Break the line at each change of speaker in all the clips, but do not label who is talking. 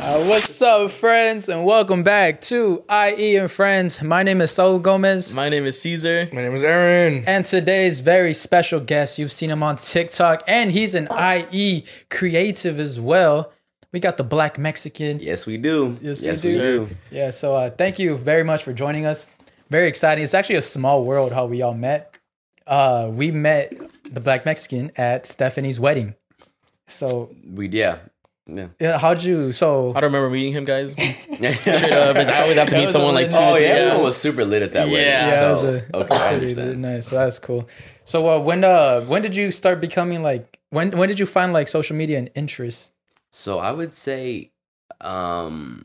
What's up, friends, and welcome back to IE and Friends. My name is Saul Gomez,
My name is Caesar.
My name is Aaron.
and today's very special guest. You've seen him on TikTok, and he's an IE creative as well. We got the Black Mexican.
Yes, we do.
Yes, we do. Yeah, so uh, thank you very much for joining us. Very exciting. It's actually a small world how we all met. Uh, we met the Black Mexican at Stephanie's wedding. So,
We yeah. Yeah.
yeah, how'd you? So,
I don't remember meeting him, guys. Straight
yeah,
up, and uh, I always have to
That
meet
was
someone
a
like two.
late
or
oh
three
yeah, everyone
hours.
was super lit at that
Yeah.
wedding.
Yeah, it was
so,
a-
okay, I
pretty
understand.
nice. So that's cool. So uh, when uh when did you start becoming like when when did you find like social media an interest?
So I would say, um,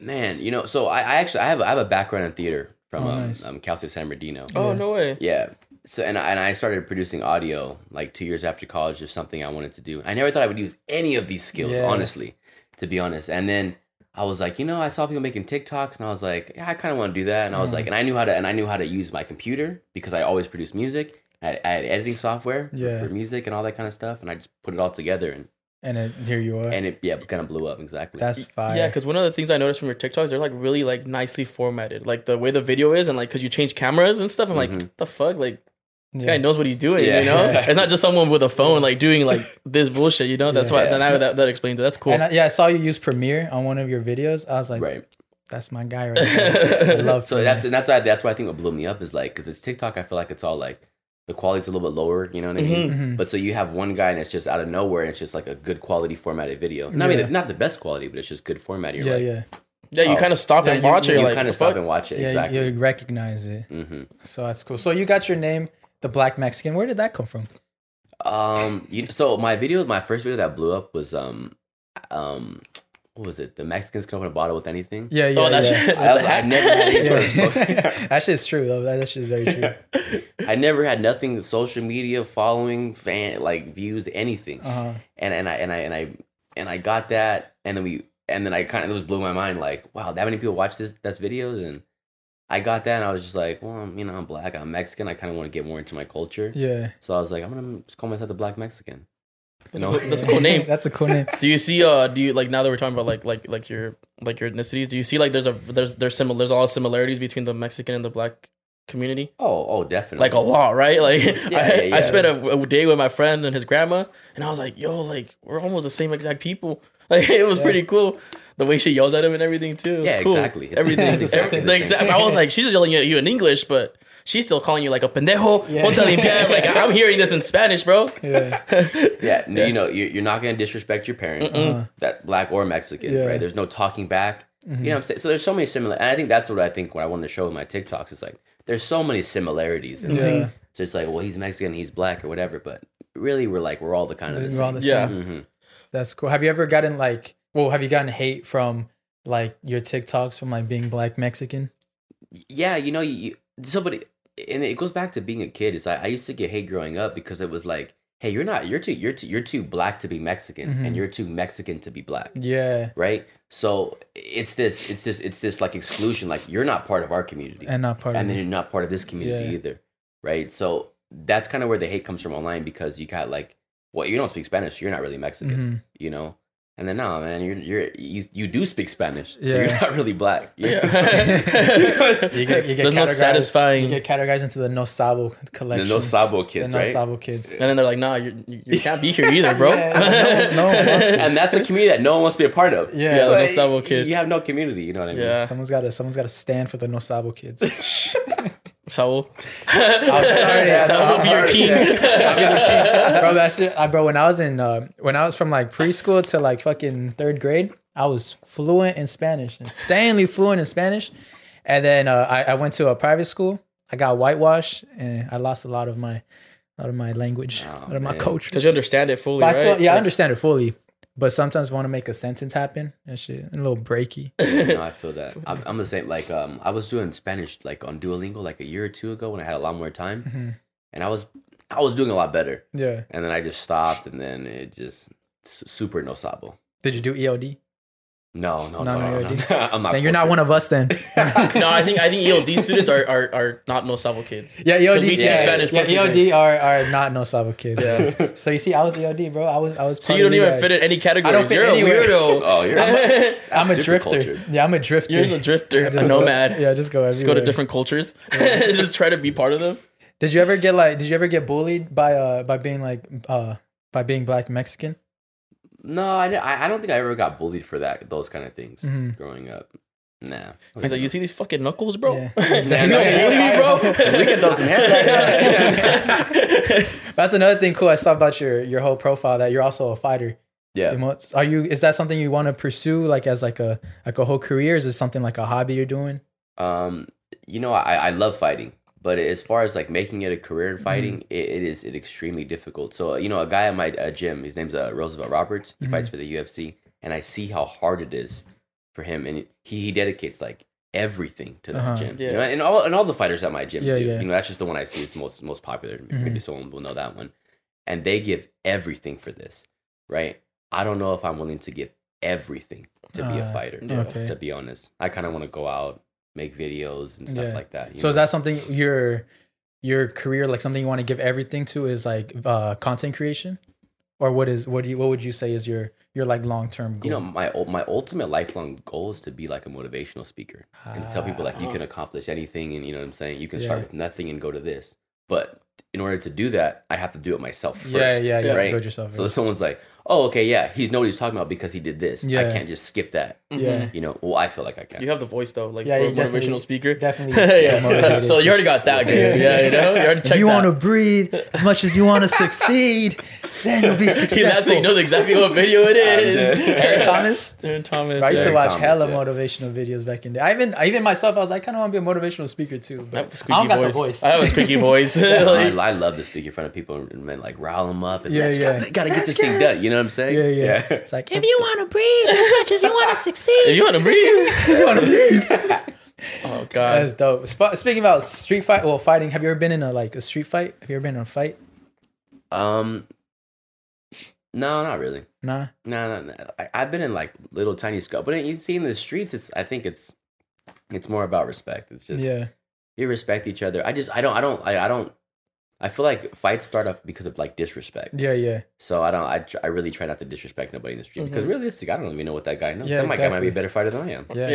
man, you know, so I, I actually I have a, I have a background in theater from
Oh,
um,
nice.
um, Cal State San Bernardino.
Oh
Yeah.
no way.
Yeah. So and I, and I started producing audio like two years after college of something I wanted to do. I never thought I would use any of these skills,
Yeah.
honestly, to be honest. And then I was like, you know, I saw people making TikToks, and I was like, yeah, I kind of want to do that. And I was
Mm.
like, and I knew how to and I knew how to use my computer because I always produce music. I, I had editing software for-
Yeah.
for music and all that kind of stuff, and I just put it all together and
And then here you are.
and it yeah kind of blew up exactly.
that's fire.
Yeah, because one of the things I noticed from your TikToks, they're like really like nicely formatted, like the way the video is, and like because you change cameras and stuff. I'm like,
Mhm.
"What the fuck, like this
Yeah.
guy knows what he's doing.
Yeah,
you know,
exactly.
it's not just someone with a phone like doing like this bullshit. You know, that's why.
Yeah.
Then I, that that explains it. That's cool.
And I, yeah, I saw you use Premiere on one of your videos. I was like,
right.
that's my guy right there. I love
So that's and that's why that's why I think what blew me up is like because it's TikTok. I feel like it's all like the quality's a little bit lower. You know what I mean?
Mhm.
But so you have one guy and it's just out of nowhere and it's just like a good quality formatted video. And I
Yeah.
mean, not the best quality, but it's just good format. You're
yeah,
like,
yeah,
yeah, you
oh.
kind of stop
Yeah,
and
you-
watch it.
you
You're like,
kind
"The
of stop
fuck?"
and watch it.
yeah.
exactly.
You, you recognize it.
hmm
So that's cool. So you got your name, the Black Mexican. Where did that come from?
Um. You, so my video, my first video that blew up was um, um, what was it? The Mexicans can open a bottle with anything.
Yeah, yeah,
Oh, that
yeah.
shit.
I,
What
was,
the
I
heck?
never had any sort of social,
yeah. that shit's true though. That, that shit's very true.
I never had nothing social media following fan like views anything.
Uh-huh.
and and I and I and I and I got that, and then we and then I kind of it was blew my mind like wow that many people watch this that's videos and I got that and I was just like well I'm, you know I'm black I'm Mexican I kind of want to get more into my culture
Yeah.
so I was like I'm gonna just call myself the black Mexican you
That's a
know
cool- that's a cool name.
that's a cool name.
Do you see? Uh, do you like now that we're talking about like like like your like your ethnicities? Do you see like there's a there's there's similar there's all similarities between the Mexican and the black community?
oh oh definitely
Like a lot, right? Like I,
yeah,
I
yeah.
spent a, a day with my friend and his grandma, and I was like, yo, like we're almost the same exact people. Like it was
Yeah.
pretty cool. The way she yells at him and everything too. It was
Yeah,
cool.
exactly. It's
everything.
exactly
every-
the
the
same.
exact- I was like, she's just yelling at you in English, but. She's still calling you like a pendejo,
Yeah.
ponte a limpiar. Like I'm hearing this in Spanish, bro.
Yeah.
yeah, n- you know you're, you're not gonna disrespect your parents that black or Mexican
Yeah.
right there's no talking back you know what I'm saying so there's so many similar and I think that's what I think what I wanted to show with my TikToks is like there's so many similarities in
Yeah.
things. so it's like well he's Mexican he's black or whatever but really we're like we're all the kind of the
We're all
same.
the
Yeah.
same.
Mhm.
That's cool. Have you ever gotten like, well, have you gotten hate from like your TikToks from like being black Mexican?
yeah you know you, you- somebody and it goes back to being a kid it's like I used to get hate growing up because it was like hey you're not you're too you're too you're too black to be Mexican
Mhm.
and you're too Mexican to be black
Yeah.
right so it's this it's this it's this like exclusion like you're not part of our community and,
And not part of
then
it.
you're not part of this community
Yeah.
either right so that's kind of where the hate comes from online because you got like well you don't speak spanish you're not really mexican
Mhm.
you know and then nah, man you're you're you, you do speak spanish so you're
Yeah.
not really black
Yeah.
You get, you get
There's no
categorized-
satisfying-
You get categorized into the no sabo
the
collection.
no sabo
The
kids
no
right
sabo kids.
And then they're like, nah, you, you, you can't be here either, bro.
Yeah, no- no one wants
and that's a community that no one wants to be a part of
Yeah.
Yeah,
So
the no
it-
sabo kid.
you have no community you know what i mean
Yeah.
Someone's got to. Someone's got to stand for the no sabo kids.
Saul.
I'll start it.
Saul
I'll
will be your
start it.
king.
bro, that shit, I, bro. When I was in, uh, when I was from like preschool to like fucking third grade, I was fluent in Spanish, insanely fluent in Spanish. And then uh, I, I went to a private school. I got whitewashed, and I lost a lot of my, a lot of my language,
Oh,
a lot of my
man.
culture.
Because you understand it fully,
But I
right?
still, yeah, I
Like,
understand it fully. But sometimes want to make a sentence happen and shit, a little breaky.
no, I feel that. I'm, I'm the same. Like, um, I was doing Spanish like on Duolingo like a year or two ago when I had a lot more time,
Mm-hmm.
and I was I was doing a lot better.
Yeah.
And then I just stopped, and then it just s- super no sabo.
Did you do ELD?
No, no,
No,
no,
no,
no,
you're
no,
a
I'm not.
E Then you're not one of us then.
No, I think I think ELD students are are, are not no Salvo kids.
Yeah,
Because we
EOD.
speak
Yeah,
Spanish
yeah,
perfectly.
EOD are, are not no Savo kids.
Yeah.
So you see, I was EOD, bro. I was I was.
So
part
you
of
don't even
guys.
fit in any category.
fit
You're
anywhere.
a
Oh, you're.
weirdo.
I'm a
super
drifter.
cultured.
Yeah, I'm a drifter.
You're just a drifter,
Just
a
go-
nomad.
Yeah, just go everywhere.
Just go to different cultures. just try to be part of them.
Did you ever get like? Did you ever get bullied by uh by being like uh by being black Mexican?
No, I, ne- I I don't think I ever got bullied for that. Those kind of things
Mhm.
growing up. Nah.
He's like, you see these fucking knuckles, bro?
Yeah.
you don't bully me, bro?
We can throw some hands at
That's another thing cool I saw about your your whole profile that you're also a fighter.
yeah.
You must- Are you? Is that something you want to pursue like as like a like a whole career? Is it something like a hobby you're doing?
Um, you know, I, I love fighting, but as far as like making it a career
Mm-hmm.
in fighting, it, it is it extremely difficult. So you know, a guy at my uh, gym, his name's uh, Roosevelt Roberts. He
Mm-hmm.
fights for the UFC, and I see how hard it is for him, and he, he dedicates like everything to that
Uh-huh.
gym.
Yeah.
You know, and all and all the fighters at my gym
Yeah,
do.
yeah.
You know, that's just the one I see is most most popular. Maybe
Mhm.
someone will know that one, and they give everything for this, right? I don't know if I'm willing to give everything to be a
Uh,
fighter.
yeah.
okay.
To be honest, I kind of want to go out make videos and stuff
Yeah.
like that. you
so is
know?
that something your your career like something you want to give everything to is like uh content creation, or what is what do you what would you say is your your like long term goal?
you know my ul- my ultimate lifelong goal is to be like a motivational speaker and to tell people like you
Ah.
can accomplish anything and you know what I'm saying you can
Yeah.
start with nothing and go to this. But in order to do that, I have to do it myself first.
yeah, yeah, you have to
right.
build yourself.
So if someone's like, "Oh, okay, yeah, he's know what he's talking about because he did this. I
Yeah.
can't just skip that."
yeah,
You know, well, I feel like I can.
You have the voice though, like
Yeah,
for
you
a
definitely-
motivational speaker.
definitely.
yeah.
motivated
So you
for
already got that good. Yeah, you know, you already checked
if you
that.
want to breathe as much as you want to succeed, then you'll be
He laughs
successful.
and he knows exactly what video it is.
dead.
Eric Thomas.
Aaron Thomas.
Bro, I used to
Eric
yeah.
watch
Thomas,
hella
yeah.
motivational videos back in the day. I even, I even myself, I was like, I kind of want to be a motivational speaker too.
I
But
have a
I
squeaky
don't got the
voice.
voice.
I have a squeaky voice.
I,
Like,
I love to speak in front of people and then like rile them up and
Yeah,
yeah,
yeah.
gotta, gotta get this thing done. You know what I'm saying?
yeah, yeah, It's like if
If you want to breathe as much as you want to
if
succeed.
you want to breathe.
you want to breathe,
Oh God.
that's dope. Sp- speaking about street fight, well, fighting. Have you ever been in a like a street fight? Have you ever been in a fight?
Um, no, not really.
Nah.
No, no, no. I, I've been in like little tiny scuffles, but you see in the streets, it's I think it's it's more about respect. It's just
yeah.
you respect each other. I just I don't I don't I, I don't I feel like fights start up because of like disrespect.
Yeah. Yeah.
So I don't I, tr- I really try not to disrespect nobody in the street because
Mhm.
realistic, I don't even know what that guy knows.
Mm-hmm. Yeah,
that my guy might
exactly.
be a better fighter than I am.
Yeah. Uh, And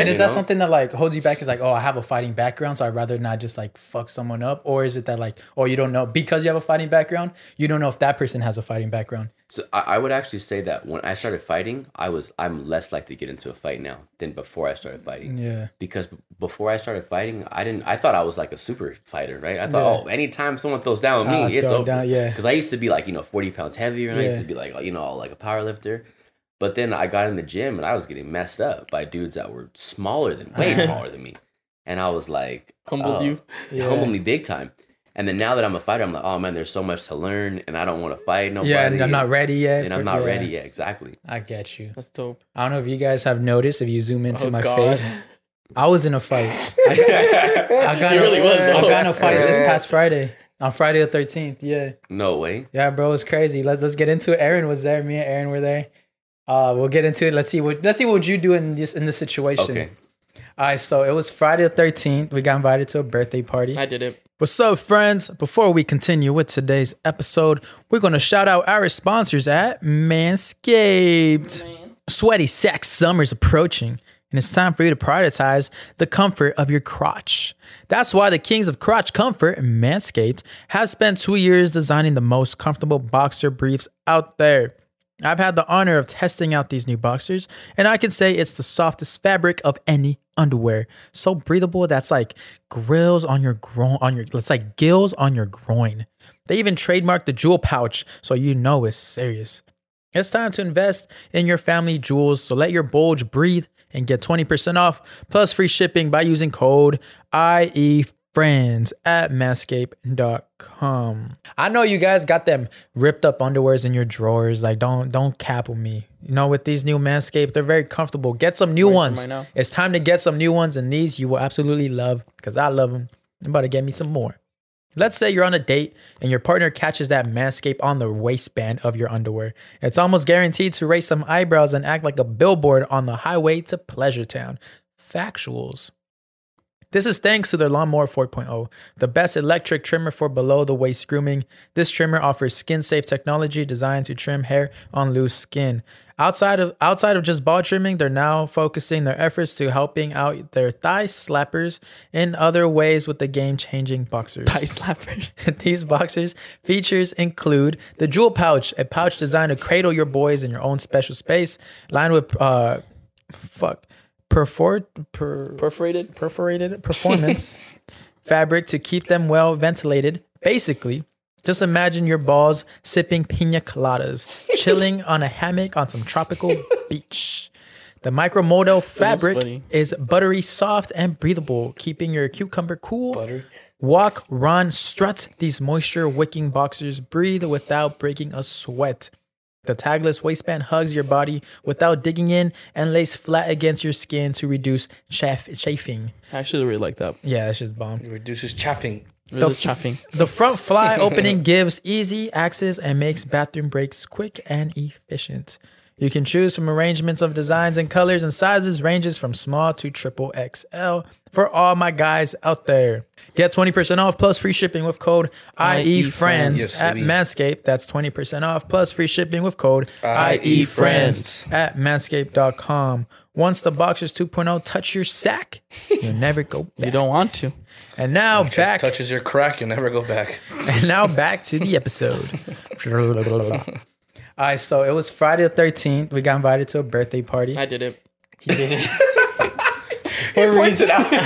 Yeah.
You
is that
know?
something that like holds you back? Is like, oh, I have a fighting background, so I'd rather not just like fuck someone up, or is it that like, oh, you don't know because you have a fighting background, you don't know if that person has a fighting background.
So I, I would actually say that when I started fighting, I was I'm less likely to get into a fight now than before I started fighting.
Yeah.
because b- before I started fighting, I didn't. I thought I was like a super fighter, right? I thought,
Yeah.
oh, anytime someone throws down
Ah,
on me, it's
throw
over.
down, yeah.
Because I used to be like you know forty pounds heavier, and I used
Yeah.
to be like you know like a power lifter. But then I got in the gym and I was getting messed up by dudes that were smaller than way smaller than me, and I was like
Humbled
oh,
you.
they
Yeah.
humbled me big time. And then now that I'm a fighter, I'm like, oh man, there's so much to learn, and I don't want to fight nobody.
Yeah, and I'm not ready yet.
And I'm
for-
not
yeah.
ready. Yeah, exactly.
I get you.
That's dope.
I don't know if you guys have noticed if you zoom into
Oh,
my
God.
face. I was in a fight. I got
He
in a-
really was,
I
though.
got in a fight this past Friday. On Friday the thirteenth. Yeah.
no way.
Yeah, bro, it's crazy. Let's let's get into it. Aaron was there, me and Aaron were there. Uh we'll get into it. Let's see what let's see what you do in this in this situation.
Okay.
All right, so it was Friday the 13th. We got invited to a birthday party.
I did it.
What's up, friends? Before we continue with today's episode, we're going to shout out our sponsors at Manscaped. Sweaty sex summer's approaching, and it's time for you to prioritize the comfort of your crotch. That's why the kings of crotch comfort, Manscaped, have spent two years designing the most comfortable boxer briefs out there. I've had the honor of testing out these new boxers, and I can say it's the softest fabric of any underwear. So breathable that's like grills on your groin on your it's like gills on your groin. They even trademarked the jewel pouch, so you know it's serious. It's time to invest in your family jewels, so let your bulge breathe and get 20% off plus free shipping by using code E IEFriends at manscaped.com. I know you guys got them ripped up underwears in your drawers. Like don't don't cap on me. You know, with these new Manscaped, they're very comfortable. Get some new ones.
right now.
It's time to get some new ones, and these you will absolutely love because I love them. I'm about to get me some more. Let's say you're on a date and your partner catches that manscape on the waistband of your underwear. It's almost guaranteed to raise some eyebrows and act like a billboard on the highway to Pleasure Town. Factuals. This is thanks to their Lawnmower 4.0, the best electric trimmer for below the waist grooming. This trimmer offers skin-safe technology designed to trim hair on loose skin. Outside of outside of just ball trimming, they're now focusing their efforts to helping out their thigh slappers in other ways with the game-changing boxers.
Thigh slappers.
These boxers features include the jewel pouch, a pouch designed to cradle your boys in your own special space, lined with uh, fuck, perfor per,
Perforated.
perforated performance fabric to keep them well ventilated. Basically, just imagine your balls sipping pina coladas, chilling on a hammock on some tropical beach. The micromodal fabric
funny.
is buttery soft and breathable, keeping your cucumber cool.
Butter.
Walk, run, strut these moisture wicking boxers, breathe without breaking a sweat. The tagless waistband hugs your body without digging in and lays flat against your skin to reduce chaff- chafing.
I actually really like that.
Yeah, that's just bomb.
reduces chaffing.
Really chuffing.
The front fly opening gives easy access and makes bathroom breaks quick and efficient. You can choose from arrangements of designs and colors and sizes ranges from small to triple XL for all my guys out there. Get 20% off plus free shipping with code
E
IEFRIENDS
Yes,
at
we-
Manscaped. That's 20% off plus free shipping with code
E
IEFriends.
IEFRIENDS at manscaped.com. Once the Boxers 2.0 oh, touch your sack, you'll never go
You
back.
don't want to.
And now back
Touches your crack, you never go back.
and now back to the episode. All right, so it was Friday the 13th. We got invited to a birthday party.
I did it.
For reason out. you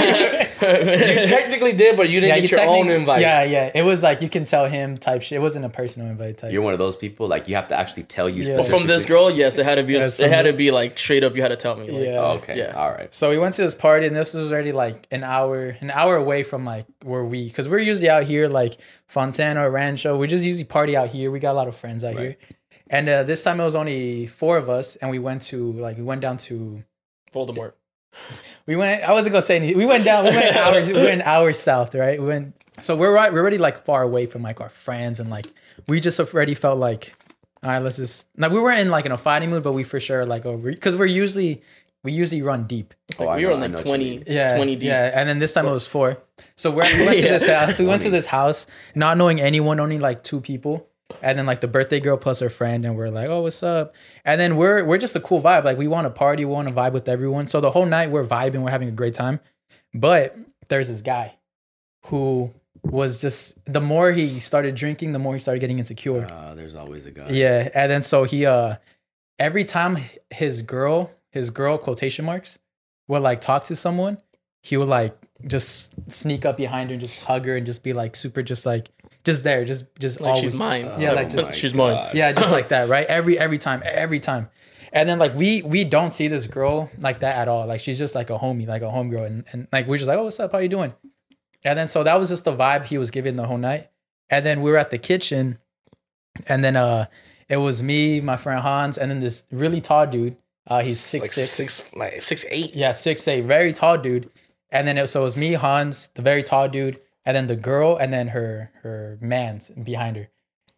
technically did, but you didn't get your own
technic-
invite.
Yeah, yeah. It was like you can tell him type shit. It wasn't a personal invite type.
You're one of those people like you have to actually tell you.
Yeah. Well,
From this
specifically.
girl, yes, it had to be.
Yes,
it
from
had
the-
to be like straight up. You had to tell me. Like,
yeah.
Oh, okay.
Yeah.
All right.
So we went to this party, and this was already like an hour, an hour away from like where we, because we're usually out here like Fontana or Rancho. We just usually party out here. We got a lot of friends out here, and uh, this time it was only four of us, and we went to like we went down to
Voldemort.
We went. I wasn't gonna say anything. We went down. We went hours. we went hours south, right? We went. So we're right. We're already like far away from like our friends, and like we just already felt like, all right, let's just. Now we weren't in like in a fighting mood, but we for sure like over because we're usually we usually run deep.
Oh,
Like,
I
we were
know-
on
I
like
know what you
20,
mean.
Yeah,
20 deep.
Yeah, and then this time it was four. So we're, we went to
Yeah.
this house. We went to this house, not knowing anyone, only like two people, and then like the birthday girl plus her friend, and we're like, "Oh, what's up?" And then we're we're just a cool vibe. Like we want to party, we want to vibe with everyone. So the whole night we're vibing, we're having a great time. But there's this guy who was just the more he started drinking, the more he started getting insecure.
Uh, there's always a guy.
Yeah, and then so he uh every time his girl, his girl quotation marks would like talk to someone, he would like just sneak up behind her and just hug her and just be like super just like just there, just just
Like
always
she's mine.
Yeah,
Oh
like, just-
my
she's mine.
God.
yeah, just like that, right? Every every time, every time. And then like we we don't see this girl like that at all. Like she's just like a homie, like a homegirl, and, and like we're just like, oh, what's up? How you doing? And then so that was just the vibe he was giving the whole night. And then we were at the kitchen, and then uh, it was me, my friend Hans, and then this really tall dude. Uh, he's six
Like
six.
six, six, like six, eight.
Yeah, six eight, very tall dude. And then it, so it was me, Hans, the very tall dude, and then the girl, and then her her man's behind her.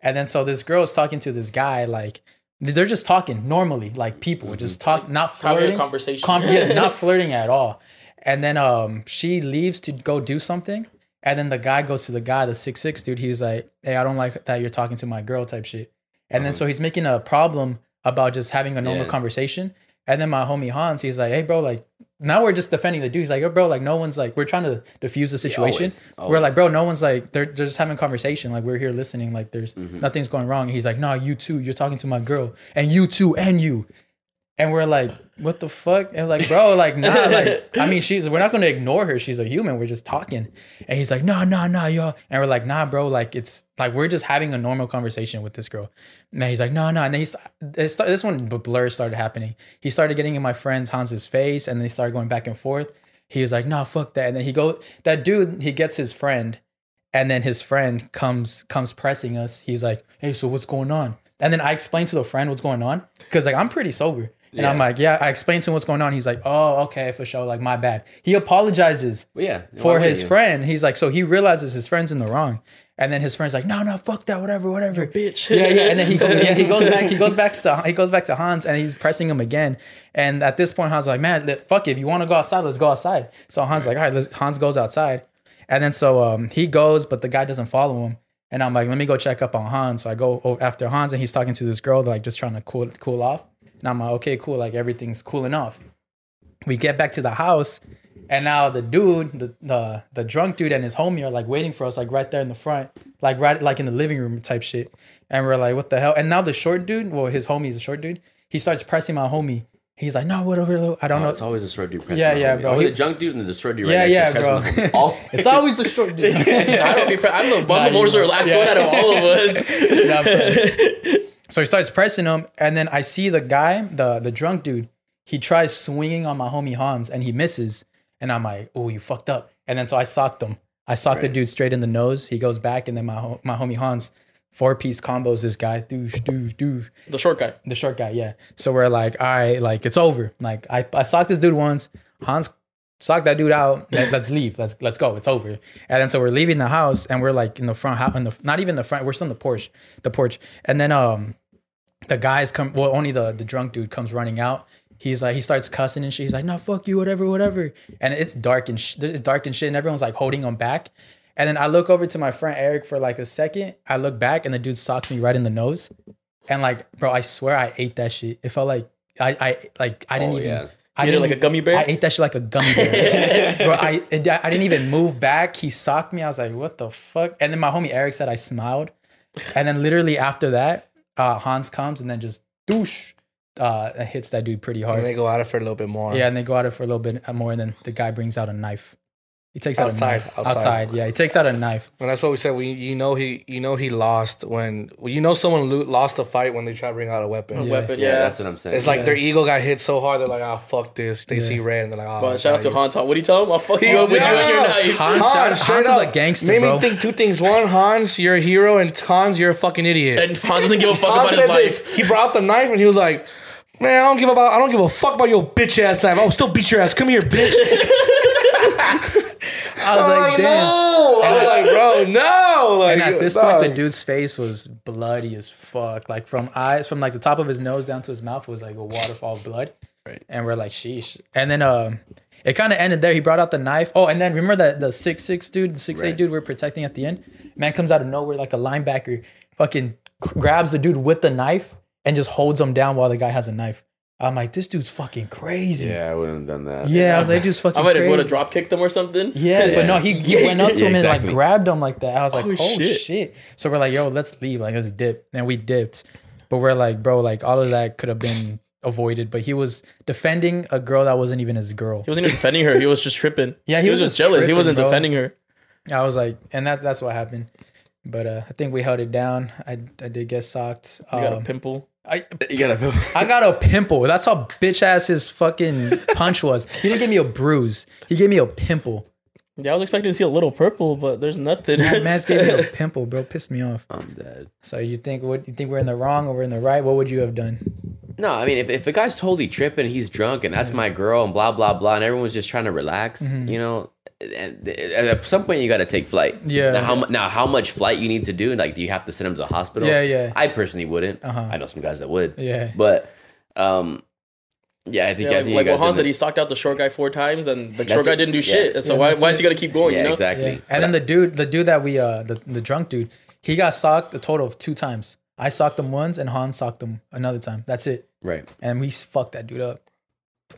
And then so this girl is talking to this guy, like they're just talking normally, like people just talk, not
Having
flirting,
Mm-hmm. a conversation.
Com- yeah, not flirting at all. And then um, she leaves to go do something, and then the guy goes to the guy, the six six dude. He's like, "Hey, I don't like that you're talking to my girl," type shit. And then so he's making a problem about just having a normal
Uh-huh. Yeah.
conversation. And then my homie Hans, he's like, "Hey, bro, like." Now we're just defending the dude. He's like, yo, bro, like no one's like we're trying to defuse the situation.
always,
We're
always.
like, bro, no one's like they're, they're just having a conversation. Like we're here listening. Like there's
Mm-hmm.
nothing's going wrong. And he's like, nah, you too. You're talking to my girl, and you too, and you. And we're like, what the fuck? And like, bro, like, nah, like, I mean, she's we're not gonna ignore her. She's a human. We're just talking. And he's like, nah, nah, nah, y'all. And we're like, nah, bro, like it's like we're just having a normal conversation with this girl. And then he's like, nah, nah. And then he's this, this one blur started happening. He started getting in my friend's Hans's face, and they started going back and forth. He was like, nah, fuck that. And then he go that dude, he gets his friend, and then his friend comes comes pressing us. He's like, "Hey, so what's going on?" And then I explain to the friend what's going on because like I'm pretty sober. And I'm like, yeah, I explained to him what's going on. He's like, oh, okay, for sure. Like, my bad. He apologizes
But yeah, why
for
wouldn't
his
you?
friend. He's like, so he realizes his friend's in the wrong. And then his friend's like, no, no, fuck that, whatever, whatever.
bitch.
Yeah, yeah. And then he goes, yeah, he goes back, he goes back to he goes back to Hans and he's pressing him again. And at this point, Hans is like, man, let- fuck it. If you want to go outside, let's go outside. So Hans is like, all right, let's, Hans goes outside. And then so um, he goes, but the guy doesn't follow him. And I'm like, let me go check up on Hans. So I go o- after Hans and he's talking to this girl, like just trying to cool cool off. And I'm like, okay, cool, like everything's cooling off. We get back to the house, and now the dude, the the the drunk dude and his homie are like waiting for us, like right there in the front, like right like in the living room type shit. And we're like, what the hell? And now the short dude, well, his homie is a short dude. He starts pressing my homie. He's like, no, whatever. I don't
Oh,
know.
it's always a short dude pressing.
Yeah,
the
yeah,
homie.
bro.
Always
He-
the junk dude and the short dude.
Yeah,
right next to
yeah,
pressing
bro.
the homie. All-
It's always the short dude.
I don't be. Pre- I'm the one of the most
you-
relaxed
yeah.
one out of all of us.
Nah, bro. so he starts pressing him, and then I see the guy, the the drunk dude. He tries swinging on my homie Hans, and he misses. And I'm like, "Oh, you fucked up!" And then so I socked him. I socked the
Right.
dude straight in the nose. He goes back, and then my ho- my homie Hans four piece combos this guy. Doosh, doosh, doosh.
the short guy.
The short guy, yeah. So we're like, all right, like it's over. Like I, I socked this dude once. Hans socked that dude out. Let, us leave. Let's let's go. It's over. And then so we're leaving the house, and we're like in the front house, in the not even the front. We're still in the porch, the porch. And then um, the guys come. Well, only the the drunk dude comes running out. He's like, he starts cussing and shit. He's like, no, fuck you, whatever, whatever. And it's dark and sh- it's dark and shit, and everyone's like holding him back. And then I look over to my friend Eric for like a second. I look back, and the dude socked me right in the nose. And like, bro, I swear I ate that shit. It felt like I, I like I didn't
Oh,
even.
yeah.
I
You ate it like a gummy bear?
I ate that shit like a gummy bear, bro. I it- I didn't even move back. He socked me. I was like, what the fuck? And then my homie Eric said I smiled, and then literally after that, uh, Hans comes and then just douche uh, hits that dude pretty
And they
hard.
go out for a little bit more.
Yeah, and they go at it for a little bit uh, more, and then the guy brings out a knife. He takes out
Outside,
a knife
outside.
Yeah, he takes out a knife.
And that's what we said. We you know he you know he lost when well, you know someone lo- lost a fight when they try to bring out a weapon.
A
Yeah.
weapon.
yeah,
Yeah.
that's what I'm saying.
It's like their ego got hit so hard they're like, oh fuck this. They
Yeah.
see red and they're like, oh.
Well, Uh, shout out to Hans. What do you tell him? I'll fuck you up with you and your knife.
Hans, shout- Hans is a gangster,
Made
bro.
me think two things. One, Hans, you're a hero, and Hans, you're a fucking idiot.
And Hans doesn't give a fuck
Hans
about his
said
life.
This. He brought out the knife and he was like, "Man, I don't give about. I don't give a fuck about your bitch ass knife. I'll still beat your ass. Come here, bitch."
I was like, damn.
Oh, no. I was like, bro, no. Like,
And at this
dog.
point, the dude's face was bloody as fuck. Like from eyes, from like the top of his nose down to his mouth was like a waterfall of blood. Right. And we're like, sheesh. And then um, it kind of ended there. He brought out the knife. Oh, and then remember that the six six dude, six eight
Right.
dude, we're protecting at the end. Man comes out of nowhere like a linebacker, fucking grabs the dude with the knife and just holds him down while the guy has a knife. I'm like, this dude's fucking crazy. Yeah,
yeah, I wouldn't have done that.
I was like, this dude's fucking.
I might have
crazy.
would have drop kicked him or something.
Yeah, but no, he, he went up to
Yeah,
him and
exactly.
like grabbed him like that. I was like, oh,
Oh,
shit.
shit.
So we're like, yo, let's leave. Like, let's dip. And we dipped. But we're like, bro, like all of that could have been avoided. But he was defending a girl that wasn't even his girl.
He wasn't even defending her. He was just tripping.
Yeah, he
he, was,
was
just
just
jealous. he
tripping,
wasn't
bro.
defending her.
I was like, and that's that's what happened. But uh, I think we held it down. I, I did get socked.
He got a
Um,
pimple.
I,
You gotta.
I got a pimple. That's how bitch ass his fucking punch was. He didn't give me a bruise. He gave me a pimple.
Yeah, I was expecting to see a little purple, but there's nothing.
That man's gave me a pimple, bro. Pissed me off.
I'm dead.
So you think what you think we're in the wrong or we're in the right? What would you have done?
No, I mean, if, if a guy's totally tripping, he's drunk, and that's my girl, and blah blah blah, and everyone's just trying to relax,
Mm-hmm.
you know. And at at some point, you got to take flight.
Yeah.
Now how, mu- now, how much flight you need to do? Like, do you have to send him to the hospital?
Yeah, yeah.
I personally wouldn't.
Uh-huh.
I know some guys that would.
Yeah.
But, um, yeah, I think
Yeah,
I
like,
think
like
you
what
guys
Hans said,
did-
he socked out the short guy four times, and the
That's
short guy
it.
didn't do
Yeah.
shit. And so
Yeah,
why,
that's
why is
it.
he gonna keep going?
Yeah,
you know?
exactly.
Yeah. And then the dude, the dude that we uh the, the drunk dude, he got socked a total of two times. I socked him once and Hans socked him another time. That's it.
right.
And we fucked that dude up.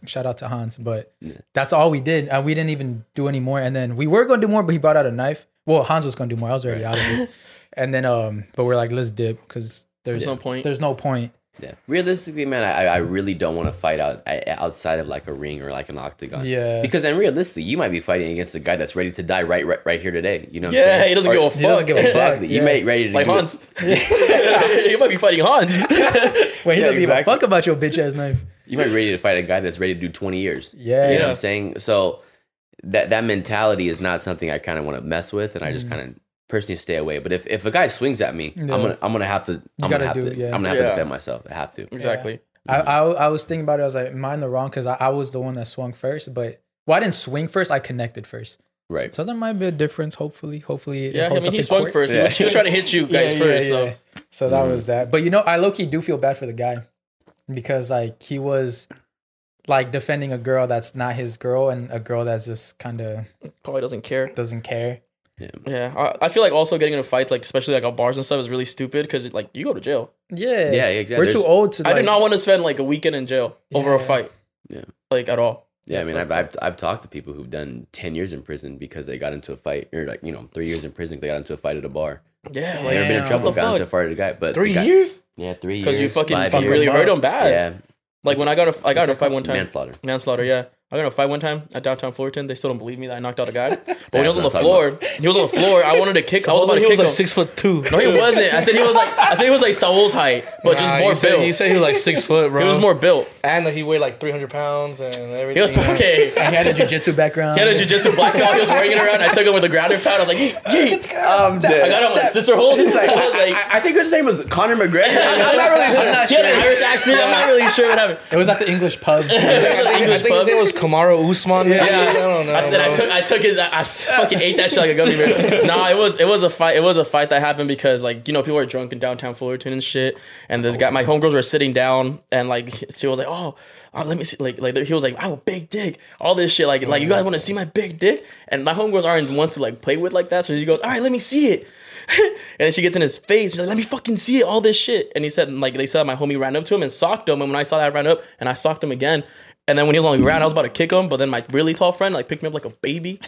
Shout out to Hans, but
Yeah.
that's all we did. Uh, we didn't even do any more. And then we were gonna do more, but he brought out a knife. Well, Hans was gonna do more. I was already out of it. And then um, but we're like, let's dip because there's
There's no point.
There's no point.
Yeah. Realistically, man, I, I really don't want to fight out I- outside of like a ring or like an octagon.
Yeah.
Because then realistically, you might be fighting against a guy that's ready to die right right, right here today. You know what I'm
yeah,
saying?
he doesn't
Or-
give a fuck.
He doesn't give a fuck.
Exactly. You
Yeah.
may ready to
Like
do it.
Hans. you might be fighting Hans.
Wait, he
Yeah,
doesn't give a
exactly.
fuck about your bitch ass knife.
You might be ready to fight a guy that's ready to do 20 years.
Yeah.
You know what
Yeah.
I'm saying? So that that mentality is not something I kind of want to mess with, and I just kind of personally stay away. But if, if a guy swings at me,
Yeah.
I'm gonna I'm gonna have to
gotta
I'm gonna have
do
to
it, yeah.
I'm gonna have
Yeah.
to defend myself. I have to.
exactly.
I, I I was thinking about it. I was like, am I in the wrong? Because I, I was the one that swung first, but well, I didn't swing first. I connected first.
Right.
So there might be a difference. Hopefully, hopefully, it
Yeah, I
holds
mean,
up
he
in
swung
court.
first. He,
Yeah.
was, he was trying to hit you
Yeah, yeah,
guys first. so Mm.
yeah. So that was that. But you know, I low key do feel bad for the guy because like he was like defending a girl that's not his girl and a girl that's just kind of
probably doesn't care.
doesn't care.
Yeah, I, I feel like also getting into fights, like especially like at bars and stuff, is really stupid because like you go to jail.
Yeah.
Yeah, exactly.
We're too
There's-
old to.
I do
like-
not want to spend like a weekend in jail over a
Yeah.
fight.
Yeah.
like at all.
Yeah, I mean,
fuck
I've, I've I've talked to people who've done ten years in prison because they got into a fight, or like you know, three years in prison 'cause they got into a fight at a bar.
Yeah,
They never been in
Damn.
trouble,
What the
got into a
fuck?
fight at a guy, but the
Three
guy-
years?
Yeah, three years.
because you fucking
five
you
years.
really
years.
hurt him bad.
Yeah,
Like when I got a, I got in a fight one time.
manslaughter.
manslaughter. Yeah, I got in a fight one time at downtown Fullerton. They still don't believe me that I knocked out a guy. But when he was
That's
on the
what I'm
floor, he was on the floor. I wanted to kick. I was about
Although
to
he was
kick
like
him.
six foot two.
No, he wasn't. I said he was like I said he was like Saul's height, but just more
he said,
built.
He said he was like six foot, bro.
he was more built.
and he weighed like three hundred pounds and everything.
He was okay.
He had a jujitsu background.
He had a jujitsu black belt. He was working around. I took him with a grounded pound. I was like, "Yeet, yeet."
I'm dead.
I got him on a sister hold. I was like,
I, I think his name was Conor McGregor. I'm not really sure.
I'm not
he had an
sure.
Irish accent. I'm not really sure what happened.
It was at the English pub.
I think, I think
English
his
pub.
name was Kamara Usman. Yeah, I don't know.
I said I
bro.
took I took his I, I fucking ate that shit like a gummy bear. Nah, it was it was a fight. It was a fight that happened because like you know people were drunk in downtown Fullerton and shit. And this guy, my homegirls were sitting down and like she was like, oh, uh, let me see. Like like he was like, I have a big dick. All this shit like like you guys want to see my big dick? And my homegirls aren't ones to like play with like that. So he goes, all right, let me see it. and then she gets in his face. She's like, "Let me fucking see it, all this shit." And he said, like they said, my homie ran up to him and socked him. And when I saw that, I ran up and I socked him again. And then when he was on the ground, I was about to kick him, but then my really tall friend like picked me up like a baby.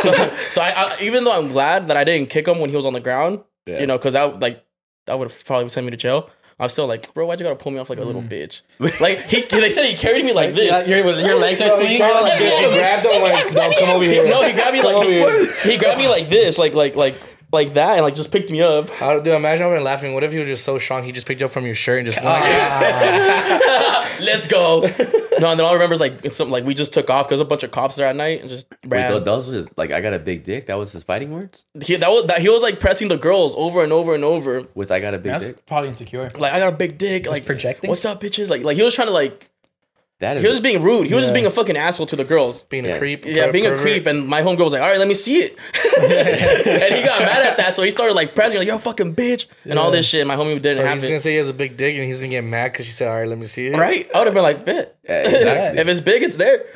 so, so I, I, even though I'm glad that I didn't kick him when he was on the ground,
Yeah.
you know, because that like that would have probably sent me to jail. I was still like, bro, why'd you gotta pull me off like a little bitch? Like he, they said he carried me like this.
your, your legs are swinging.
Kinda like
like
this,
this.
she grabbed him like, no, come over
He-
here.
no, he grabbed me like he, he grabbed me like this, like like like like that, and like just picked me up.
I don't, dude, imagine I would laughing. What if you were just so strong he just picked you up from your shirt and
Oh,
just went like that?
let's go. no, and then all I remember is like it's something like we just took off because a bunch of cops there at night and just
Wait,
ran.
th- those was just, like I got a big dick. That was his fighting words
he, that was, that, he was like pressing the girls over and over and over.
with "I got a big
That's
dick."
probably insecure.
Like I got a big dick. Like
projecting?
What's up, bitches? Like like he was trying to like
That is
he was just being rude. He was just being a fucking asshole to the girls.
being a
Yeah.
creep.
Yeah,
per-
being a
pervert.
creep. And my homegirl was like, all right, let me see it. and he got mad at that. So he started like pressing, like, yo, fucking bitch. And all this shit. And my homie didn't
So
have
he's gonna
it.
say he has a big dick and he's gonna get mad because she said, "All right, let me see it."
Right? I would have been like, fit.
Yeah, exactly.
If it's big, it's there.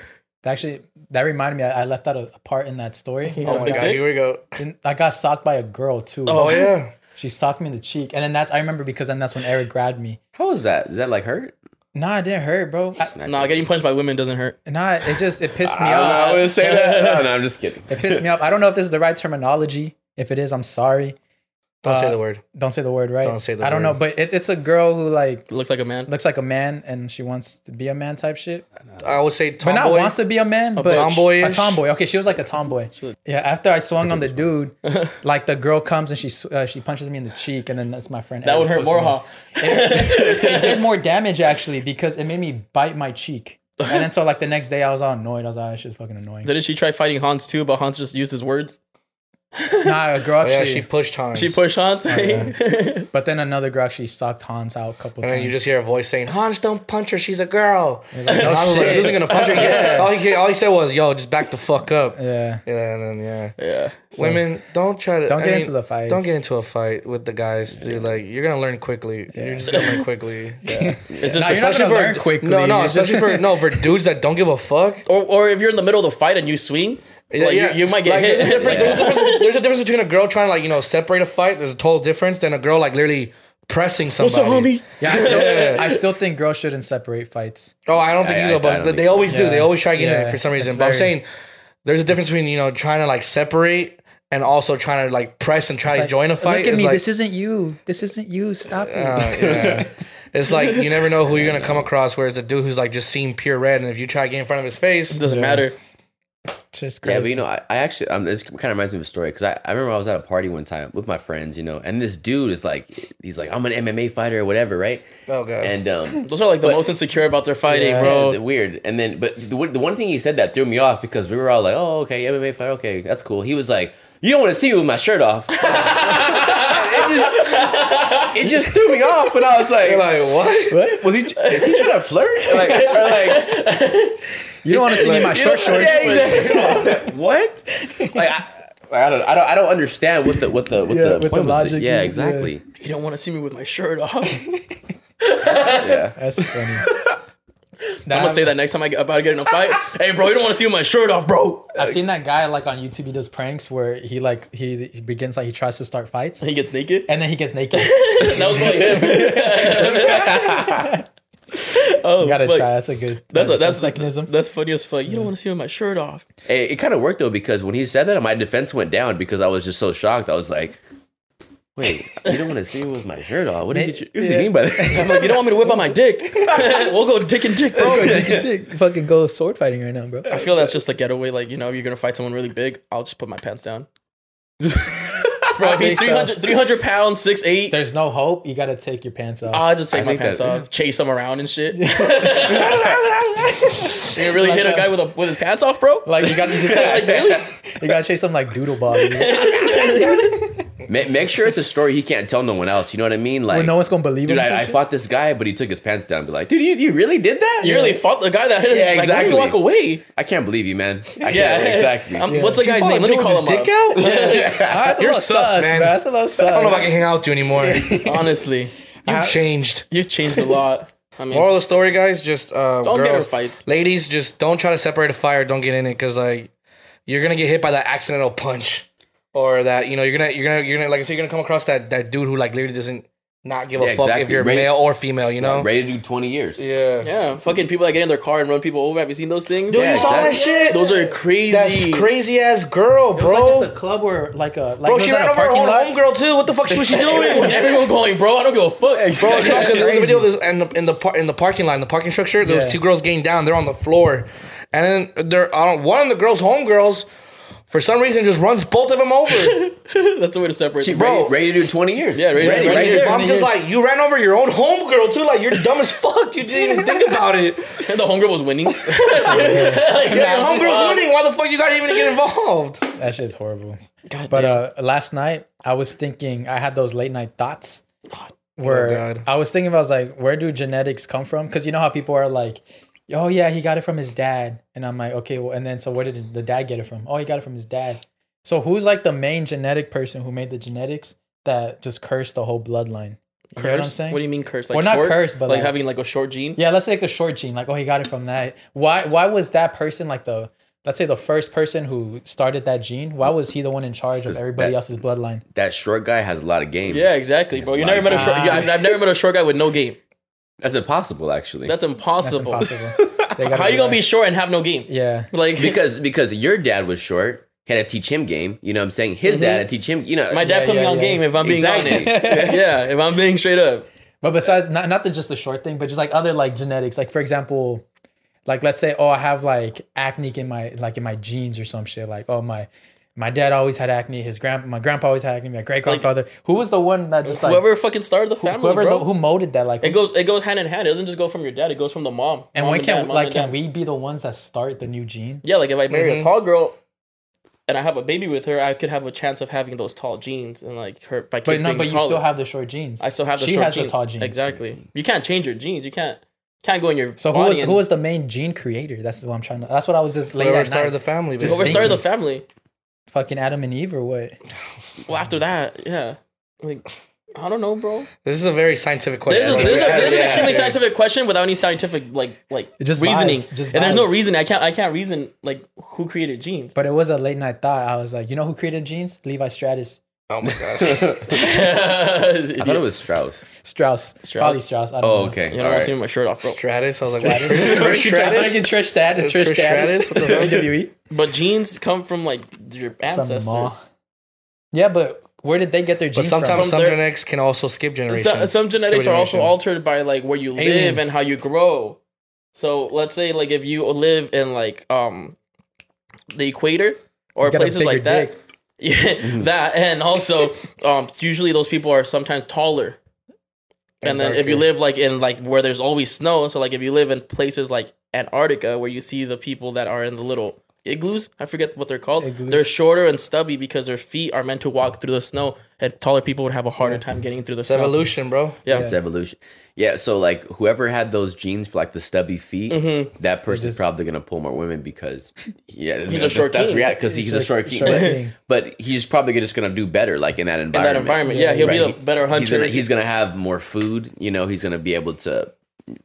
Actually, that reminded me. I, I left out a, a part in that story.
Oh my
Big
god,
dick?
here we go.
And I got socked by a girl too.
Oh yeah.
She socked me in the cheek, and then that's I remember because then that's when Eric grabbed me.
How was that? Did that like hurt?
Nah, it didn't hurt, bro. I,
Nah, getting punched by women doesn't hurt.
nah, it just it pissed me
I
off.
would say that. No, no, I'm just kidding.
It pissed me off. I don't know if this is the right terminology. If it is, I'm sorry.
Don't say
Uh,
the word.
Don't say the word, right?
Don't say the
I don't
word.
know, but it, it's a girl who like
Looks like a man.
looks like a man and she wants to be a man type shit.
I would say
But
tomboy.
not wants to be a man, but
tomboyish?
a tomboy. Okay, she was like a tomboy. Yeah. After I swung on the dude, like the girl comes and she sw- uh, she punches me in the cheek, and then that's my friend.
That
Eric
would hurt
puts
more,
me-
huh?
it did more damage actually because it made me bite my cheek. And then so like the next day I was all annoyed. I was like, "Ah, "This shit's fucking annoying."
Didn't she try fighting Hans too? But Hans just used his words.
nah, a girl
Oh,
actually.
yeah, she pushed Hans.
She pushed Hans.
but then another girl actually socked Hans out a couple
And
times.
then you just hear a voice saying, "Hans, don't punch her. She's a girl." And
like, no
I was like,
shit.
"Who's gonna punch her?" All he all he said was, "Yo, just back the fuck up." Yeah,
yeah.
and then yeah.
yeah.
Women, don't try to
Don't get into the fights.
Don't get into a fight with the guys. Dude, like you're gonna learn quickly. You're just gonna learn quickly. Yeah.
It's just
Nah, you're not
Especially
gonna
for-
learn quickly.
No, no,
You're
especially
just-
for no for dudes that don't give a fuck.
or, or if you're in the middle of the fight and you swing,
Yeah,
like,
yeah.
You, you might get
Like,
hit.
There's a, difference, there's, a difference, there's a difference between a girl trying to like you know separate a fight. There's a total difference than a girl like literally pressing
What's up,
somebody.
Oh, homie?
Yeah, I still,
Yeah.
I still think girls shouldn't separate fights.
Oh, I don't think
I-
you
I-
know,
I
but
don't
they
think so.
always do. They
Yeah.
always try to get in it
Yeah.
for some reason.
It's
But I'm
very-
saying there's a difference between you know trying to like separate and also trying to like press and try to
Like,
join a fight.
Look at
It's
me.
like,
this isn't you. This isn't you. Stop it.
uh, yeah. It's like you never know who you're gonna come across. Where it's a dude who's like just seen pure red, and if you try to get in front of his face,
It doesn't matter.
It's just
Yeah,
crazy.
but you know, I, I actually, um, this kind of reminds me of a story because I, I remember I was at a party one time with my friends, you know, and this dude is like, he's like, I'm an MMA fighter or whatever, right?
oh god,
And um,
Those are like the most insecure about their fighting,
Yeah.
bro.
yeah, weird. And then, but the, one- the one thing he said that threw me off because we were all like, oh, okay, MMA fighter, okay, that's cool. He was like, you don't want to see me with my shirt off. It just- it just threw me off when I was like,
You're like, what?
was he? Is he trying to flirt? Like, or like,
You don't want to see me in my
you
short
know-
shorts.
yeah, exactly. what? Like, I, like, I don't, I don't, I don't understand what the, what the, what
Yeah,
the,
what the
point was.
logic
Yeah,
is,
exactly.
You don't want to see me with my shirt off. I'm
Yeah.
That's funny.
gonna say that next time I get about to get in a fight. hey, bro, you don't want to see me with my shirt off, bro.
I've seen that guy like on YouTube. He does pranks where he like he, he begins like he tries to start fights
He gets naked.
and then he gets naked.
that was like him. oh,
Oh,
You gotta
fuck.
try. That's a good.
That's a, that's
defense
like that's funny as fuck. You don't want to see me with my shirt off.
It, it kind of worked though because when he said that, my defense went down because I was just so shocked. I was like, "Wait, you don't want to see me with my shirt off? What does he, what does he mean by that?"
I'm like, you don't want me to whip out my dick. we'll go dick and dick, bro.
Dick, fucking go sword fighting right now, bro.
I feel that's just a getaway. Like you know, you're gonna fight someone really big. I'll just put my pants down. bro, if he's
think so.
300, 300 pounds, six eight.
There's no hope. You gotta take your pants off.
Uh,
I'll Oh, just take my
think
pants
that-
off, chase him around and shit. you really hit a guy with a with his pants off, bro?
like you gotta you just
Like,
gotta,
really?
you gotta chase some like doodle bob. you know?
Ma- make sure it's a story he can't tell no one else. You know what I mean? Like,
Well, no one's gonna believe
dude,
him.
I, I fought this guy, but he took his pants down. And be like, dude, you, you really did that?
You really fought the guy that hit his
Yeah,
like, exactly.
exactly.
you walk away?
I can't believe you, man. I
Yeah,
can't, exactly.
Um, What's the guy's
Follow
name? Let me
dude
call
with
him
his
up.
Yeah.
Ah, that's a
You're
little
sus,
sus,
man.
man. That's a little sus.
I don't know if I can hang out with you anymore. You've
Honestly,
changed.
you've changed a lot. I mean,
Moral of the story, guys, just uh,
Don't get in
girls-
fights.
Ladies, just don't try to separate a fire. Don't get in it because like you're gonna get hit by that accidental punch or that you know you're gonna you're gonna you're gonna like I said you're gonna come across that that dude who like literally doesn't not give a
Yeah,
fuck if
exactly.
you're
Ready-
male or female. You know.
Ready to do twenty years.
yeah.
yeah, fucking people that get in their car and run people over. Have you seen those things?
Dude,
Yeah,
you saw that
exactly.
shit?
Those are crazy.
That's crazy ass girl, bro.
Bro, like at the club or like a like
bro,
it was
she
at
ran
a
over her
parking
own
lot.
homegirl too. What the fuck was she doing?
Everyone going, bro. I don't give a fuck.
Bro, no, 'cause there was a
crazy.
video of this in the in the, par- in the parking lot, in the parking structure. There was
Yeah.
two girls getting down. They're on the floor, and then they're I don't, one of the girls, homegirls, for some reason just runs both of them over.
That's a way to separate. them.
Ready, ready to do twenty years.
Yeah, ready to do 20 years.
I'm just like, you ran over your own homegirl too. Like you're dumb as fuck. You didn't even think about it.
And the homegirl was winning. Like,
Yeah, your
imagine-
homegirl's winning. Why the fuck you got to even get involved?
That shit's horrible. but uh last night I was thinking I had those late night thoughts where
Oh,
God.
I was thinking I was like, where do genetics come from? Because you know how people are like, oh yeah, he got it from his dad, and I'm like, okay, well, and then so where did the dad get it from? Oh, he got it from his dad. So who's like the main genetic person who made the genetics that just cursed the whole bloodline? You know what I'm
Curse?
saying?
What do you mean curse? Like
Well, not
short?
curse, but
like,
like-
having like a short gene.
Yeah, let's take a short gene. Like, oh, he got it from that. Why? Why was that person like the? Let's say the first person who started that gene. Why was he the one in charge of everybody
that-
else's bloodline?
That short guy has a lot of game.
Yeah, exactly, bro.
It's
You never
like-
met a short.
Ah.
yeah, I've, I've never met a short guy with no game.
that's impossible actually.
That's
That's
impossible.
impossible.
How you gonna be short and have no game?
Yeah.
Like
because because your dad was short, had to teach him game. You know what I'm saying? His dad had to teach him. You know,
Mm-hmm. my dad
Yeah,
put me
yeah,
on
yeah.
game. If I'm being
Exactly.
honest, yeah. If I'm being straight up,
But besides, not not the, just the short thing, but just like other like genetics. Like for example, like let's say, oh, I have like acne in my like in my genes or some shit. Like, oh my. My dad always had acne. His grand, my grandpa always had acne. My great grandfather. who was the one that just like
whoever fucking started the family,
whoever
bro.
the, who molded that? Like,
it goes it goes hand in hand. It doesn't just go from your dad. It goes from the mom.
and
Mom
when
dad,
can
mom
like
and
can Mm-hmm.
dad.
we be the ones that start the new gene?
Yeah, like if I marry
Mhm.
a tall girl. And I have a baby with her, I could have a chance of having those tall genes and like her. My
But
kids
no,
being
but you
taller.
still have the short jeans.
I still have the
she
short
has
jeans.
the tall jeans.
Exactly. You can't change your jeans. You can't can't go in your
So who
body
was
and-
who was the main gene creator? That's what I'm trying to. That's what I was just late
Whoever
at
started
night.
the family,
Just
whoever
basically.
think-
started the family?
fucking Adam and Eve or what?
Well, after that, yeah. Like I don't know, bro.
This is a very scientific
This
question.
is,
bro.
this is, a, this is an
Yeah.
extremely scientific question without any scientific like like
It just
reasoning.
vibes, just
and there's no
vibes.
reason. I can't I can't reason like who created genes.
But it was a late night thought. I was like, you know who created jeans? Levi Stratus,
Oh my god.
I thought it was Strauss.
Strauss,
Strauss?
probably Strauss. I don't
Oh,
know.
okay.
You don't
All
want to see
right.
me with my shirt off, bro.
Stratus. I was like,
Trish
Stratus.
Stratus,
Stratus.
Trish Stratus,
Trish
Trish Stratus,
Stratus? What the hell?
WWE
But genes come from like your
from the
ancestors.
mall. Yeah, but where did they get their
But
genes
sometimes
from?
some
their-
genetics can also skip generations.
some, some
Skip
genetics are also
generation.
altered by like where you live
Aliens.
and how you grow. So let's say like if you live in like um the equator or
You got a
places
bigger
like that,
dick.
yeah,
Mm-hmm.
that and also um usually those people are sometimes taller.
And
And, then if you
darker.
live like in like where there's always snow, so like if you live in places like Antarctica where you see the people that are in the little igloos. I forget what they're called.
Igloos.
They're shorter and stubby because their feet are meant to walk through the snow, and taller people would have a harder time getting through the
It's
snow.
evolution, bro.
Yeah.
It's evolution. Yeah, so like whoever had those genes for like the stubby feet, that person's probably gonna pull more women because yeah,
Mm-hmm. He's a short
that's
king.
because he's,
He's
a
a
short king.
short
but,
king.
but he's probably just gonna do better like in that
In
environment.
that environment, yeah, he'll be
Right.
the better hunter.
He's gonna, he's gonna have more food. You know, he's gonna be able to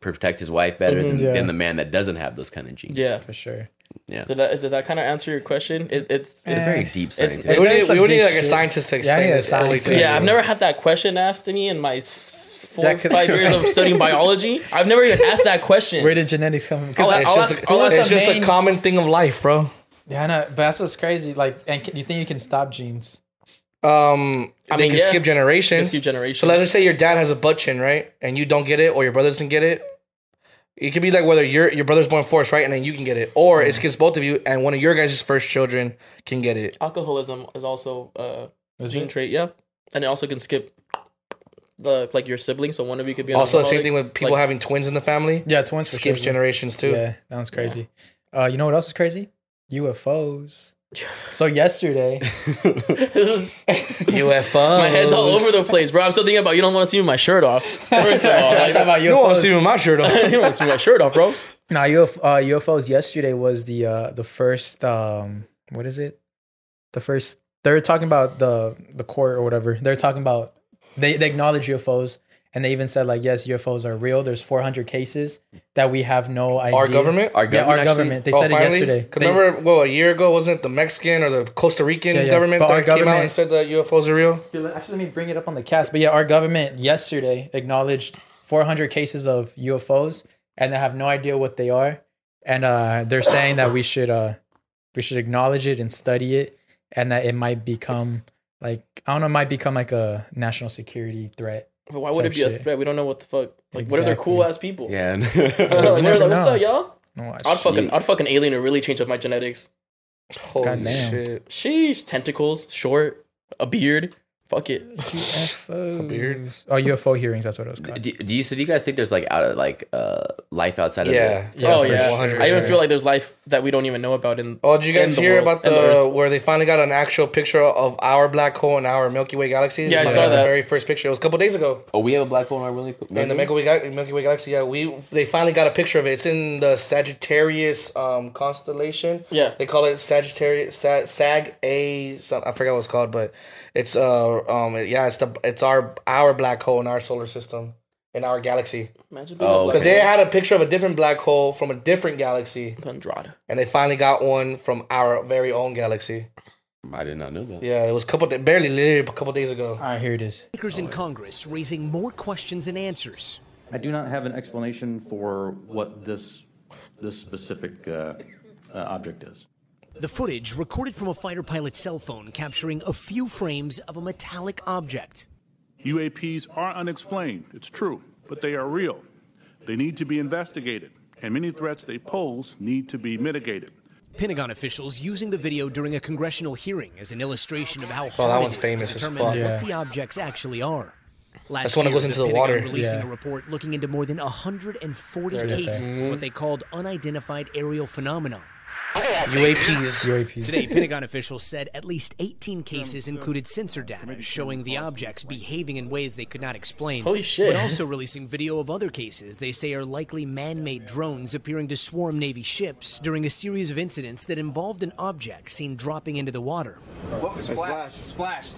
protect his wife better than,
Yeah.
than the man that doesn't have those kind of genes.
Mm-hmm, yeah.
for sure.
Did that, did that kind of answer your question? It, it's,
It's
it's
very deep
it's-
scientific.
We
It's
would
very
need,
some
we would need
deep
like a
shit.
scientist
Yeah,
to
I
explain
need a
this. fully
scientist.
to us.
Yeah, I've never had that question asked to me in my s- four
Yeah, 'cause-
five years of studying biology. I've never even asked that question.
Where did genetics come from? 'Cause
I'll-
I-
It's
I'll
just,
ask-
a-
I'll ask
it's
the
just a
main-
common thing of life, bro.
yeah, I know, but that's what's crazy. Like, and can, you think you can stop genes?
Um,
I
they
mean,
can
yeah.
skip generations.
Skip generations.
So let's just say your dad has a butt chin, right? And you don't get it, or your brother doesn't get it. It could be like whether your your brother's born first, right, and then you can get it, or it skips both of you, and one of your guys' first children can get it.
alcoholism is also uh,
Is
gene
it?
trait, yeah, and it also can skip the like your sibling. So one of you could be an
Also, the same
alcoholic.
thing with people
Like-
having twins in the family.
Yeah, twins for
Skips
sure.
generations too.
Yeah, that was crazy. Uh, you know what else is crazy? UFOs. so yesterday,
this is
UFO.
my head's all over the place, bro. I'm still thinking about you. Don't want to see me with my shirt off. First of all,
I
like,
thought about
You don't want
UFOs.
to see me with my shirt on.
you don't want to see me with my shirt off, bro.
Now, UF, uh, UFOs yesterday was the uh, the first um, what is it? The first they were talking about the the court or whatever. They're talking about they they acknowledge UFOs and they even said like yes UFOs are real. There's 400 cases that we have no idea.
Our government.
Our
yeah,
government,
our
actually-
government. They
Oh,
said it
finally?
yesterday.
'Cause
They-
remember, well, a year ago, wasn't it the Mexican or the Costa Rican
Yeah, yeah.
government
But
that
our
came out and
government-
said that UFOs are real?
Here, let- Actually, let me bring it up on the cast. But yeah, our government yesterday acknowledged 400 cases of UFOs, and they have no idea what they are. And uh, they're saying that we should uh, we should acknowledge it and study it, and that it might become like I don't know, it might become like a national security threat.
But why would it be a
shit.
threat? We don't know what the fuck. Like, what are their
Exactly.
cool ass people?
Yeah.
like, they're
never
like, what's
know.
up, y'all?
No, Oh, I-
I'd fucking, I'd fucking alien and really change up my genetics.
Holy
Goddamn.
shit!
Sheesh, tentacles, short, a beard. Fuck it.
UFOs.
beard.
Oh, UFO hearings. That's what it was
Do,
called.
do you so do you guys think there's like out of like uh life outside of
Yeah.
the-
Yeah,
oh
for
yeah,
sure.
I even
sure.
feel like there's life that we don't even know about. In
Oh, did you
in
guys
the
hear
world,
about
in
the
Earth.
where they finally got an actual picture of our black hole and our Milky Way galaxy?
Yeah, I
Like,
saw
The
that.
very first picture. It was a couple days ago.
Oh, we have a black hole in our really cool.
In the
Mm-hmm.
Milky Way, ga- Milky Way galaxy, yeah, we they finally got a picture of it. It's in the Sagittarius um, constellation.
Yeah.
they call it Sagittarius Sa- Sag A. some- I forgot what it's called, but it's uh um yeah, it's the it's our our black hole in our solar system in our galaxy.
Imagine
Oh,
being
Because
a
they had a picture of a different black hole from a different galaxy,
black Andrada.
and they finally got one from our very own galaxy.
I did not know that.
Yeah, it was a couple da- barely literally a couple days ago.
All right, here it is.
Lawmakers in Congress raising more questions and answers.
I do not have an explanation for what this, this specific uh, uh, object is.
The footage, recorded from a fighter pilot's cell phone, capturing a few frames of a metallic object.
UAPs are unexplained, it's true, but they are real. They need to be investigated, and many threats they pose need to be mitigated.
Pentagon officials using the video during a congressional hearing as an illustration of how
Oh,
hard
that
it
one's
is
famous
to
as
determine
fuck.
what
Yeah.
the objects actually are. Last
That's the one that
year,
goes into the
Pentagon
water.
Releasing
Yeah.
a report looking into more than 140
it is.
cases of what they called unidentified aerial phenomena.
UAPs.
UAPs.
Today, Pentagon officials said at least 18 cases included sensor data showing the objects behaving in ways they could not explain.
Holy shit.
But also releasing video of other cases they say are likely man made drones appearing to swarm Navy ships during a series of incidents that involved an object seen dropping into the water.
What was splashed? Splashed.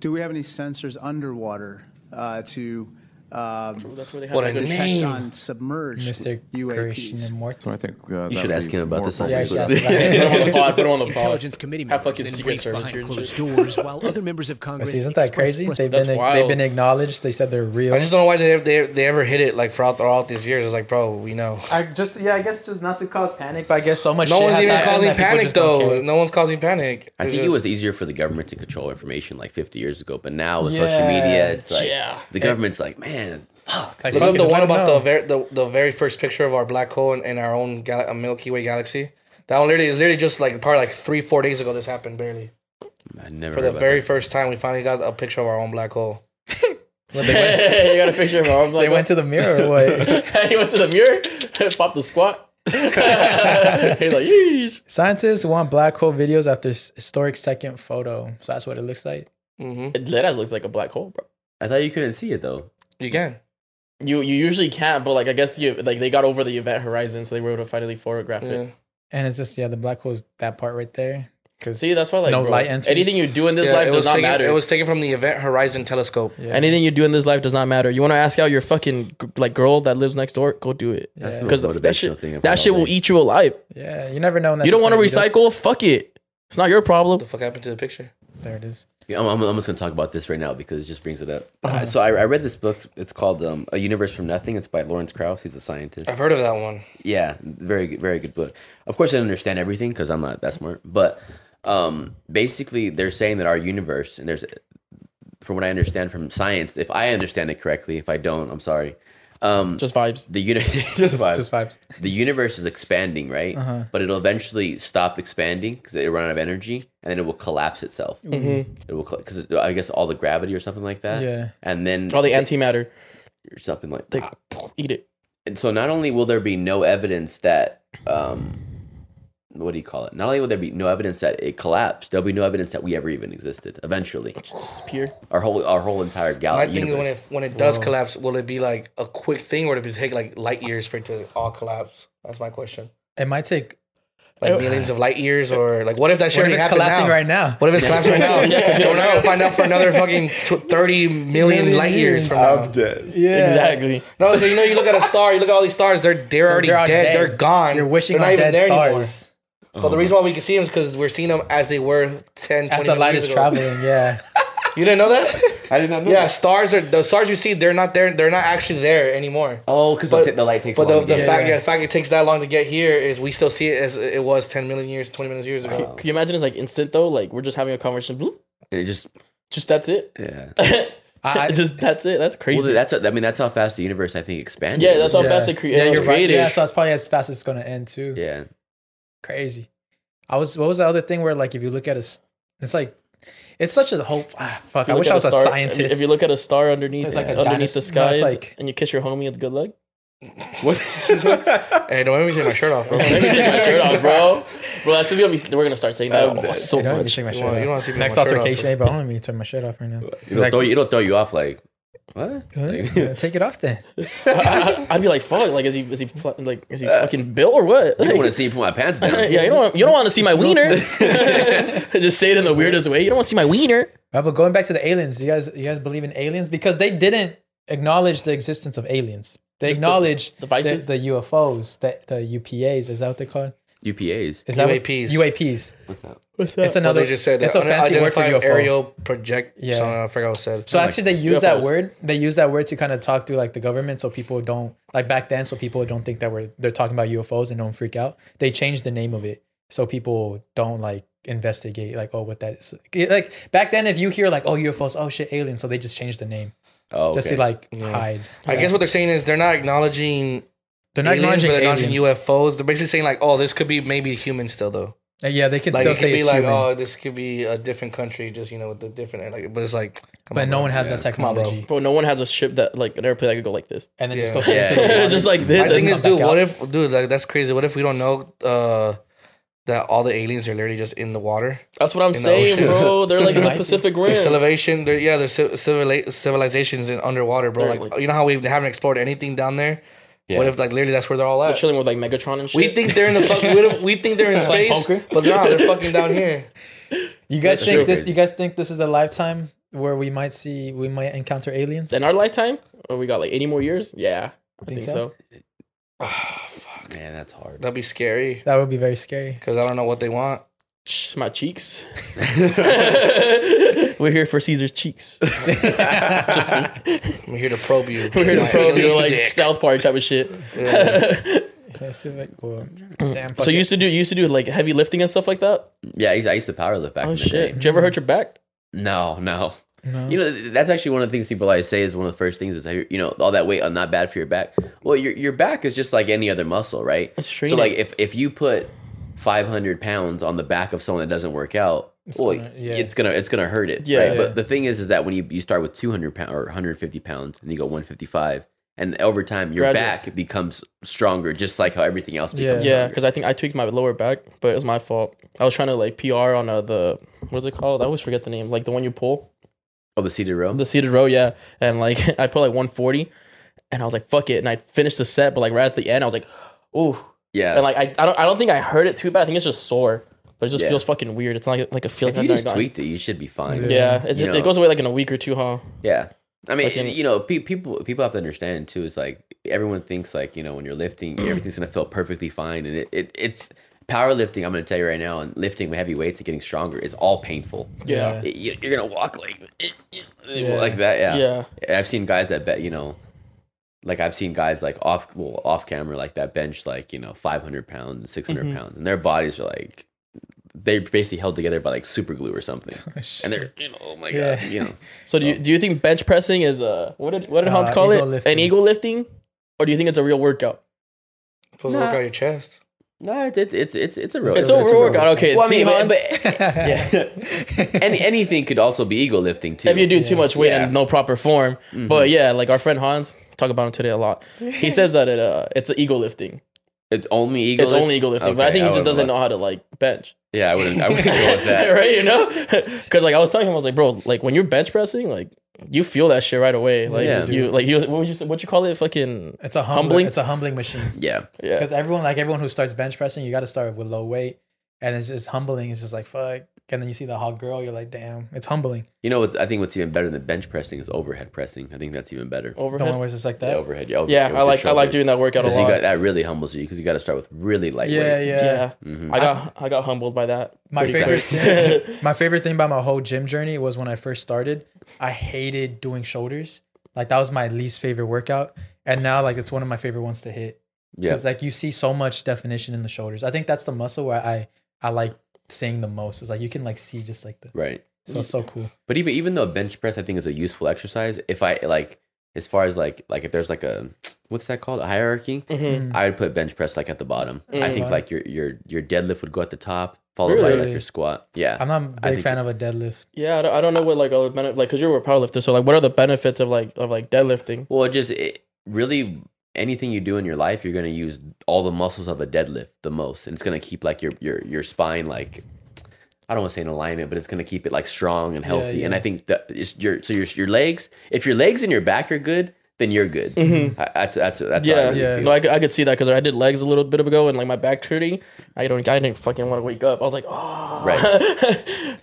Do we have any sensors underwater uh, to um,
That's where they have
What a
like, a
name.
name.
detect on submerged
Mr.
UAPs?
Christian Morton.
I think uh,
You should ask him about this.
Yeah, I should ask about
Put
it.
him on the pod. Put him on the pod.
Intelligence committee
Have
members
fucking
then
secret
briefed
service here.
behind
and shit.
closed doors, while other members of Congress
See, isn't that
expressed
crazy?
frust-
They've
That's
been they've
wild.
been acknowledged. They said they're real.
I just don't know why they, they they ever hit it like throughout all these years. It's like, bro, we know.
I just yeah, I guess just not to cause panic, but I guess so much.
No
shit
one's
has
even
happened
causing
that people
panic
just don't
though.
care.
No one's causing panic.
I
It's
think it
just-
was easier for the government to control information like 50 years ago, but now with social media,
Yeah.
it's like
Yeah.
the government's like, man,
Like,
Look
fuck
up
it,
the
just
one
let 'em
about
know.
the very the, the very first picture of our black hole in, in our own gal- uh, Milky Way galaxy. That one literally is literally just like probably like three four days ago. This happened barely
I never
for
heard
the
about
very
that.
first time we finally got a picture of our own black hole.
you got a picture of him. I'm like,
They went to the mirror. Or what?
he went to the mirror, popped the squat. He's like, yeesh.
Scientists want black hole videos after s- historic second photo. So that's what it looks like.
Mm-hmm.
It deadass looks like a black hole, bro.
I thought you couldn't see it though.
You can.
You you usually can't, but like I guess you like they got over the event horizon, so they were able to finally photograph
Yeah.
it.
And it's just yeah, the black hole is that part right there. Because
See, that's why like
No
bro,
light enters.
anything you do in this
Yeah,
life
it
does
was
not
taken,
matter.
It was taken from the Event Horizon Telescope.
Anything you do in this life does not matter. You want to ask out your fucking like girl that lives next door? Go do it.
That's the
Because
most
that
motivational
shit,
thing. I've
that
heard
shit
all
will
day.
eat you alive.
yeah, you never know. When that's
you don't
just
want to
gonna be
recycle? Fuck it. It's not your problem.
What the fuck happened to the picture?
dust. There it is.
Yeah, I'm, I'm, I'm just gonna talk about this right now because it just brings it up.
Uh-huh.
Uh, so I, I read this book. It's called um, "A Universe from Nothing." It's by Lawrence Krauss. He's a scientist.
I've heard of that one.
Yeah, very good, very good book. Of course, I don't understand everything because I'm not that smart. But um, basically, they're saying that our universe, and there's, from what I understand from science, if I understand it correctly, if I don't, I'm sorry. Um,
Just vibes.
the uni- just vibes.
Just vibes.
The universe is expanding, right? But it'll eventually stop expanding because it'll run out of energy, and then it will collapse itself.
Mm-hmm.
It will because I guess all the gravity or something like that.
Yeah. Ah.
and then
All the antimatter.
or something like
They eat it.
and so not only will there be no evidence that um what do you call it not only will there be no evidence that it collapsed there'll be no evidence that we ever even existed eventually
Just disappear.
our whole our whole entire
My
galaxy
thing is when it when it does collapse, will it be like a quick thing, or will it take like light years for it to all collapse? That's my question.
It might take.
Like millions of light years, or like what if that shit
Oh. What
already
if it's
happened
collapsing
now?
right now?
What if it's collapsing right now?
you
We're not gonna find out for another fucking tw- thirty million
Million
light years
years.
from now.
Yeah.
Exactly.
No, so you know, you look at a star, you look at all these stars, they're they're already
They're all
dead,
dead.
they're gone.
You're wishing
they're
on dead
anymore.
stars
But the reason why we can see them is because we're seeing them as they were 10, 20
as the light
years
is
ago.
traveling. Yeah.
You didn't know that?
i did not know
yeah, stars are the stars you see. They're not there. They're not actually there anymore.
oh because
But-
the, light takes
But
a
the,
long
the
time.
fact
Yeah.
the fact it takes that long to get here is we still see it as it was 10 million years, 20 million years
Oh.
ago.
Can you imagine it's like instant though? Like we're just having a conversation. bloop,
it just
Just that's it.
yeah
I, I
just that's it. That's crazy.
well that's i mean that's how fast the universe i think expanded
yeah,
oh,
that's how
Yeah.
fast it cre-
yeah,
it was
you're right.
created.
Yeah, so that's probably as fast as it's gonna end too.
yeah
Crazy. I was. What was the other thing where like if you look at a, s- it's like, it's such a hope. Ah, fuck.
If you
I
look
wish
at
I was a,
star-
scientist.
If you, if you look at a star underneath,
It's like a
underneath the
dinosaur- no, it's
skies,
like-
and you kiss your homie, it's good luck.
Hey, don't make me take my shirt off, bro.
Let me take my shirt off, bro. Bro, that's just gonna be. We're gonna start saying that so
You don't need to take
much.
my
You
shirt
wanna-
off.
you don't wanna see me
Next
with my shirt off,
altercation,
bro.
hey, bro, I don't want me to turn my shirt off right now.
it'll,
Like,
throw you, it'll throw you off like what Like,
huh? Take it off then.
I, would be like, fuck. Like, is he is he pl- like is he fucking built or what?
you don't want
Like,
to see me put my pants down
yeah, you don't want, you don't want to see my wiener. just say it in the weirdest way. You don't want to see my wiener.
Uh, but going back to the aliens, you guys, you guys believe in aliens because they didn't acknowledge the existence of aliens. They
Just the-
acknowledge
the vices?
the, the UFOs, the, the UPAs. Is that what they call it?
upas
Is that what-
UAPs.
UAPs.
what's up
What's
It's
Well,
another.
they just said
it's a fancy word for
unidentified
UFO.
aerial project.
Yeah.
Yeah, I forgot what it said.
So actually, they use that
UFOs.
word. They use that word to kind of talk through like the government, so people don't like back then, so people don't think that we're they're talking about UFOs and don't freak out. They changed the name of it so people don't like investigate like oh what that is It- like back then if you hear like oh UFOs oh shit aliens so they just changed the name
oh
just
okay.
to like hide.
I guess what they're saying is they're not acknowledging
they're
aliens, but they're
aliens.
acknowledging UFOs. They're basically saying like, oh, this could be maybe human still though.
Uh, Yeah, they can
Like
still
it could
say
be
it's
like,
human,
oh, this could be a different country, just you know, with the different like. But it's like, come
but
on,
no
bro.
one has that
Come on, bro.
technology.
Bro, no one has a ship that like an airplane that could go like this.
and then just
Yeah.
go straight
Yeah,
into the
yeah.
water.
just like this.
My thing
and-
is,
come
dude,
back
what
out.
if, dude, like that's crazy. What if we don't know uh, that all the aliens are literally just in the water?
that's what I'm
the
saying,
ocean.
bro. They're like in the
Might be.
Pacific
There's
Rim.
civilization, there, yeah, there's civ- civila- civilizations in underwater, bro.
They're
Like,
like-
you know how we haven't explored anything down there. What if like literally that's where they're all
They're
at?
chilling with like Megatron and shit.
We think they're in the fuck, we, we think they're in
Like
space,
poker?
but no, they're fucking down here.
You guys
That's
think
true.
this? You guys think this is a lifetime where we might see we might encounter aliens?
in our lifetime, oh, we got like 80 more years. Yeah, I
Think
think,
so?
so.
man that's hard
That'd be scary
That would be very scary.
because I don't know what they want.
Ch- My cheeks. We're here for Caesar's cheeks. Just
I'm here to probe you.
We're here to
My
probe you
alien
like
dick.
South Park type of shit.
Let's see if I- well, damn,
so
fuck
you
it.
used to do you used to do like heavy lifting and stuff like that.
yeah i used, I used to power lift back
Oh
in the
shit!
day.
Did you ever hurt your back?
No, no. You know, th- that's actually one of the things people always say is one of the first things is, you know, all that weight on not bad for your back. Well, your your back is just like any other muscle, right?
It's
So,
training.
like, if, if you put 500 pounds on the back of someone that doesn't work out, well,
gonna- yeah.
it's gonna it's gonna hurt it.
Yeah.
right? But the thing is, is that when you, you start with 200 pounds or 150 pounds and you go 155, and over time your
Graduate.
back becomes stronger, just like how everything else
Yeah.
becomes.
Yeah,
stronger.
because I think I tweaked my lower back, but it was my fault. I was trying to like PR on uh, the what's it called? I always forget the name. Like the one you pull,
Oh, the seated row.
the seated row. Yeah, and like I put like 140, and I was like, "Fuck it!" And I finished the set, but like right at the end, I was like, "Ooh!"
yeah.
And like I, I don't, I don't think I heard it too bad. I think it's just sore, but it just
Yeah.
feels fucking weird. It's not like, like a feeling.
if you
I've
just
gotten-
tweaked it, you should be fine.
Yeah, it's,
You
it,
know.
goes away like in a week or two, huh?
Yeah. I mean,
Fucking-
you know, pe- people people have to understand too. Is like everyone thinks like you know when you're lifting, everything's gonna feel perfectly fine, and it, it it's powerlifting. I'm gonna tell you right now, and lifting with heavy weights and getting stronger is all painful.
Yeah.
It- you- you're gonna walk like like that. Yeah,
Yeah.
I've seen guys that bet you know, like I've seen guys like off well off camera like that bench like you know 500 pounds, 600 pounds, and their bodies are like they're basically held together by like super glue or something, and they're you know oh my
Yeah.
god you know.
So do you, do you think bench pressing is uh what did what did
Uh,
Hans call
ego
it
lifting.
an ego lifting, or do you think it's a real workout?
Supposed to work out your chest.
No, it, it, it's it's it's a real.
It's, a real workout. Okay,
Well, I
see,
mean, but,
Hans,
but any, anything could also be ego lifting too.
if you do too much weight
Yeah. Mm-hmm.
and no proper form, but yeah, like our friend Hans talk about him today a lot. He says that it uh it's an ego lifting.
it's only ego.
it's only ego lifting, but I
Okay,
think he just
wouldn't
doesn't
look-
know how to like bench.
Yeah, I wouldn't. I wouldn't go with that.
right, you know, because like I was telling him, I was like, bro, like when you're bench pressing, like you feel that shit right away. Like
Yeah.
you, like you, what would you say? What you call it? Fucking
It's a humbling.
humbling.
It's a humbling machine
Yeah,
yeah.
because everyone, like everyone who starts bench pressing, you got to start with low weight, and it's just humbling. It's just like fuck, and then you see the hot girl, you're like, damn, it's humbling.
you know what? I think what's even better than bench pressing is overhead pressing. I think that's even better.
The one
Overhead.
where it's just like
Yeah,
that.
overhead. Yeah,
Oh, Yeah, I like I like doing that workout a
Because you
lot.
got that really humbles you because you got to start with really light
Yeah,
weight.
yeah.
yeah,
Mhm.
I got I got humbled by that.
My
pretty
favorite,
quick.
thing, my favorite thing about my whole gym journey was when I first started. I hated doing shoulders. Like that was my least favorite workout, and now like it's one of my favorite ones to hit.
yeah.
because like you see so much definition in the shoulders. I think that's the muscle where I I like seeing the most. It's like you can like see just like the
Right.
so so cool.
But even even though bench press I think is a useful exercise, if I like as far as like like if there's like a what's that called a hierarchy,
Mm-hmm.
Mm.
I would put bench press like at the bottom. I think like your your your deadlift would go at the top, followed by like
Really?
your squat. Yeah,
I'm not a
I
big
think-
fan of a deadlift.
Yeah, I don't, I don't know what like all the benefit like because you're a powerlifter. So like, what are the benefits of like of like deadlifting?
Well, it just it, really anything you do in your life, you're gonna use all the muscles of a deadlift the most, and it's gonna keep like your your your spine like I don't want to say in alignment, but it's gonna keep it like strong and healthy. And I think that is your so your your legs. If your legs and your back are good, then you're good.
Mm-hmm.
I, that's that's that's how I
Yeah,
really
yeah.
feel.
No, I, could- I could see that because I did legs a little bit ago and like my back hurting. I don't. I didn't fucking want to wake up. I was like, oh,
right.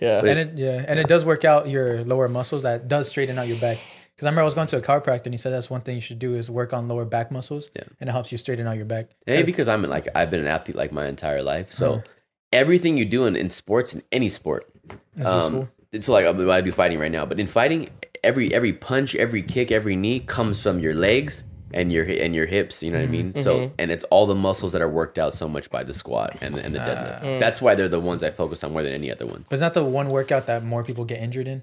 yeah.
And it yeah, and it does work out your lower muscles. That does straighten out your back. Because I remember I was going to a chiropractor and he said that's one thing you should do is work on lower back muscles. Yeah. And it helps you straighten out your back.
Maybe because I'm like I've been an athlete like my entire life, so everything you do in, in sports in any sport, um, it's like I, mean, I do fighting right now, but in fighting, every every punch, every kick, every knee comes from your legs and your hi- and your hips. You know what I mean? So and it's all the muscles that are worked out so much by the squat and the, and the deadlift. That's why they're the ones I focus on more than any other ones.
But it's not the one workout that more people get injured in.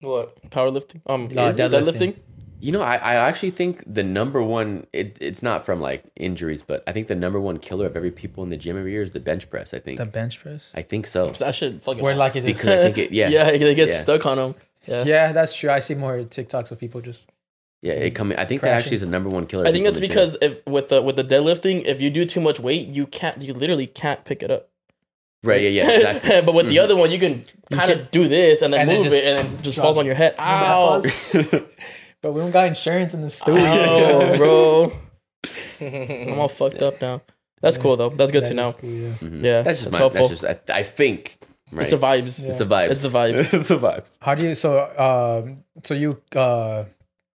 What?
Powerlifting. Um,
No,
is it
deadlifting.
deadlifting.
You know, I, I actually think the number one it, it's not from like injuries, but I think the number one killer of every people in the gym every year is the bench press. I think.
The bench press.
I think so.
That shit fucking.
Where like it
Because
is.
I think it, yeah,
yeah, they get
Yeah.
stuck on them. Yeah.
Yeah, that's true. I see more TikToks of people just
Yeah, it come. I think that
Crashing.
actually is the number one killer.
I think
people in
that's
the gym.
because if with the with the deadlifting, if you do too much weight, you can't. You literally can't pick it up.
right. Yeah, yeah, exactly. Mm-hmm.
but with the other one, you can kind of do this and then
And then
move
just
it, and then it just
drop
falls on your head. Ow,
But we don't got insurance in the studio.
Ow, bro. I'm all fucked up now. That's cool though. That's good
That
to
is
know.
cool, yeah.
Yeah,
Mm-hmm. that's just
it's
my.
helpful.
That's just. I, I think. Right.
It's the vibes.
It's the vibes.
It's the vibes.
it's the vibes.
How do you so um so you uh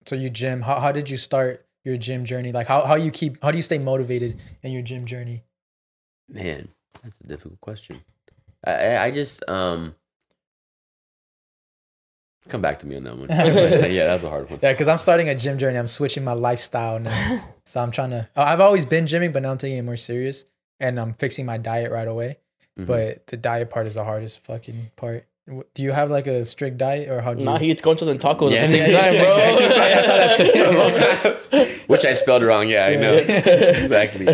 so you gym how how did you start your gym journey like how how you keep how do you stay motivated in your gym journey
Man, that's a difficult question. I I, I just um. Come back to me on that one. yeah, that's a hard one.
yeah because I'm starting a gym journey I'm switching my lifestyle now so I'm trying to I've always been gymming but now I'm taking it more serious and I'm fixing my diet right away
Mm-hmm.
Mhm.
but the diet part is the hardest fucking part W- do you have like a strict diet or how do you
Nah, he eats conchas and tacos
Yeah,
at the same
yeah,
time,
yeah,
bro.
yeah, Which I spelled wrong. Yeah, I know exactly.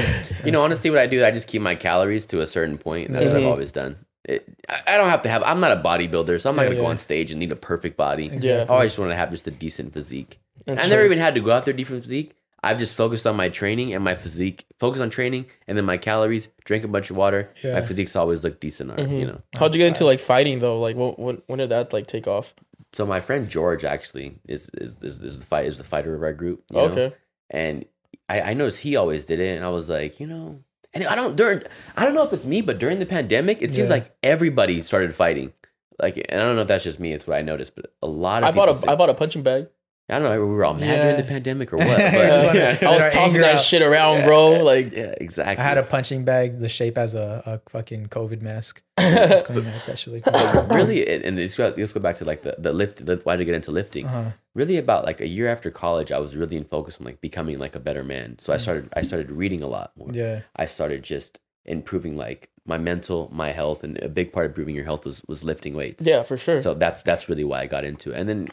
You know, honestly, what I do, I just keep my calories to a certain point. That's
Mm-hmm.
what I've always done. It, I I don't have to have. I'm not a bodybuilder, so I'm not gonna go
yeah.
on stage and need a perfect body.
Exactly.
I always just want to have just a decent physique. I never even had to go out there deep from physique. I've just focused on my training and my physique. Focus on training and then my calories. Drink a bunch of water. My physique's always looked decent. or
Mm-hmm.
You know.
How'd you get into like fighting though? Like, what, when, when did that like take off?
So my friend George actually is is is, is the fight is the fighter of our group. you know?
Okay.
and I, I noticed he always did it, and I was like, you know, and I don't during I don't know if it's me, but during the pandemic, it seems
Yeah.
like everybody started fighting. Like, and I don't know if that's just me; it's what I noticed. But a lot of
I bought
people
a I
said-
bought a punching bag.
I don't know. We were all mad during the
Yeah.
pandemic or what? But
Yeah.
I was
Our
tossing
anger
that
out.
shit around, bro. Like,
yeah, exactly.
I had a punching bag the shape as a, a fucking COVID mask. It's coming back, that shit like-
really, and- and let's go, let's go back to like the the lift. The, why did I get into lifting?
Uh-huh.
Really, about like a year after college, I was really in focus on like becoming like a better man. So I started I started reading a lot more.
Yeah.
I started just improving like my mental, my health, and a big part of improving your health was, was lifting weights.
yeah, for sure.
So that's that's really why I got into it. And then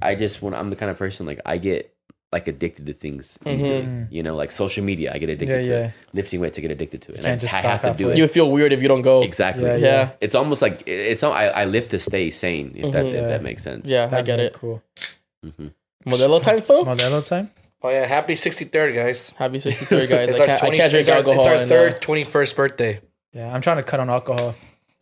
I just when I'm the kind of person like I get like addicted to things easily. You know, like social media, I get addicted
Yeah,
to
yeah.
it. Lifting weights, I get addicted to it. And I,
Can't
just, I
just
have to
stop
do it.
halfway.
you would feel weird if you don't go.
exactly.
Yeah,
Yeah, yeah,
It's almost like it's not, I, I live to stay sane if that if
Yeah.
that makes sense. Mm-hmm.
I
That's
get
really
it.
Cool.
Modelo time, folks.
Modelo time?
Oh yeah, happy 63rd, guys.
Happy 63, guys.
It's
I,
our
can't,
20
I can't drink
it's our,
alcohol.
It's our
and, uh,
third 21st birthday.
Yeah, I'm trying to cut on alcohol.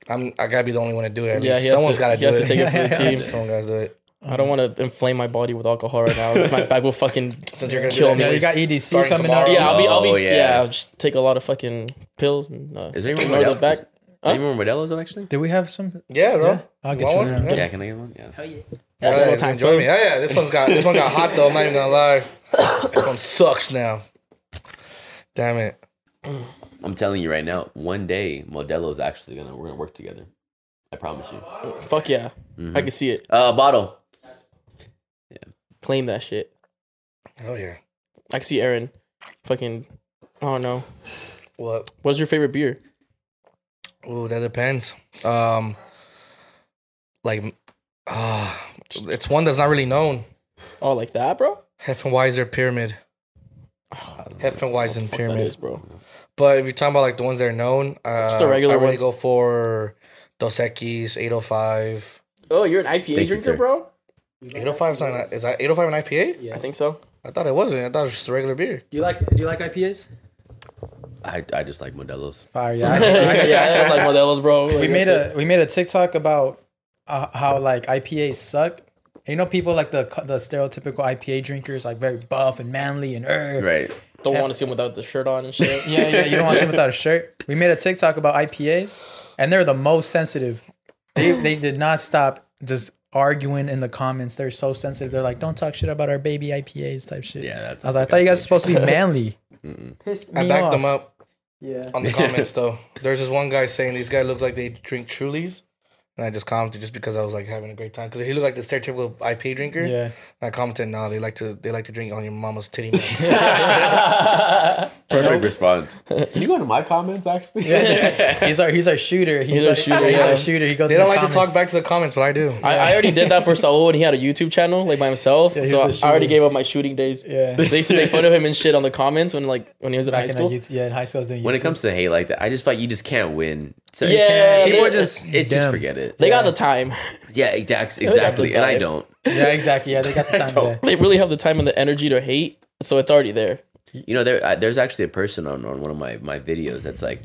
I'm I gotta be the only one to do it. At
Yeah,
least
he has
someone's
to-
gotta
he
do
has
it.
to take it for the team.
Someone gotta do it.
I don't want to inflame my body with alcohol right now. my bag will fucking
Since you're gonna
Kill
do
me.
that,
Yeah,
anyways.
we got EDC
starting
coming
tomorrow.
out.
Yeah, I'll be. I'll
Oh,
be.
yeah.
Yeah, I'll just take a lot of fucking pills and uh,
Is there anyone
ignore the
Modelo?
back.
Is there anyone Modelo's on actually?
Do we have some?
Yeah, bro.
Yeah, I'll get you
want
one.
one?
Yeah.
Yeah, can I get one? Yeah.
Yeah,
Modelo
yeah,
time,
join me. Yeah, yeah. This one's got this one got hot though. I'm not even gonna lie. This one sucks now. Damn it.
I'm telling you right now, one day Modelo's actually gonna we're gonna work together. I promise you.
Fuck yeah, I can see it.
Uh, bottle.
Claim that shit.
Oh yeah.
I can see Aaron. Fucking. I don't know.
What?
What's your favorite beer?
Ooh, that depends. Um, like, uh, it's one that's not really known.
Oh, like that, bro.
Heffenweiser Pyramid.
Ah,
Heffenweiser
That
Pyramid.
is, bro.
But if you're talking about like the ones that are known, uh,
Just the regular
I really
ones.
go for Dos Equis, 805.
Oh, you're an IPA
you,
drinker,
sir.
bro.
805 is not, an- is that 805 an IPA?
I think so.
I thought it wasn't. I thought it was just a regular beer.
Do you like do you like IPAs?
I, I just like Modelo's.
Fire, yeah. I- I-
yeah, that was like Modelo's, bro. Like,
we made
that's
a we made a TikTok about uh, how like IPAs suck. And You know, people like the the stereotypical IPA drinkers, like very buff and manly and er.
Right.
it. Don't want to see him without the shirt on and shit.
Yeah, yeah. You don't want to see them without a shirt. We made a TikTok about IPAs, and they're the most sensitive. They they did not stop just arguing in the comments. They're so sensitive. They're like, "Don't talk shit about our baby IPAs" type shit.
Yeah, that's
I was like, I thought you guys were supposed to be manly. Pissed
I
me
backed
off.
them up on the comments though. There's this one guy saying these guys look like they drink Trulies. And I just commented just because I was like having a great time because he looked like the stereotypical IPA drinker.
Yeah.
And I commented, "No, they like to they like to drink on your mama's titty." milks."
Perfect response. Can you go to my comments actually?
He's our he's our shooter. He's,
our
our
shooter,
shooter. He's
yeah.
our shooter. He goes.
they
in
don't
the
like to talk
comments.
back to the comments, but I do.
I, I already did that for Saul, and he had a YouTube channel like by himself.
Yeah, he
so I
was the
I already
shooter.
gave up my shooting days.
Yeah.
they used to make fun of him and shit on the comments when like when he was in high
Back in
school.
the YouTube, yeah, in high school, I was doing
When it
YouTube.
comes to hate like that, I just feel like you just can't win. So
Yeah, they-
people are just it's just
Damn.
forget it.
They got the time.
yeah, exactly, exactly. And I
time.
don't.
Yeah, exactly. Yeah, they got the time. yeah.
They really have the time and the energy to hate. So it's already there.
You know, there I, there's actually a person on, on one of my my videos that's like,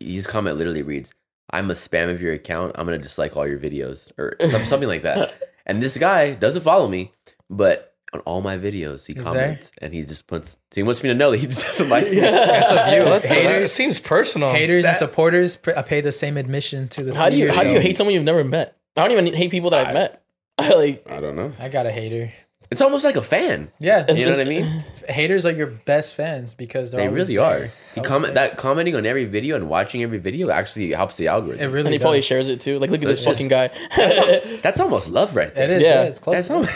his comment literally reads, "I'm a spam of your account. I'm gonna dislike all your videos or some, something like that." And this guy doesn't follow me, but on all my videos he
there?
comments and he just puts. So he wants me to know that he just doesn't like me.
That's a view.
What the-
haters,
It seems personal.
haters, and supporters pr- uh, pay the same admission to the.
How do you
theater
how do
show.
you hate someone you've never met? I don't even hate people that I've met. like
I don't know.
I got a hater.
It's almost like a fan.
Yeah,
You know what I mean?
haters are your best fans because they're
They
always
really
there.
are. He
Always
comment
there.
that commenting on every video and watching every video actually helps the
It
algorithm.
really.
and he
does.
probably shares it too. Like look at this
That's
fucking guy.
That's almost love right
It
there.
is.
Yeah.
Yeah, it's close.
That's almost,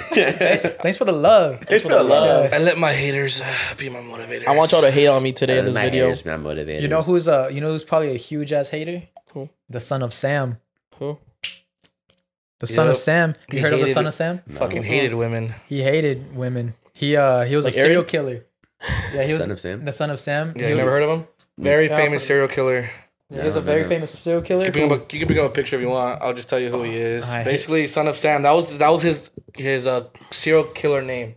Thanks for the love. Thanks
for the love.
I let my haters uh, be my motivator.
I want y'all to hate on me today in this
my
video.
haters, my motivators.
You know who's a you know who's probably a huge ass hater?
Who?
The son of Sam.
Who?
The son of
Yep.
Sam. You
He
heard of the
hated
son
it.
of Sam?
fucking hated women.
He hated women. He uh he was
Like
a serial
Aaron?
killer. Yeah, he was
Son of Sam?
the son of Sam.
Yeah,
he
you never heard of him? Very
Yeah.
famous serial killer.
He was a very famous serial killer.
You can, bring up a, you can bring up a picture if you want. I'll just tell you who he is.
I hate-
Basically, son of Sam. That was that was his his uh serial killer name.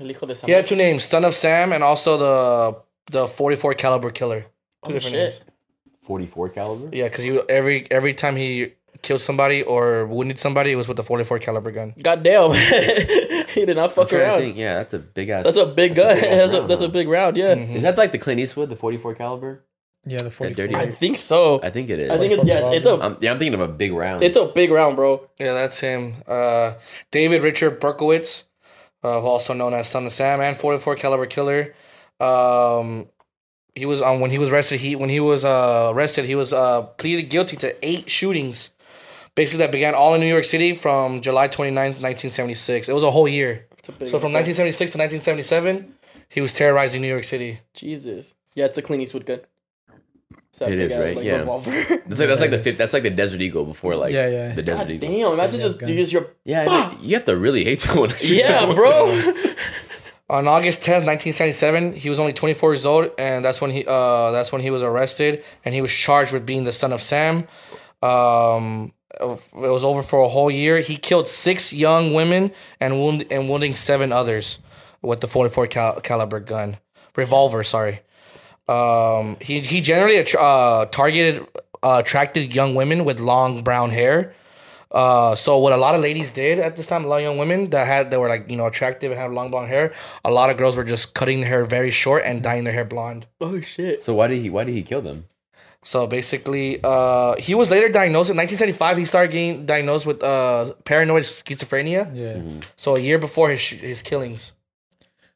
El hijo de Sam.
He had two names, Son of Sam and also the the 44 caliber killer. Two
Oh,
different
shit.
names.
44 caliber.
Yeah, because he every every time he killed somebody or wounded somebody, it was with the 44 caliber gun.
Goddamn. he did not
I'm
fuck
trying to
around.
think. Yeah, that's a big ass.
That's a big gun.
big-ass
that's, a,
round,
that's a
huh? Mm-hmm.
big round, yeah.
Is that like the Clint Eastwood, the 44 caliber?
Yeah, the
That
44.
dirty.
I think so.
I think it is.
I think it's, yeah, it's, it's a
I'm, yeah, I'm thinking of a big round.
it's a big round, bro.
Yeah, that's him. Uh, David Richard Berkowitz, uh, also known as Son of Sam and 44 caliber killer. Um, he was on when he was arrested. He when he was uh, arrested, he was uh, pleaded guilty to eight shootings, basically that began all in New York City from July 29th, 1976. It was a whole year.
It's a big
So from 1976 to 1977, he was terrorizing New York City.
Jesus. Yeah, it's a Clint Eastwood gun. It's that
It is,
big-ass,
right?
like,
Yeah.
revolver.
that's like, that's like the fifth, that's like the Desert Eagle before like
Yeah, yeah.
the Desert
God
Eagle.
damn! Imagine just you just your
Yeah, it's like, you have to really hate someone. to shoot
yeah,
someone.
bro.
On August 10th, 1977, he was only 24 years old, and that's when he uh, that's when he was arrested, and he was charged with being the son of Sam. Um, it was over for a whole year. He killed six young women and wound and wounding seven others with the 44 cal- caliber gun revolver. Sorry. Um, he he generally attr- uh, targeted uh, attracted young women with long brown hair. Uh, so what a lot of ladies did at this time, a lot of young women that had that were like you know attractive and had long blonde hair, a lot of girls were just cutting their hair very short and dyeing their hair blonde.
oh shit!
So why did he why did he kill them?
So basically, uh, he was later diagnosed in 1975. He started getting diagnosed with uh, paranoid schizophrenia.
Yeah.
So a year before his sh- his killings.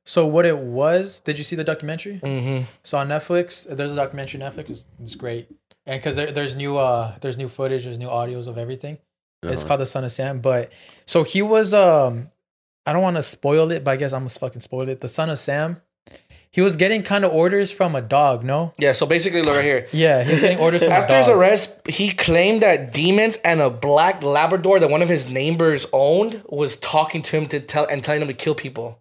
So what it was? Did you see the documentary?
Mm-hmm.
So on Netflix, there's a documentary. on Netflix It's it's great, and because there, there's new uh there's new footage, there's new audios of everything. It's
Uh-huh.
called The Son of Sam. But so he was um, I don't want to spoil it, but I guess I'm gonna fucking spoil it. The Son of Sam, he was getting kind of orders from a dog. No,
Yeah. So basically, look right here.
yeah, he was getting orders from
After
a
his
dog.
arrest, he claimed that demons and a black Labrador that one of his neighbors owned was talking to him to tell and telling him to kill people.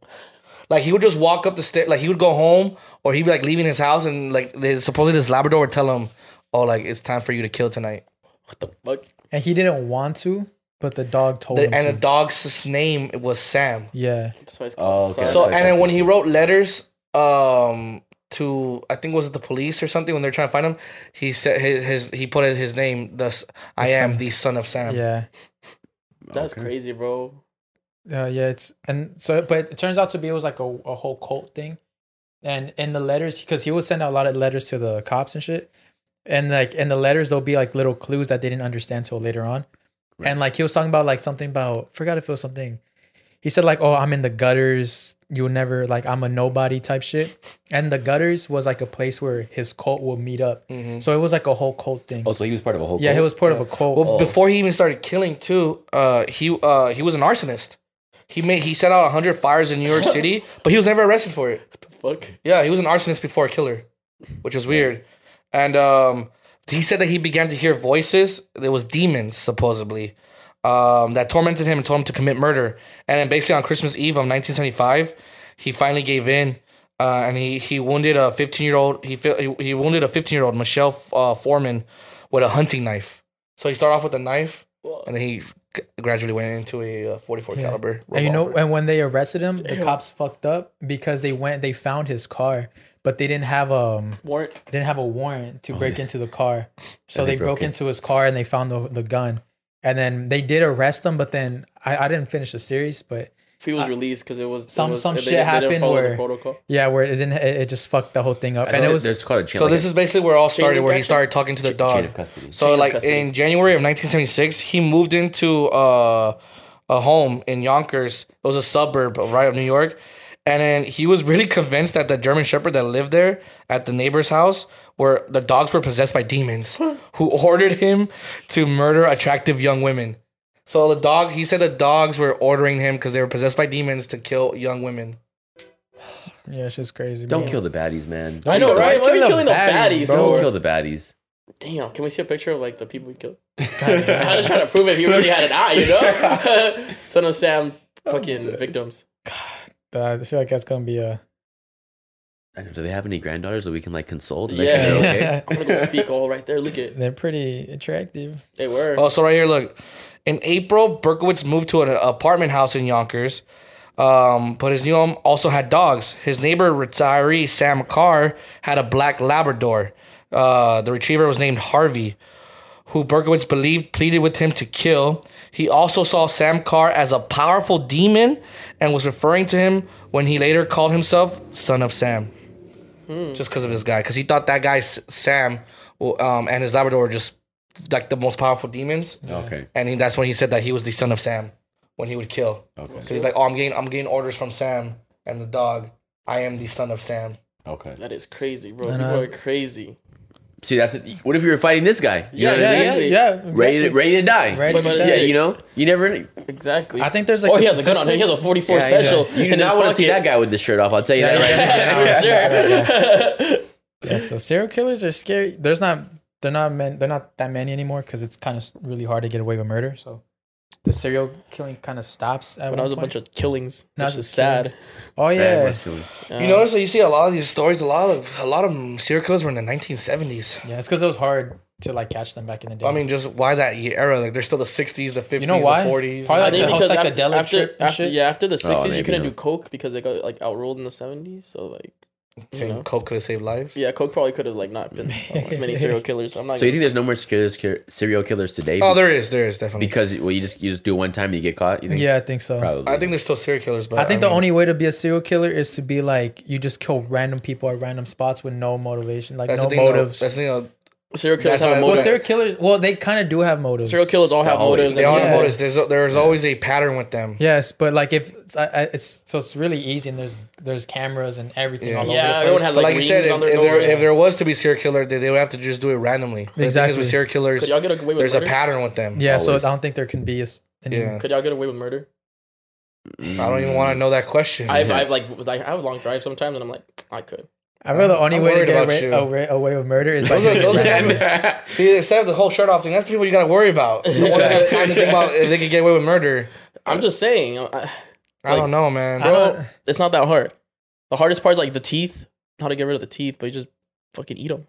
Like he would just walk up the stairs, like he would go home or he'd be like leaving his house and like they, supposedly this Labrador would tell him, "Oh, like it's time for you to kill tonight."
What the fuck?
and he didn't want to, but the dog told
The,
him.
and the
to.
dog's name was Sam.
yeah,
That's why it's called.
Oh, okay.
So
Silence.
and then when he wrote letters, um. To I think was it the police or something when they're trying to find him, he said his, his he put in his name thus I am the son of Sam.
yeah.
that's crazy, bro.
Uh, yeah, it's and so, but it turns out to be it was like a, a whole cult thing, and in the letters because he would send out a lot of letters to the cops and shit, and like in the letters there'll be like little clues that they didn't understand till later on, and like he was talking about like something about forgot if it was something, he said like oh I'm in the gutters you'll never like I'm a nobody type shit, and the gutters was like a place where his cult will meet up, so it was like a whole cult thing.
Oh, so he was part of a whole.
yeah, he
cult?
was part of a cult.
Well, before he even started killing, too, uh, he uh, he was an arsonist. He made he set out hundred fires in New York City, but he was never arrested for it.
Fuck.
Yeah, he was an arsonist before a killer, which was weird. And um, he said that he began to hear voices. There was demons supposedly um, that tormented him and told him to commit murder. And then basically on Christmas Eve of 1975, he finally gave in. Uh, and he, he wounded a 15 year old he, fi- he he wounded a 15 year old Michelle uh, Foreman with a hunting knife. So he started off with a knife, and then he g- gradually went into a uh, 44
Yeah.
caliber. Revolver.
And you know, and when they arrested him, the cops fucked up because they went, they found his car, but they didn't have um,
Warrant.
they didn't have a warrant
Oh,
to break into the car. So
they
they, broke,
broke in.
into his car and they found the the gun. And then they did arrest him, but then I, I didn't finish the series, but
He was released because it was it
some-
was-
some
they-
shit
they didn't
happened
follow the
where-
protocol.
yeah, where it didn't, it, it just fucked the whole thing up.
I
And
know
it was
there's called a chain,
So this is basically where it all started,
of
where he
action?
started talking to the dog.
chain of custody.
So
Chain of
like
custody.
in January of 1976, he moved into uh, a home in Yonkers. It was a suburb of right of New York, and then he was really convinced that the German Shepherd that lived there at the neighbor's house, where the dogs were possessed by demons, who ordered him to murder attractive young women. So the dog, he said the dogs were ordering him because they were possessed by demons to kill young women.
yeah, it's just crazy.
Don't
bro.
kill the baddies, man.
I know,
Don't
right? Why are we killing the baddies,
Don't
bro?
kill the baddies.
Damn, can we see a picture of like the people we killed? I was trying to prove if he really had an eye, you know? Son of Sam
Oh,
fucking victims.
I feel like that's gonna be a
I know. Do they have any granddaughters that we can like consult? and
Yeah.
actually they're okay?
I'm gonna go speak all right there. Look at
they're pretty attractive.
they were.
Oh, so right here, look. In April, Berkowitz moved to an apartment house in Yonkers. Um, but his new home also had dogs. His neighbor retiree Sam Carr had a black Labrador. Uh, the retriever was named Harvey, who Berkowitz believed pleaded with him to kill. He also saw Sam Carr as a powerful demon and was referring to him when he later called himself Son of Sam. Just because of this guy, because he thought that guy S- Sam um, and his Labrador were just like the most powerful demons
Okay.
and he, that's when he said that he was the son of Sam when he would kill. Because
Okay.
he's like, oh, I'm getting, I'm getting orders from Sam and the dog. I am the son of Sam.
Okay.
That is crazy, bro. People are crazy.
See, that's it. what if you were fighting this guy? You
Yeah,
know what I'm
yeah,
saying?
yeah,
Exactly.
yeah.
Ready, to,
exactly.
ready to die.
Ready to
But- but-
die.
Yeah, you know, you never. Yeah,
Exactly.
I think there's like
oh,
a
he has a gun on him. He has a 44
you know.
special.
You do
in his
not want to see that
pocket.
guy with the shirt off. I'll tell you
Yeah,
that right now.
yeah, yeah,
yeah,
Yeah, so serial killers are scary. There's not they're not men they're not that many anymore because it's kind of really hard to get away with murder. So the serial killing kind of stops. At
When
one
I was a
point.
bunch of killings,
Now
which
it's
is
just
sad.
killings. Oh
Yeah,
yeah,
that's cool.
You notice that you see a lot of these stories. A lot of, a lot of them, serial killers were in the 1970s.
yeah. It's because it was hard to like catch them back in the day.
I mean, just why that era? Like, they're still the 60s, the 50s,
you know why?
the 40s.
Probably
I
like
think
the whole
because after,
psychedelic
after,
trip and
after-
shit.
yeah, after the sixties,
maybe,
you couldn't
huh.
do coke because they got like outruled in the seventies. So like,
Saying
you know.
coke could have saved lives.
yeah, coke probably could have like not been as many serial killers. I'm not.
So you think there's no more serial killer- serial killers today?
Oh, there is, there is definitely.
because well, you just you just do one time and you get caught. You think?
yeah, I think so.
probably.
I think there's still serial killers, but
I think the
mean,
only way to be a serial killer is to be like you just kill random people at random spots with no motivation, like
that's
no
the thing, though.
motives.
That's the thing. though.
serial killers
That's
have
not-
a
well,
well,
motive.
serial killers, well, they kind of do have motives.
Serial killers all have
always.
motives.
They
and
all
Yeah.
have motives. There's, there's always a pattern with them.
Yes, but like if it's, I, I- it's so it's really easy and there's there's cameras and everything
Yeah.
all
Yeah,
over the
everyone
place.
has like,
But like you said,
rings
if,
on their
if there,
doors.
if there was to be serial killer, they, they would have to just do it randomly. The thing is
Exactly.
with serial killers,
Could y'all get away with
there's a
murder?
pattern with them.
yeah,
always.
so I don't think there can be a. s- any-
Yeah.
Could y'all get away with murder?
I don't even want to know that question.
I I like like I have long drives sometimes, and I'm like I could.
I feel the only
I'm
way to
worried
get
about
away,
you.
away, away with murder is by
Those
Mm.
are-
doing
those
it
are-
randomly.
See, instead of the whole shirt off thing, that's the people you got to worry about. The ones that have time to think about if they could get away with murder.
I'm just saying, I,
I don't know, man.
I don't-
bro. It's not that hard. The hardest part is like the teeth. How to get rid of the teeth, but you just fucking eat them.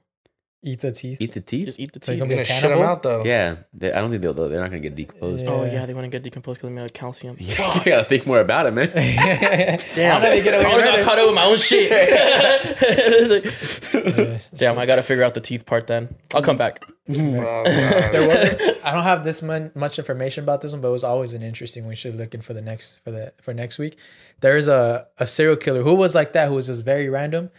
eat the teeth.
eat the
You
teeth.
just eat the
So you
teeth.
I'm
be
gonna
a
shit them
cannibal?
out though.
Yeah, they, I don't think they'll. They're not gonna get decomposed.
Oh yeah, they want to get decomposed because they made of calcium.
you gotta think more about it, man.
Damn, how do they get
I
away
always got
with
caught
murder?
up with my own shit. Damn, I gotta figure out the teeth part then. I'll come back.
Oh, God.
There wasn't, I don't have this mon- much information about this one, but it was always an interesting. one. We should look in for the next for the for next week. There is a a serial killer who was like that, who was just very random.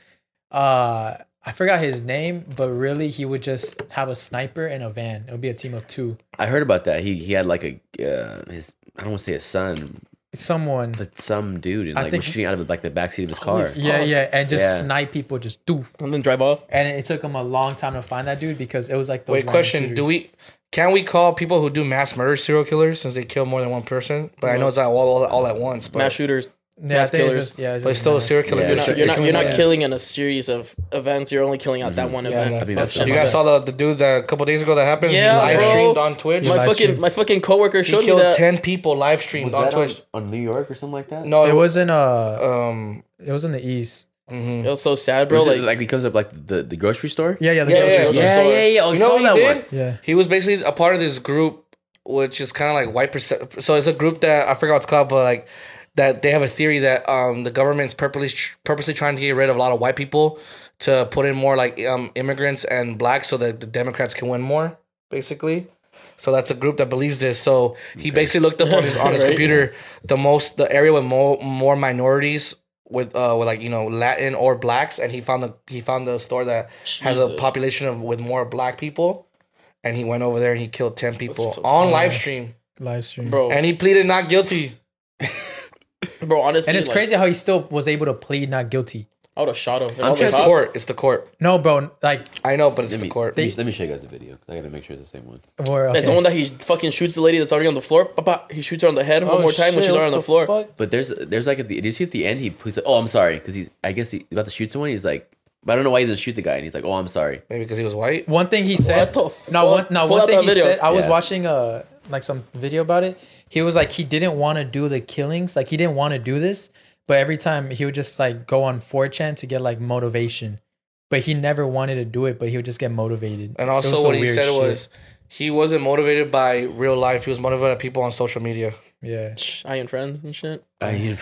Uh, I forgot his name, but really he would just have a sniper and a van. It would be a team of two.
I heard about that. He he had like a uh, his. I don't want to say his son,
Someone
but some dude and
I
like
think-
was shooting out of like the backseat of his car.
Yeah, yeah, and just
Yeah.
snipe people, just do.
And then drive off.
And it took him a long time to find that dude because it was like those
Wait,
random
question: Do
shooters.
we can we call people who do mass murder serial killers since they kill more than one person? But I know it's not all, all, all at once. But
Mass shooters.
Yeah, I
mass
think it's
killers.
just- yeah, it's
But
just
still a
mass.
serial killer.
Yeah,
You're
it's
not,
a-
you're not,
it's a-
you're not
yeah.
killing in a series of events. You're only killing at that one event.
that's-
I think that's
Oh, shit.
You guys saw the, the dude that a couple days ago that happened.
Yeah,
he live
bro.
streamed on Twitch.
my
live
fucking
stream.
my fucking coworker
He
showed me
killed
that.
ten people live streamed on Twitch.
on New York or something like that?
No,
It wasn't uh
Um,
it was in the east.
mhm.
It was so sad,
bro,
bro.
like,
Like,
like he comes up like the, the grocery store.
Yeah, yeah, the
Yeah,
grocery
yeah,
store.
yeah.
yeah, yeah. yeah. Oh, I
you know
saw
what he
that
did?
one.
Yeah.
He was basically a part of this group, which is kind of like white percent. So it's a group that I forgot what it's called, but like that they have a theory that um the government's purposely purposely trying to get rid of a lot of white people to put in more like um immigrants and blacks so that the Democrats can win more, basically. So that's a group that believes this. So he basically looked up on his on his computer the most the area with more more minorities with uh with like you know Latin or blacks, and he found the he found the store that has a
Jesus.
population of with more black people, and he went over there and he killed ten people on live stream,
Live stream.
bro,
and he pleaded not guilty.
bro, honestly,
And it's
like,
crazy how he still was able to plead not guilty.
I would have shot him.
It's the court. It's the court.
No, bro, like
I know, but it's
Let
the
me,
court.
let, me, let me show you guys the video. 'cause I gotta make sure it's the same one.
we're okay.
It's the one that he fucking shoots the lady that's already on the floor. Bah, bah. He shoots her on the head one
Oh,
more time when she's already on the, floor.
But there's there's like at the, did you see at the end he puts oh I'm sorry because he's I guess he's about to shoot someone he's like but I don't know why he doesn't shoot the guy and he's like oh I'm sorry
Maybe because he was white.
One thing he said.
the
No, one,
fuck?
no,
Pull
one
out
thing
that
he
video.
said. I was
Yeah.
watching uh like some video about it. He was like he didn't want to do the killings. Like he didn't want to do this, but every time he would just like go on 4chan to get like motivation. But he never wanted to do it, but he would just get motivated.
And
It was
also,
some
what he
weird
said
shit.
was he wasn't motivated by real life. He was motivated by people on social media.
Yeah.
I ain't friends and shit.
I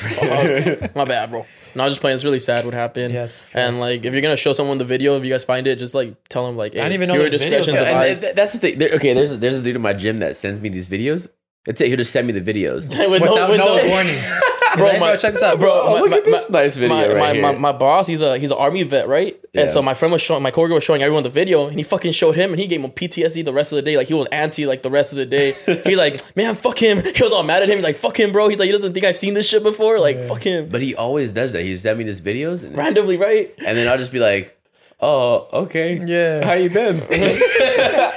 My bad, bro. No, I was just playing. It's really sad what happened.
Yes.
And like, if you're gonna show someone the video, if you guys find it, just like tell them like, hey,
I didn't even know
your
there was
discretion's
videos.
And
advised.
th- that's the thing. There- okay, there's there's a dude in my gym that sends me these videos. That's it. He'll just send me the videos.
With no-
Without
with
no,
no-
warning.
Bro,
Like,
my-
bro, check this out,
bro,
bro.
Oh,
my-
look
my-
at this
my-
nice video
my,
right
my,
here.
my, my boss, he's a he's an army vet, right?
Yeah.
And so my friend was showing, my coworker was showing everyone the video, and he fucking showed him, and he gave him PTSD the rest of the day. Like he was anti, like the rest of the day. he's like, man, fuck him. He was all mad at him. He's like, fuck him, bro. He's like, he doesn't think I've seen this shit before. Like, fuck him.
But he always does that. He sends me these videos, and,
Randomly, right?
and then I'll just be like, "Oh, okay,
Yeah.
how you been?"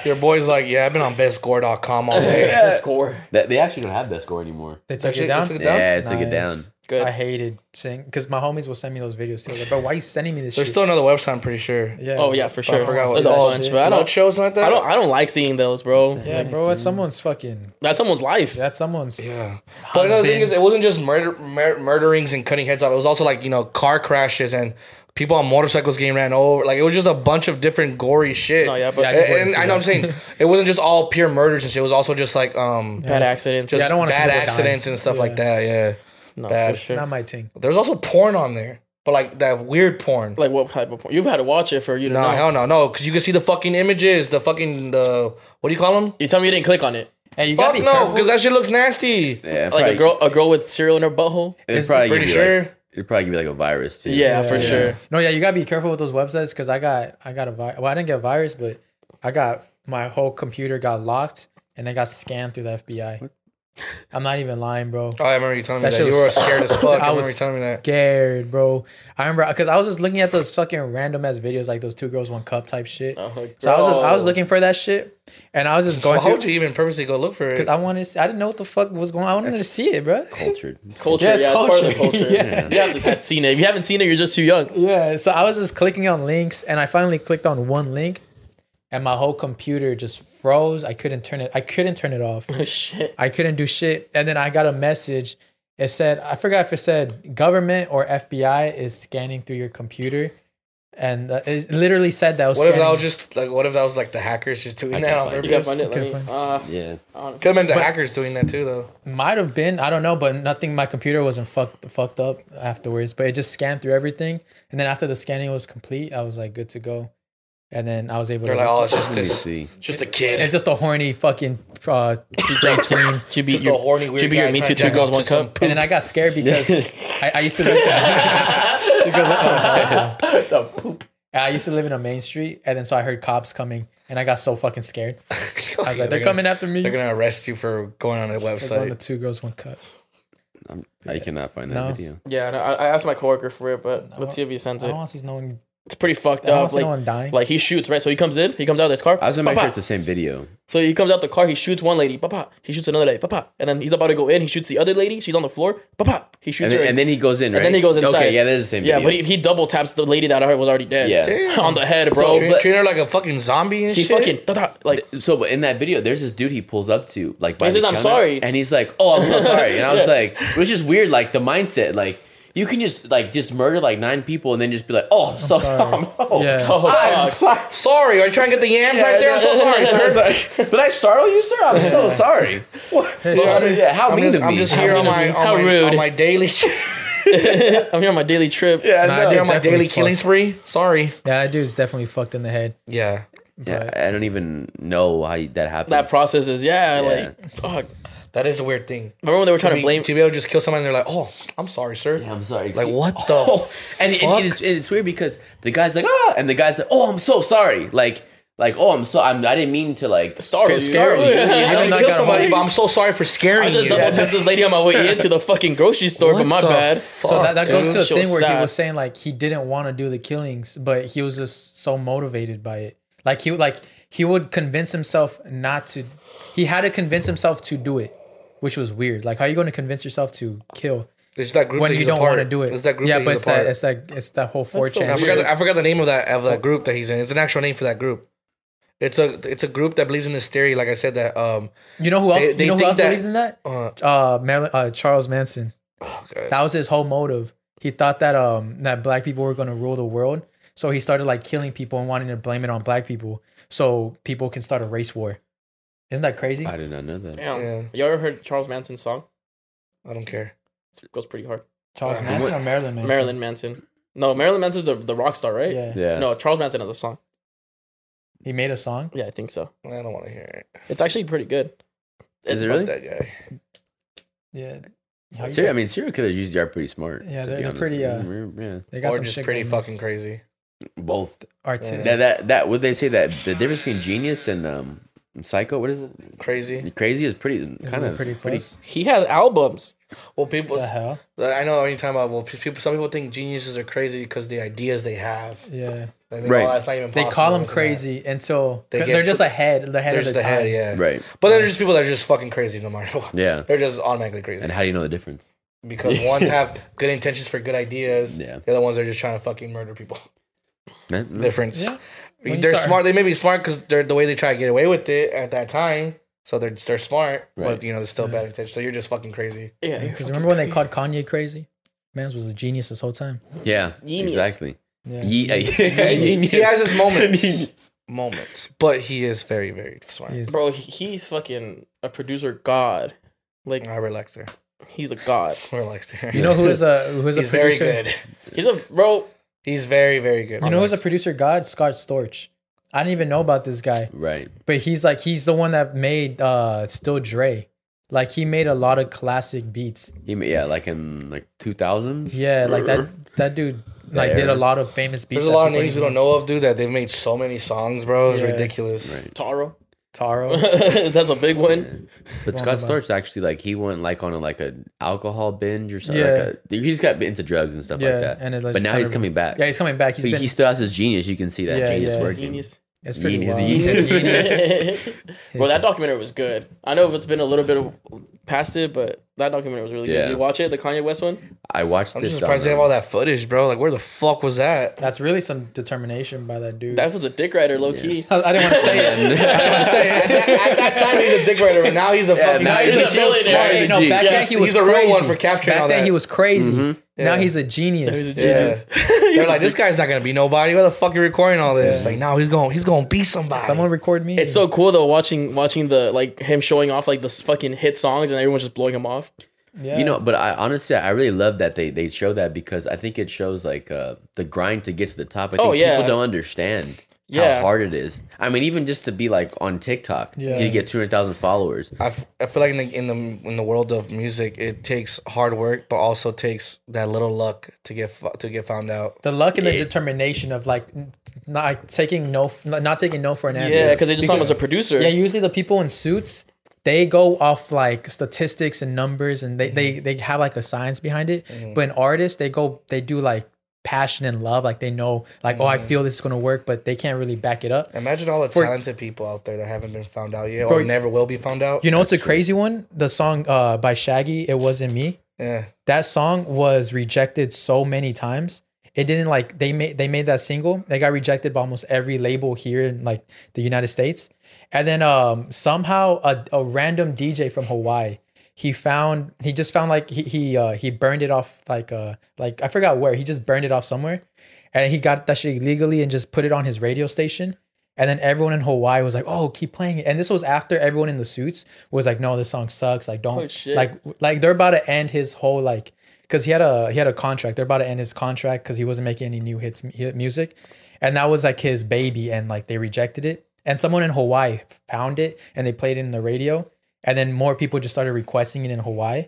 Your boy's like, yeah, I've been on bestscore.com all day.
Score.
That- they actually don't have that score anymore.
They took
Actually,
it
they
down.
took it down?
Yeah, it took it down.
Nice.
Good.
I hated seeing because my homies will send me those videos. Too. Like, bro, why you sending me this?
There's
shit?
still another website, I'm pretty sure.
yeah.
Oh yeah, for sure.
I forgot what
There's a
that
bunch,
shit-
but I
Note
don't,
show or something like that?
I don't, I don't like seeing those, bro.
Yeah, bro, that's someone's fucking.
That's someone's life.
That's someone's.
Yeah. But another thing
Husband.
is, it wasn't just murder, mur- murderings and cutting heads off. It was also like, you know, car crashes and people on motorcycles getting ran over. Like, it was just a bunch of different gory shit.
No, yeah, but- Yeah, I
and,
just
wouldn't
and
see
I know
that.
I'm saying it wasn't just all pure murders and shit. It was also just like, um,
Bad accidents.
just
I don't wanna see
bad
people
accidents
dying.
and stuff
Yeah.
like that. Yeah.
no,
bad.
for sure.
Not my thing.
There's also porn on there, but like that weird porn.
like what type of porn? You've had to watch it for you to
no,
know.
hell no, no, because you can see the fucking images, the fucking, the, what do you call them?
You tell me you didn't click on it.
Hey, you
Fuck
gotta be
no,
careful.
because that shit looks nasty.
Yeah,
Like a girl, a girl with cereal in her butthole.
It probably
pretty
give you, like-
sure.
it'd probably give you like a virus too.
Yeah, for sure.
No, yeah, you gotta be careful with those websites because I got I got a virus. Well, I didn't get a virus, but I got my whole computer got locked and I got scanned through the FBI. I'm not even lying, bro.
Oh, I remember you telling me
That
that.
shit
You
was-
were scared as fuck. I,
I
remember you
was
telling me that.
scared, bro. I remember because I was just looking at those fucking random ass videos, like those two girls, one cup type shit. so I was just, I was
gross.
looking for that shit, and I was just going
Oh, Why would
through
you even purposely go look for it?
because I wanted. To see, I didn't know what the fuck was going. on. I wanted to see it, bro.
cultured.
Culture,
Yeah,
yeah,
it's
it's, part of the
culture.
culture.
Yeah.
You haven't had seen it. If you haven't seen it, you're just too young.
Yeah, so I was just clicking on links and I finally clicked on one link and my whole computer just froze. I couldn't turn it I couldn't turn it off.
Shit.
I couldn't do shit. And then I got a message. It said I forgot if it said government or FBI is scanning through your computer. And uh, it literally said that was
what if that
scanning.
was just like? What if that was like the hackers just doing
I
that
can't
on
find it.
You
purpose?
gotta find it. Let
Okay,
me.
fine.
Uh,
Yeah,
Could have been the hackers doing that too, though.
might have been I don't know, but nothing. My computer wasn't fucked fucked up afterwards, but it just scanned through everything. And then after the scanning was complete, I was like good to go. And then I was able
They're
to
like, oh, it's just
let me
this,
see.
just a kid.
It's just a horny fucking uh, teen.
Should be
just a
your,
horny weird
should be your
guy
me
trying
too.
to
Two
jack
girls,
off
one
to some
cup.
poop.
And then I got scared because I, I used to live. Because- oh, it's a poop. I used to live in a main street, and then so I heard cops coming, and I got so fucking scared. I was like, "They're,
gonna-
coming after me."
They're gonna arrest you for going on a
They're going to
website.
two girls, one cut.
I'm, I cannot find that
No.
video.
Yeah, no, I, I asked my coworker for it, but let's see if he sends
I
it.
don't want to see no one.
It's pretty fucked
I don't
up.
see no one
Like,
dying.
like he shoots right. So he comes in, he comes out of his car.
I was gonna make
pa, pa.
sure it's the same video.
So he comes out the car, he shoots one lady, papa. He shoots another lady, papa. And then he's about to go in, he shoots the other lady. She's on the floor, papa. He shoots
And
her.
then, and then he goes in, right?
and then he goes inside.
Okay, yeah, that is the same
Yeah,
video.
but he, he double taps the lady that was already dead.
Yeah.
on the head,
Bro,
bro.
treat,
But
treat her like a Oh, fucking zombie and
he
shit.
fucking da, da, like
so but in that video, there's this dude he pulls up to, like by
He says,
the
"I'm
counter,
sorry."
and he's like, "Oh, I'm so sorry," and I was like, "It was just weird, like the mindset, like you can just like just murder like nine people and then just be like, oh, I'm, so sorry, no,
Yeah.
oh,
I'm
fuck.
sorry,
sorry, are you trying to get the yams right there? I'm so sorry, sir.
Did I startle you, sir? I'm so sorry. What? yeah, how
I'm
mean
just,
of
I'm
me.
just here on my,
How
on my,
rude.
on my daily,
I'm here on my daily trip.
yeah,
Nah,
no.
dude,
on my
Definitely
daily
fucked.
killing spree. Sorry.
Yeah, that dude's definitely fucked in the head.
Yeah.
Yeah, I don't even know how you- that happened.
That process is yeah,
Yeah.
like fuck.
That is a weird thing.
Remember when they were trying to
Be-
blame?
to be able to just kill someone and they're like, oh, I'm sorry, sir.
Yeah, I'm sorry.
Like,
Excuse-
what the
and, and,
fuck?
it's, and it's weird because the guy's like ah, and the guy's like oh, I'm so sorry. Like like oh, I'm so I'm, I didn't mean to like
Sorry,
Scary.
sorry.
Even
I
though I
kill
got
somebody,
home-
but I'm so sorry for scaring
I just
you.
double tapped this lady on my way into the fucking grocery store, but my
the
bad.
fuck,
So that, that goes
dude.
to the
So
thing where he
sad.
was saying like he didn't want to do the killings, but he was just so motivated by it. Like he like he would convince himself not to. He had to convince himself to do it, which was weird. Like how are you going to convince yourself to kill
It's that group
when
that
you
he's a
don't
part.
want to do it?
It's that group.
yeah,
that
but
he's
it's
a part.
that it's that it's that whole four
I
chan.
forgot.
shit.
The, I forgot the name of that of that group that he's in. It's an actual name for that group. It's a it's a group that believes in this theory. Like I said, that um,
You know who else?
They- they
you know who
think
else
that-
believed in that?
uh, Oh,
Uh, Marilyn, uh, Charles Manson.
God.
That was his whole motive. He thought that um that black people were going to rule the world, so he started like killing people and wanting to blame it on black people, so people can start a race war. Isn't that crazy?
I did not know that.
Damn.
Yeah.
Y'all ever heard Charles Manson's song?
I don't care.
It goes pretty hard.
Charles Manson or Marilyn Manson?
Marilyn Manson. No, Marilyn Manson's the, the rock star, right?
Yeah.
Yeah.
No, Charles Manson has a song.
He made a song.
Yeah, I think so.
I don't want to hear it.
It's actually pretty good. It's
Is it
fucked
really?
That guy.
Yeah. How you
Ser- I
say-
mean, serial killers usually are pretty smart.
Yeah,
to
they're-
be
they're
honest.
pretty, uh,
Mm,
They got
Or
some
just
shit
pretty
going on.
fucking crazy.
yeah, both.
artists.
That that that would they say that the difference between genius and um psycho? What is it?
Crazy.
Crazy is pretty
Isn't
kind
it
of
pretty close.
He has albums.
Well, people.
the hell?
I know what you're talking about. Well, pe- people. Some people think geniuses are crazy because the ideas they have.
Yeah.
Like, they
Right.
oh, that's not even
They
possible,
call them
this and that."
crazy until
They
they
get
they're just
pr-
ahead. The head
They're
of
just
the
ahead,
time.
yeah.
right.
But they're just people that are just fucking crazy no matter what.
Yeah.
They're just automatically crazy.
And how do you know the difference?
because ones have good intentions for good ideas.
Yeah.
The other ones are just trying to fucking murder people.
Man, mm,
Difference.
Yeah. When you
They're
start-
smart. They may be smart because they're the way they try to get away with it at that time. So they're they're smart,
Right.
but you know there's still bad intentions. So you're just fucking crazy.
Yeah.
Because remember when they called Kanye crazy? Man's was a genius this whole time.
Yeah.
Genius.
Exactly.
Yeah.
Ye- uh,
He has his moments,
Genius.
moments, but he is very very smart.
He's-
Bro, he- he's fucking a producer god. Like
I relax there.
he's a god.
Relax there.
you know who is a who is a
he's very
producer?
good.
He's a bro.
He's very very good.
You know who's a
Relax.
producer god? Scott Storch. I didn't even know about this guy,
Right.
but he's like he's the one that made uh Still Dre. Like he made a lot of classic beats.
He, ma- yeah, like in like 2000.
Yeah, like that that dude like did a
era.
lot of famous beats.
There's a
that
lot of
people
names we don't
didn't
know of, dude. That they've made so many songs, bro. It's
Yeah.
ridiculous.
Right.
Taro.
Taro.
That's a big one.
But Scott Storch actually like he went like on a like a alcohol binge or something.
Yeah.
Like a, he just got into drugs and stuff
Yeah,
like that.
and it, like,
but
just
now
kinda
he's coming back.
Yeah, he's coming back. He's
he,
been
he still has his genius. You can see that
Yeah,
genius
yeah.
working.
Genius.
it's pretty
Genius,
wild.
genius.
well, that documentary was good. I know it's been a little bit of, past it, but that documentary was really good.
Yeah.
Did you watch it? The Kanye West one?
I watched
I'm
this.
just surprised they have all that footage, bro. Like, where the fuck was that?
That's really some determination by that dude.
That was a dick rider, low key.
I, I didn't want to say it.
at, that, at that time, he's a dick writer, but now he's a fucking.
now
he's,
he's a
a real
billionaire.
smart.
Hey, no, back
Yes,
then he was
he's a real one
crazy.
for capturing
Back
all
then
that.
he was crazy.
Mm-hmm.
Now he's a genius.
Yeah. They're like, this guy's not gonna be nobody. Why the fuck you recording all this? Like, no, he's going, he's gonna be somebody.
Someone record me.
It's so cool though watching watching the like him showing off like the s- fucking hit songs and everyone's just blowing him off.
Yeah.
You know, but I honestly, I really love that they they show that because I think it shows like uh, the grind to get to the top. I think
Oh, yeah.
people don't understand
Yeah.
how hard it is. I mean, even just to be like on TikTok,
Yeah.
you get two hundred thousand followers.
I, f- I feel like in the, in the in the world of music, it takes hard work, but also takes that little luck to get fu- to get found out.
the luck and the determination of like n- not like, taking no, f- not taking no for an answer.
Yeah, because they just saw him as a producer.
Yeah, usually the people in suits, they go off like statistics and numbers, and they they, they have like a science behind it. But in artists, they go they do like passion and love, like they know like oh I feel this is gonna work, but they can't really back it up.
Imagine all the
For-
talented people out there that haven't been found out yet, or
Bro,
never will be found out.
You know, it's a crazy one. The song uh, by Shaggy, "It Wasn't Me."
yeah.
that song was rejected so many times. It didn't like they made they made that single. They got rejected by almost every label here in like the United States. And then um somehow a, a random DJ from Hawaii, he found he just found like he he uh, he burned it off like uh like I forgot where. He just burned it off somewhere. And he got that shit illegally and just put it on his radio station. And then everyone in Hawaii was like, "Oh, keep playing it." And this was after everyone in the suits was like, "No, this song sucks. Like, don't
Oh, shit.
like like they're about to end his whole like because he had a he had a contract. They're about to end his contract because he wasn't making any new hits hit music, and that was like his baby. And like they rejected it, and someone in Hawaii found it and they played it in the radio, and then more people just started requesting it in Hawaii.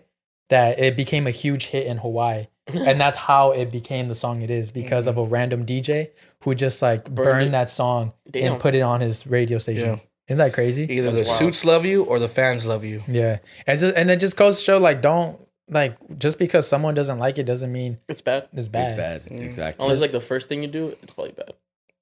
That it became a huge hit in Hawaii, and that's how it became the song it is because of a random DJ who just like burned,
it.
that song
Damn.
and put it on his radio station.
Yeah.
Isn't that crazy?
Either the suits love you or the fans love you.
Yeah, and just, and it just goes to show like don't like just because someone doesn't like it doesn't mean
It's bad.
it's bad.
It's bad, exactly.
Unless like the first thing you do, it's probably bad.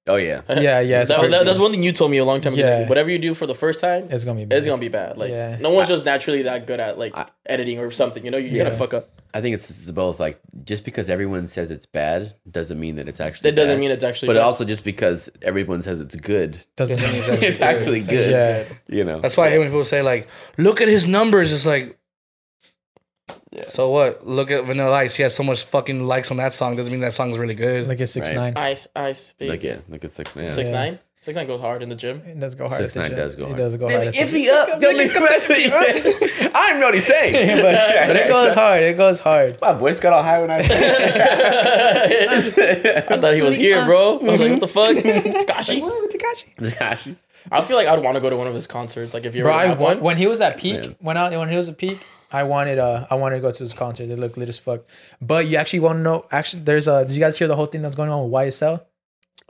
Oh yeah,
Yeah, yeah, it's,
That,
pretty-
that- that's one thing you told me a long time ago.
Yeah.
Like, whatever you do for the first time,
it's gonna be. Bad.
it's gonna be bad. Like
Yeah.
no one's just naturally that good at like editing or something. You know, you gotta
Yeah.
fuck up.
I think it's, it's both. Like just because everyone says it's bad doesn't mean that it's actually.
That doesn't
bad.
mean it's actually.
But
bad.
also just because everyone says it's good,
doesn't mean it's actually-
it's actually good.
yeah.
You know.
That's why I hate when people say like, "Look at his numbers." It's like, so what? Look at Vanilla Ice. He has so much fucking likes on that song. Doesn't mean that song's really good.
Like a six
Right.
nine.
ice, ice, baby.
Like yeah, like it's six nine.
six
Yeah.
nine. Six nine goes hard in the gym.
It does go hard.
Six
at the
nine
gym.
does go hard.
It does go hard. at the
If he up, don't be crazy. I'm not saying.
gym. but, but it goes hard. It goes hard.
My voice got all high when I said
I thought he was here, bro. I was like, what the fuck, Takashi?
Takashi.
I feel like I'd want to go to one of his concerts. Like if you
Bro,
ever
I
have
want,
one.
when he was at peak,
Man.
when I when he was at peak, I wanted uh I wanted to go to his concert. They looked lit as fuck. But you actually want to know? Actually, there's uh did you guys hear the whole thing that's going on with YSL?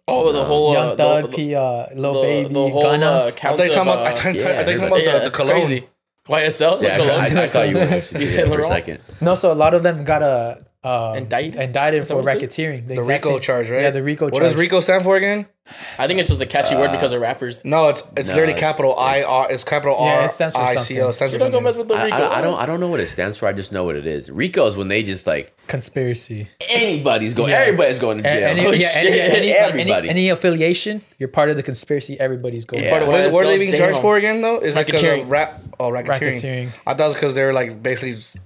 Oh, the whole uh,
Young Thug,
the,
P, uh, Lil
the,
Baby,
the whole
Gunna.
uh,
I
count
thought you
of,
talking about, I
uh,
thought,
yeah,
I thought you talking about
yeah,
the, the
it's
cologne.
crazy. YSL,
Yeah,
the cologne.
I, I thought you were actually
You
saying
said
for a
Laurent?
second.
no, so a lot of them got uh, um,
Indicted?
indicted for
what it was?
racketeering.
The RICO charge, right?
Yeah, the Rico
What
charge.
does RICO stand for again?
I think it's just a catchy word because of rappers.
No, it's it's
No,
literally
it's-
capital I
it's-
R. It's capital
Yeah,
R
it stands for
I C
something.
O. It stands for
You don't go mess with
something.
the
I,
Rico.
I, I don't. I don't know what it stands for. I just know what it is. Rico's when they just like
Conspiracy.
anybody's going. Everybody's going to
A-
jail.
Any, yeah, any,
Oh, shit.
any, like, any,
Everybody.
any affiliation, you're part of the conspiracy. Everybody's going.
Yeah.
What, is, what are they
So
being
damn.
charged for again though? Is it because
Racketeering.
of rap? Oh, racketeering.
Racketeering.
I thought it was because they were like basically s-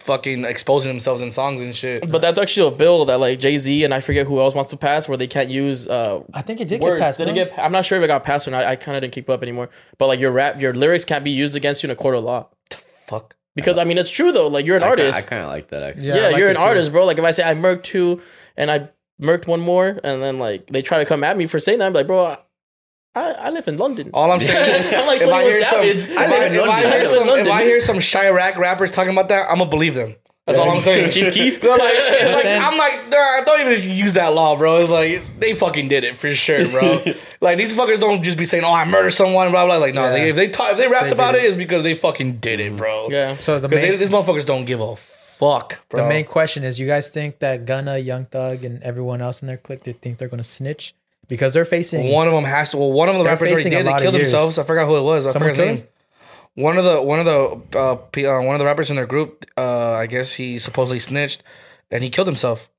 fucking exposing themselves in songs and shit.
But that's actually a bill that like Jay Z and I forget who else wants to pass where they can't use uh,
I think it did
words.
get passed.
Did it
no?
get? I'm not sure if it got passed or not. I kind of didn't keep up anymore. But like your rap, your lyrics can't be used against you in a court of law.
Fuck.
Because I mean, it's true though. Like you're an
I kinda-
artist.
I kind of like that actually.
Yeah,
yeah,
I like
you're
it
an
too.
artist, bro. Like if I say I murked two and I murked one more, and then like they try to come at me for saying that, I'm like, bro, I, I, I live in London.
All I'm saying is,
I'm like
Oh, if
21
I hear some,
Savage.
if
I
I,
live in
if I
London. I
hear
live in
some, if
London.
I hear some Chirac rappers talking about that, I'm gonna believe them. That's all I'm saying.
Chief Keef.
They're like, it's like-
then-
I'm like, nah, don't even use that law, bro. It's like they fucking did it for sure, bro. like these fuckers don't just be saying, "Oh, I murdered someone," blah blah. Like, no, they, if they talk, if they rapped about it, it's because they fucking did it, bro.
Mm-hmm. yeah.
So the
because
main,
these motherfuckers don't give a fuck, bro.
the main question is: You guys think that Gunna, Young Thug, and everyone else in their clique, they think they're gonna snitch because they're facing
one of them has to. Well, one of the
They're
rappers already
facing a
did. They
lot of
killed
years.
themselves. I forgot who it was. I
Someone
forgot
killed
his name. One of the one of the uh, P, uh, one of the rappers in their group. Uh, I guess he supposedly snitched, and he killed himself.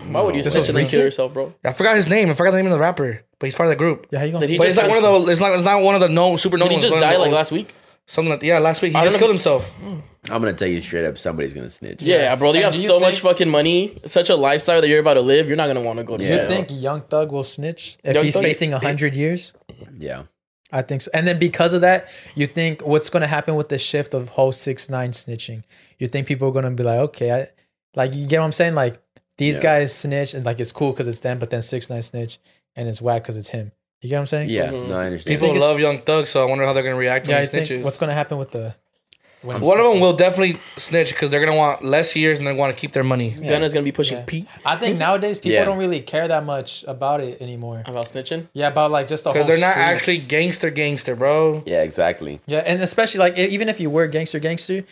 Why would you
This
snitch
was
and then kill
recent?
yourself, bro?
I forgot his name. I forgot the name of the rapper, but he's part of the group.
Yeah, how you gonna?
Did he
snitch?
But it's not one of the. It's not. It's not one of the no super known
Did he
ones.
just
One of the
die like
old-
last week?
Something like yeah, last week he
I
just
don't
killed himself.
I'm gonna tell you straight up. Somebody's gonna snitch.
Yeah, bro. You
And
have
do you
so much
think-
fucking money, such a lifestyle that you're about to live. You're not gonna want to go to
Yeah.
You
jail.
think Young Thug will snitch if
Young
he's
Thug-
facing a hundred years?
Yeah.
I think so. And then because of that, you think what's going to happen with the shift of whole six nine snitching? You think people are going to be like, okay, I, like you get what I'm saying? Like these
Yeah.
guys snitch and like it's cool because it's them, but then six nine snitch and it's whack because it's him. You get what I'm saying?
Yeah. No, I understand.
People love Young Thug, so I wonder how they're gonna react
Yeah,
when
I
he
think
snitches.
what's going to happen with the when he
One of them
snitches?
will definitely snitch because they're gonna want less years and they want to keep their money.
Gunna's gonna be pushing
Yeah.
Pete
I think nowadays people
Yeah.
don't really care that much about it anymore.
about snitching.
Yeah, about like just the
Because
whole
they're not
street.
actually gangster, gangster, bro.
yeah, exactly.
Yeah, and especially like e- even if you were gangster gangster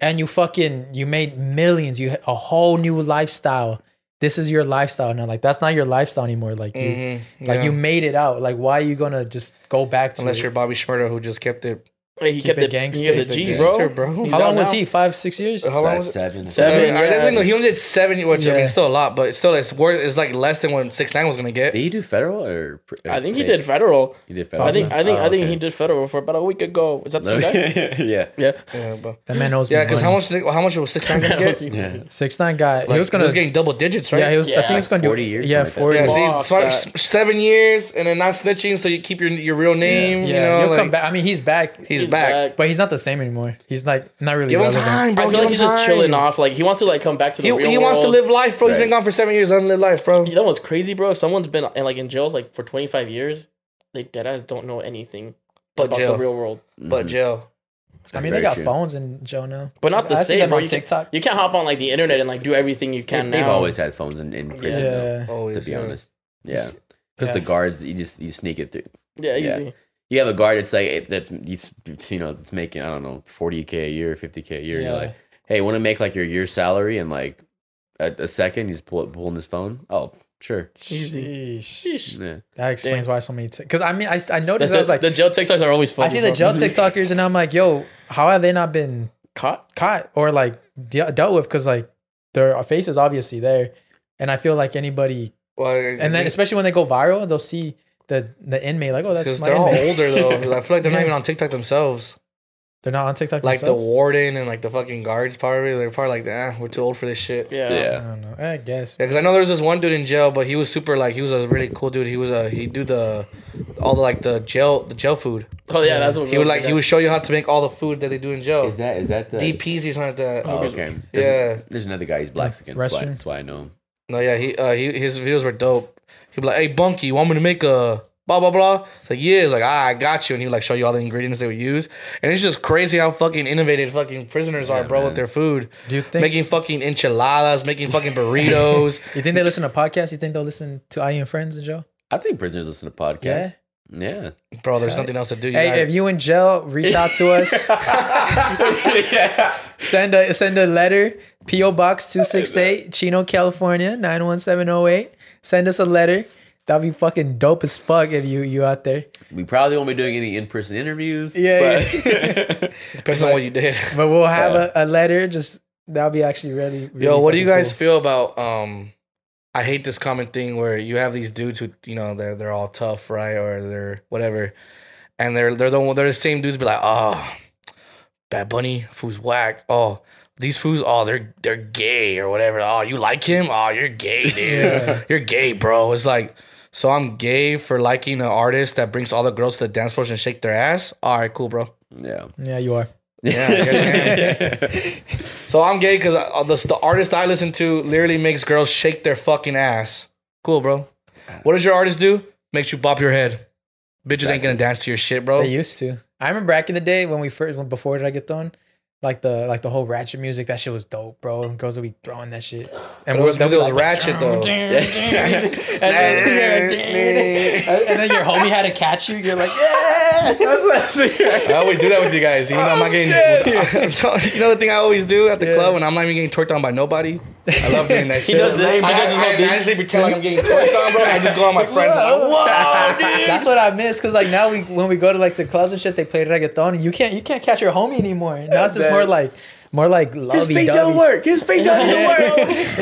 and you fucking you made millions, you had a whole new lifestyle. This is your lifestyle now. Like that's not your lifestyle anymore. Like you like
Mm-hmm. yeah.
you made it out. Like why are you gonna just go back to
Unless
it?
you're Bobby Schmurda, who just kept it.
Hey, he kept
it
the
gangster.
He kept the
Keep
it
G,
gangster,
bro.
bro.
He's
how
out
long was
now.
he? Five, six years?
How long
Five,
was it?
seven.
Seven.
Seven. I
yeah.
think he only did seven, which I mean,
Yeah.
still a lot, but still, it's worth. It's like less than what Six Nine was gonna get.
Did he do federal or? pr- or
I think he
state?
did federal.
He did federal.
I think I think
Oh,
I think
okay.
he did federal for about a week ago. Is that the same guy?
yeah.
Yeah.
Yeah, but
That man knows.
yeah,
because
because how much? How much was Six Nine gonna get? Like,
Yeah.
six nine guy? he was gonna.
he was getting double digits, right?
yeah, he was. I
Yeah,
think he was gonna
40
do
years,
Yeah,
something
forty.
Yeah,
years.
see,
Fuck
it's like
that.
s- seven years and then not snitching, so you keep your your real name.
yeah,
you know,
he'll
like,
come back. I mean, he's back.
He's,
He's
back.
back.
but he's not the same anymore. He's like not really.
Give him
relevant.
time, bro.
I feel
Give
like
him
he's
time.
just chilling off. Like he wants to like come back to the
He,
real
he wants to
world.
live life, bro. He's been
Right.
gone for seven years, unlive life, bro.
You know what's crazy, bro? If someone's been uh, like in jail like for 25 years, they dead ass don't know anything
But
about
jail.
the real world.
But jail.
I mean,
Mm-hmm. That's
they
very
got
true.
phones in Joe now.
But not the
I see
same.
them
Bro.
on
You,
TikTok.
Can, you can't hop on like the internet and like do everything you can
They've
now.
always had phones in, in
Yeah,
prison. though,
Oh,
Always,
to be
yeah.
honest. Yeah. Because the guards, you just you sneak it through.
yeah,
Yeah.
easy.
You have a guard that's like it- that's he's you know it's making I don't know forty k a year, fifty k a year. And you're
Yeah.
like, hey, want to make like your year salary in like a, a second? You just pull it, pulling this phone. Oh, sure.
Easy. Sheesh.
Yeah.
That explains why so many. Because I mean, I, I noticed
The,
I was like,
the jail TikToks are always fun.
I see the jail TikTokers and I'm like, yo, how have they not been
caught.
caught or like de- dealt with? Because like their face is obviously there, and I feel like anybody,
Well,
and then especially when they go viral, they'll see the the inmate like, oh, that's
because
my
they're all
inmate.
older though. I feel like they're not
Yeah.
even on TikTok themselves.
They're not on TikTok.
Like the
themselves?
warden and like the fucking guards, probably they're probably like, ah, we're too old for this shit. Yeah,
Yeah.
I don't know. I guess.
because I know there was this one dude in jail, but he was super like he was a really cool dude. He was a he do the all the like the jail the jail food.
Oh yeah, that's what
He would like he would show you how to make all the food that they do in jail.
Is that is that the
DPs or something like that.
Oh, okay. There's,
Yeah.
There's another guy. He's black skin. That's why,
Wrestler.
that's why I know him.
No, yeah, he uh he his videos were dope. He'd be like, "Hey, Bunky, you want me to make a blah blah blah?" It's like, "Yeah." It's like, "Ah, I got you." And he would like show you all the ingredients they would use, and it's just crazy how fucking innovative fucking prisoners are, bro, with
man.
their food.
Do you think-
making fucking enchiladas, making fucking burritos?
You think they listen to podcasts? You think they'll listen to I and Friends and Joe?
I think prisoners listen to podcasts. Yeah.
bro, there's nothing else to do. You
Hey,
gotta-
if you in jail, reach out to us. Send a send a letter. PO Box two six eight, Chino, California nine one seven zero eight. Send us a letter. That'd be fucking dope as fuck if you you out there.
We probably won't be doing any in person interviews.
Yeah,
but-
depends on what you did.
But we'll have a, a letter. Just that'll be actually really. really
Yo, what do you
fucking
guys
cool.
feel about um I hate this common thing where you have these dudes who you know they're they're all tough, right? Or they're whatever. And they're they're the one they're the same dudes be like, oh Bad Bunny, food's whack. Oh, these fools, oh, they're they're gay or whatever. Oh, you like him? Oh, you're gay, dude. You're gay, bro. It's like so I'm gay for liking an artist that brings all the girls to the dance floors and shake their ass. All right, cool, bro.
yeah.
Yeah, you are.
Yeah, I guess I am. so I'm gay because the, the artist I listen to literally makes girls shake their fucking ass. Cool, bro. What does your artist do? Makes you bop your head. Bitches ain't gonna dance to your shit, bro.
They used to. I remember back in the day when we first when before I get thrown, like the like the whole ratchet music. That shit was dope, bro. And girls would be throwing that shit. And
It was,
they'll
it
be
was
like-
ratchet though.
And then, and then your homie had to catch you. You're like, yeah. That's what I see.
I always do that with you guys. You know, I'm not getting. I'm telling- you know the thing I always do at the club when I'm not even getting twerked on by nobody. I love doing that shit.
does it. He
I, I,
does his whole
I,
thing.
actually pretend like I'm getting twerked on, bro. and I just go on my friends. I'm like, Whoa, dude.
That's what I miss because like now we when we go to like to clubs and shit, they play reggaeton and you can't you can't catch your homie anymore. Now it's just more like more like lovey dovey.
His feet don't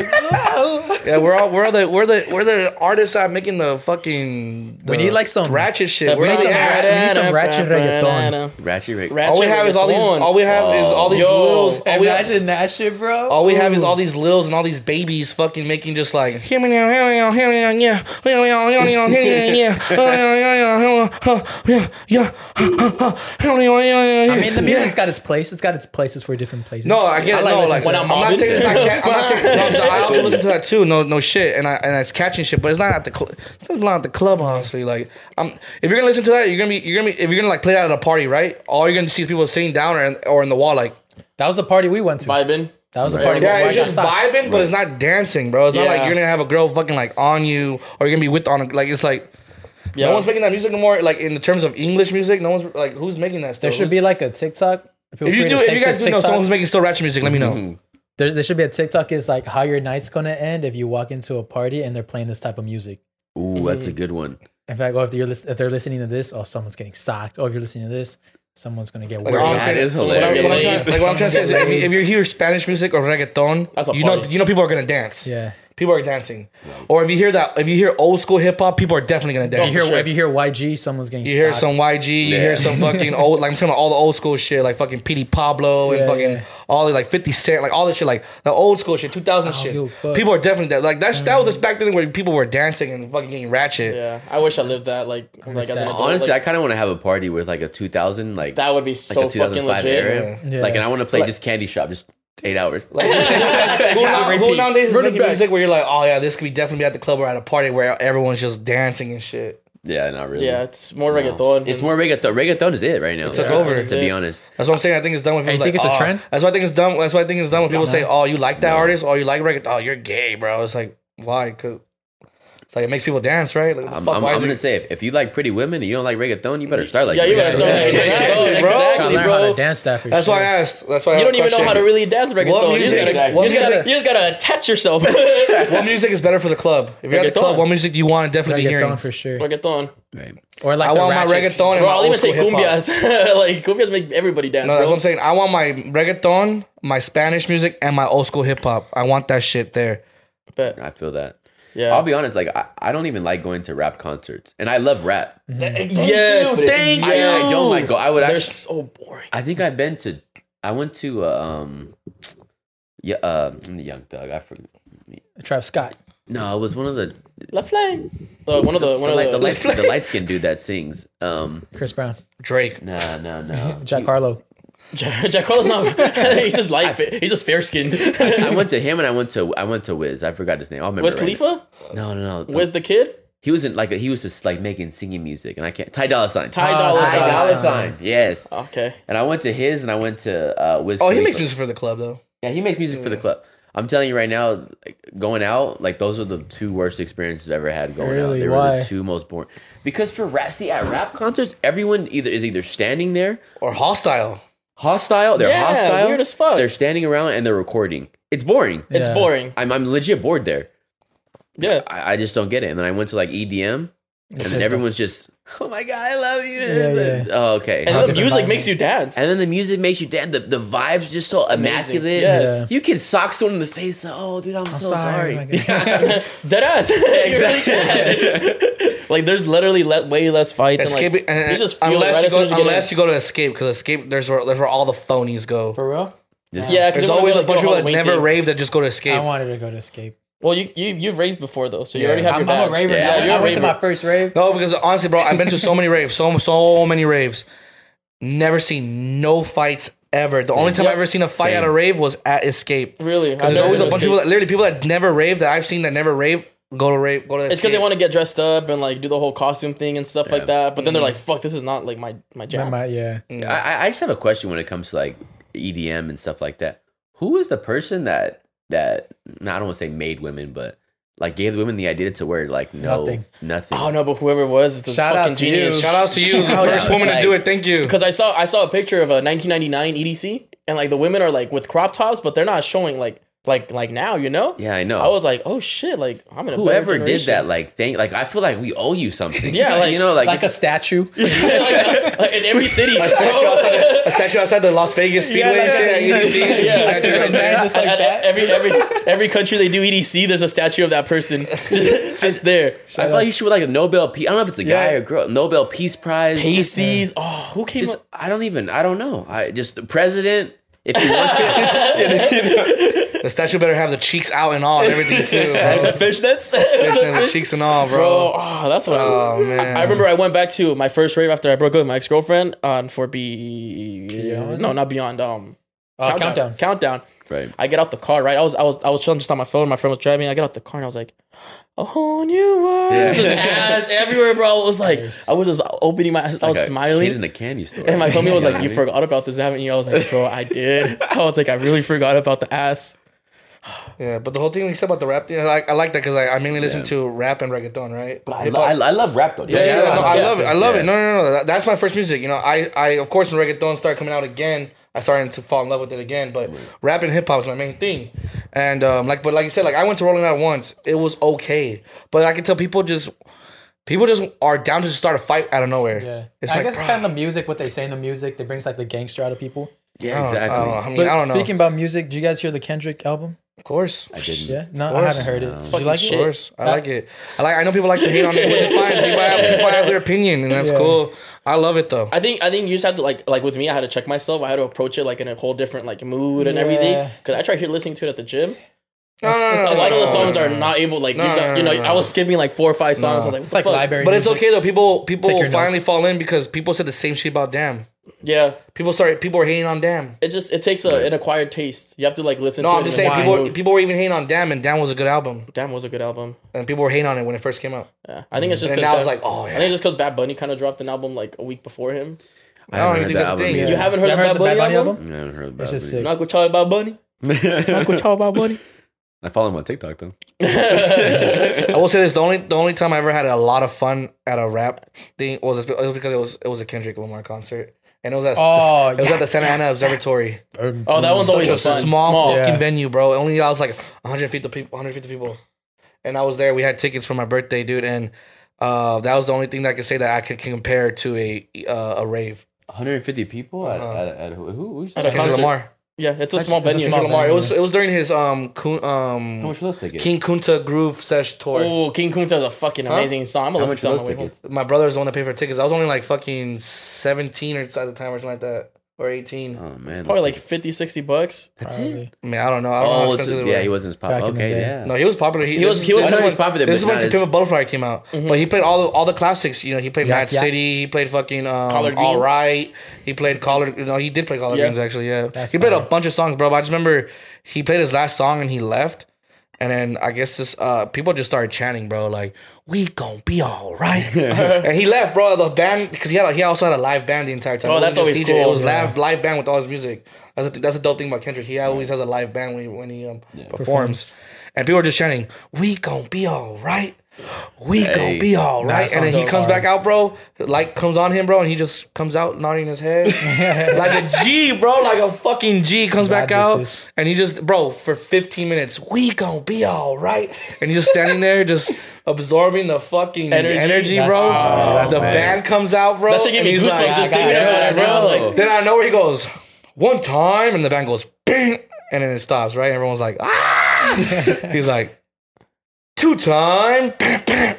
Yeah, we're all we're all the we're the we're the artists out making the fucking.
We
the
need, like, some-
ratchet shit. We're
need
not
some
the-
ra- we need some ratchet reggaeton.
Ratchet Oh, Rick.
Ratchet
all we have is all these.
reggaeton.
All we have is all these
Yo,
littles. All we, have,
Imagine that shit, bro.
all we have is all these littles and all these babies fucking making just like. Here we go, here we go, here we go, yeah, here we go, here we go, here we go, yeah, here we go, here we go, huh, yeah, yeah, huh, huh, huh, here we go, yeah, yeah,
I mean, the
yeah.
music's got its place. It's got its places for different places.
No, uh, I get it.
like
no,
listening
like
to
I'm,
that.
not saying it's not. Ca- I'm not saying. No, I'm saying- I also listen to that too. No, no shit, and I and it's catching shit, but it's not at the club. It's not at the club, honestly. Like, um, if you're gonna listen to that, you're gonna be you're gonna be if you're gonna like play that at a party, right? All you're gonna see is people sitting down or in, or in the wall, like
That was the party we went to.
vibing.
That was the party.
yeah,
where
it's
I got
just
socked.
vibing, but it's not dancing, bro. It's not like
Yeah.
you're gonna have a girl fucking like on you or you're gonna be with on a, like it's like.
Yeah,
No one's making that music no more. Like in the terms of English music, no one's like who's making that. Still?
There should be like a TikTok. Feel
If you
free to
do, if
take
you guys
this
do know someone
TikTok. Mm-hmm.
who's making still ratchet music, let me know.
there, there should be a TikTok is like how your night's gonna end if you walk into a party and they're playing this type of music.
Ooh, that's a good one.
In fact, oh, if you're lis- if they're listening to this, oh, someone's getting socked. Oh, if you're listening to this, someone's gonna get
Like, all I'm
worried.
That
saying-
is
what I'm- what I'm
hilarious.
trying- Like what I'm trying to say is, if you, if you hear Spanish music or reggaeton,
That's a
you know,
party.
you know, people are gonna dance.
Yeah.
people are dancing. Or if you hear that, if you hear old school hip hop, people are definitely gonna
If
Oh,
dance.
you hear if you hear YG, someone's getting
You hear
socked.
some YG, you
Yeah.
hear some fucking old, like I'm talking about all the old school shit, like fucking Petey Pablo and
Yeah,
fucking
yeah.
all the like 50 Cent, like all this shit, like the old school shit, 2000 shit.
yo, fuck. Mm.
People are definitely that. Like that's that was just back then where people were dancing and fucking getting ratchet.
Yeah, I wish I lived that. Like, like as an
Understand.
adult,
Honestly, I
like,
kind of want to have a party with like a 2000, like,
that would be
like
so
a
fucking
2005
legit.
era.
Yeah.
Like, and I want to play just Candy Shop, just eight hours.
Who, now, who
repeat.
nowadays is
Run it
making
back.
music where you're like, oh yeah, this could be definitely be at the club or at a party where everyone's just dancing and shit.
yeah, not really.
Yeah, it's more reggaeton.
It's more reggaeton. Reggaeton is it right now. It
took over.
to be honest.
That's what I'm saying. I think it's done when people
you
like,
think it's a
"Oh,"
trend?
That's why I think it's dumb. That's why I think it's dumb when people say, "Oh, you like that artist? Oh, you like reggaeton? Oh, you're gay, bro." It's like why? Cause it's like it makes people dance, right? Like, what the
I'm,
fuck,
I'm,
why
I'm
is
gonna
it-
say if, if you like pretty women and you don't like reggaeton, you better start like
yeah, you better
reggaeton.
start like
Exactly,
reggaeton.
bro.
Exactly,
learn how to
bro.
dance that for
That's
sure.
why I asked. That's why I
You
have a
don't even know
question.
how to really dance reggaeton. You just
music-
gotta-
what
you just gotta-
music-
you just gotta attach yourself.
What music is better for the club? If you're at the club,
Reggaeton.
what music do you want to definitely be hearing?
reggaeton for sure.
Reggaeton.
Or like
I
the
want my
ratchet-
reggaeton and
Bro,
my
I'll
old
even
school
take
hip hop.
cumbias. like cumbias make everybody dance.
No, that's
bro.
what I'm saying. I want my reggaeton, my Spanish music, and my old school hip hop. I want that shit there.
I feel that.
Yeah.
I'll be honest. Like I, I don't even like going to rap concerts, and I love rap.
yes, oh
Thank
I, I don't like go. I would.
They're
Actually,
so boring.
I think I've been to. I went to uh, um, yeah, uh, um, Young Thug. I forgot.
Travis Scott.
No, it was one of the
La Flame. Uh, one of the one
the
of the,
light, the light, the light skinned dude that sings. Um,
Chris Brown,
Drake.
no, no, no.
Jack Harlow.
Jack, Jack Harlow's not. he's just light. fa- He's just fair skinned.
I went to him and I went to I went to Wiz. I forgot his name. I'll remember.
Wiz
right
Khalifa?
now. No, no, no. The-
Wiz the kid?
he was in like he was just like making singing music, and I can't. Ty Dolla Sign.
Ty
Ah,
Dolla
Ty
Sign.
Dolla
Sign. Yes.
Okay.
And I went to his, and I went to uh, Wiz.
Oh, he
Khalifa.
makes music for the club though.
Yeah, he makes music for the club. I'm telling you right now, like, going out, like those are the two worst experiences I've ever had going out.
Really?
They were
Why?
the two most boring. Because for rap, see, at rap concerts, everyone either is either standing there,
Or hostile.
hostile, they're
Yeah,
hostile,
weird as fuck.
they're standing around and they're recording. It's boring.
It's
Yeah.
boring.
I'm, I'm legit bored there.
Yeah.
I, I just don't get it. And then I went to like EDM, and
just
then everyone's just, oh my god, I love you.
Yeah, yeah.
Oh, okay.
And
How
then the
could the
music
vibe-
makes you dance.
And then the music makes you dance. The, the vibes just so
It's amazing.
immaculate.
Yes.
You can sock someone in the face. Like, oh, dude, I'm, so sorry.
my God.
Dead ass. exactly. like there's literally le- way less fights.
Escape.
and, like,
and-
you just feel
unless
right
you
as soon
go,
as you get
unless
in.
you go to escape, because escape there's where there's where all the phonies go.
For real,
yeah, 'cause
There's
everyone
always
goes, like,
a bunch of
do
people that
Halloween
never
thing.
rave that just go to
I
escape.
wanted to go to Escape.
Well, you you you've raved before though, so you already have
I'm,
your
I'm a
badge.
raver.
Yeah,
now.
you're
I
a
went to
raver.
my first rave.
No, because honestly, bro, I've been to so many raves, so so many raves. Never seen no fights ever. The only time I ever seen a fight at a rave was at Escape.
really. I've
There's
never
always a
been to
bunch
escape.
of people that literally people that never rave that I've seen that never rave go to rave go to.
It's because they want to get dressed up and like do the whole costume thing and stuff like that. But then they're like, "Fuck, this is not like my my
Yeah.
jam."
yeah.
I, I- I just have a question when it comes to like EDM and stuff like that. Who is the person that that no, I don't want to say made women, but like gave the women the idea to wear like no nothing.
Nothing.
Oh no, but whoever it was, it's a
Shout out
fucking
to
genius.
you.
Shout outs to you, the
Shout
first
out,
woman to
like-
do it. Thank you.
Because I saw I saw a picture of a 1999 EDC, and like the women are like with crop tops, but they're not showing like like like now, you know?
Yeah, I know.
I was like, oh shit! Like I'm in a better
Whoever did
generation.
that, like thank like I feel like we owe you something.
Yeah, like-
you know, like,
Like a statue.
like, like, in every city.
A statue outside, a statue outside the Las Vegas Speedway and shit.
yeah,
at EDC,
yeah,
there's
yeah.
a statue right there.
Man, just like
At- at
that.
every every every country they do EDC, there's a statue of that person just just there.
I feel like you should wear like a Nobel Peace. I don't know if it's a guy
Yeah.
or girl. Nobel Peace Prize. Just-
Pasties. Oh, who came
Just,
up?
I don't even. I don't know. I just the president. If he wants it,
The statue better have the cheeks out and all and everything too,
The
bro.
fishnets.
the cheeks and all,
Bro,
bro.
oh, that's what
Oh,
I,
man.
I I remember I went back to my first rave after I broke up with my ex girlfriend on for B
Beyond?
no not beyond um
Uh, countdown.
countdown
right?
I get out the car, right? I was I was I was chilling just on my phone. My friend was driving. I get out the car and I was like, a whole new world. Just ass everywhere, bro. It was like I was just opening my I was
Like a kid in
smiling.
a candy store.
And my homie was
Yeah,
like, You
I mean,
forgot about this, haven't you? I was like, Bro, I did. I was like, I really forgot about the ass.
Yeah, but the whole thing you said about the rap, thing, I like, I like that because I, I mainly listen to rap and reggaeton, right?
I, lo- I, I love rap though. dude.
yeah, no, I
yeah,
love it. I love
yeah.
it. No, no, no, no. that- That's my first music. You know, I, I of course when reggaeton started coming out again, I started to fall in love with it again. But rap and hip hop is my main thing. And um, like, but like you said, like I went to Rolling Out once. It was okay, but I can tell people just people just are down to just start a fight out of nowhere.
Yeah.
it's
I
like
guess it's
bruh,
kind of the music, what they say in the music that brings like the gangster out of people.
yeah,
I
exactly.
don't know. I mean,
But
I don't know.
speaking about music, did you guys hear the Kendrick album?
of course,
I didn't.
Yeah. No, I
course.
haven't heard it. Did
fucking
you like
Of
it?
course, I like it. I like. I know people like to hate on it, which is fine. People have, people have their opinion, and that's cool. I love it though.
I think I think you just have to like like with me, I had to check myself. I had to approach it like in a whole different like mood and everything.
Yeah.
Cause I tried here listening to it at the gym.
no, no, no,
A
no,
lot
no,
of the
no,
songs
no,
are
oh, no.
not able like
No,
you,
no,
got, you know
no, no,
I was skipping like four or five songs. I was like, what
It's
the
like
fuck?
library.
But it's
music.
okay though. People
Take
people
your
finally
notes.
fall in because people said the same shit about Damn.
Yeah.
People started people were hating on Damn.
It just it takes a, an acquired taste. You have to like listen
No,
to it.
I'm just
in a
saying
different
people
mood.
people were even hating on Damn, and Damn was a good album,
Damn was a good album.
and people were hating on it when it first came out.
Yeah. I think it's just
And
'cause
now it's
Bad-
like, oh,
I
yeah.
think it's just because Bad Bunny kind of dropped an album like a week before him.
I
don't
haven't
even
heard
think
that
that's the
album
thing.
either.
You haven't heard
You
of Bad,
haven't
Bunny, album?
I haven't heard about
It's just
it.
sick.
Not gonna tell you about Bunny. Not gonna tell you about Bunny.
I follow him on TikTok though.
I will say this: the only the only time I ever had a lot of fun at a rap thing was it was because it was it was a Kendrick Lamar concert, and it was at
Oh,
the, it was
yeah,
at the Santa Ana Observatory.
Oh, that one's
Such
always
Mm. a
fun.
small,
small.
fucking
Yeah.
venue, bro. Only I was like 150 people, 150 people, and I was there. We had tickets for my birthday, dude, and uh, that was the only thing that I could say that I could compare to a uh, a rave.
150 people at,
Uh-huh.
at, at who? who who's
At a
Kendrick
concert.
Lamar.
Yeah, it's a small
It's a
venue.
small
Lamar. It was it was during his um Kun, um
How much are those tickets?
King Kunta Groove Sesh tour.
Oh, King Kunta is a fucking amazing song. I'm gonna
How
listen
much
to it on
are those
my way home.
tickets?
My brother's the one that paid for tickets. I was only like fucking 17 or at the time or something like that. or 18.
Oh man,
Probably like 50, 60 bucks.
that's
Probably.
it.
I mean, I don't know. I don't know how
Oh, it's,
Oh, expensive they
Oh, yeah,
were.
he wasn't as
Back in
popular.
the
Okay,
day.
yeah.
No, he was popular. He,
He was- he was
this
kinda
when-
was popular,
This
but
is when
not
To
as-
Pimp a Butterfly came out, but he played all the, all the classics. You know, he played
Yeah,
Mad
yeah.
City. He played fucking um,
Collard
All
Greens.
Right. He played Collard. No, he did play Collard
Yeah.
Greens actually. Yeah,
That's
he played a
fire.
bunch of songs, bro. But I just remember he played his last song and he left. And then I guess this uh, people just started chanting, bro, like "We gonna be all right." and he left, bro. The band because he had a, he also had a live band the entire time.
Oh,
It wasn't
that's
just
always
It
cool,
was
yeah.
live live band with all his music. That's a, that's a dope thing about Kendrick. He always has a live band when he, when he um, performs. And people are just chanting, "We gonna be all right. We gonna be all right."
that
and then
sounds
he comes
hard.
back out, bro. Like comes on him, bro, and he just comes out nodding his head like a G, bro. Like a fucking G comes
Glad
back
that
out,
this-
and he just, bro, for 15 minutes, we gonna be all right. And he's just standing there, just absorbing the fucking energy,
Energy.
That's-
bro.
oh, that's
the
bad.
band comes out, bro.
That shit gave
and
me
he's
goosebumps
like-
just
I
thinking
got
about it, bro.
it.
Like,
then I know where he goes one time, and the band goes bing, and then it stops. Right, everyone's like ah. he's like two time, bang, bang.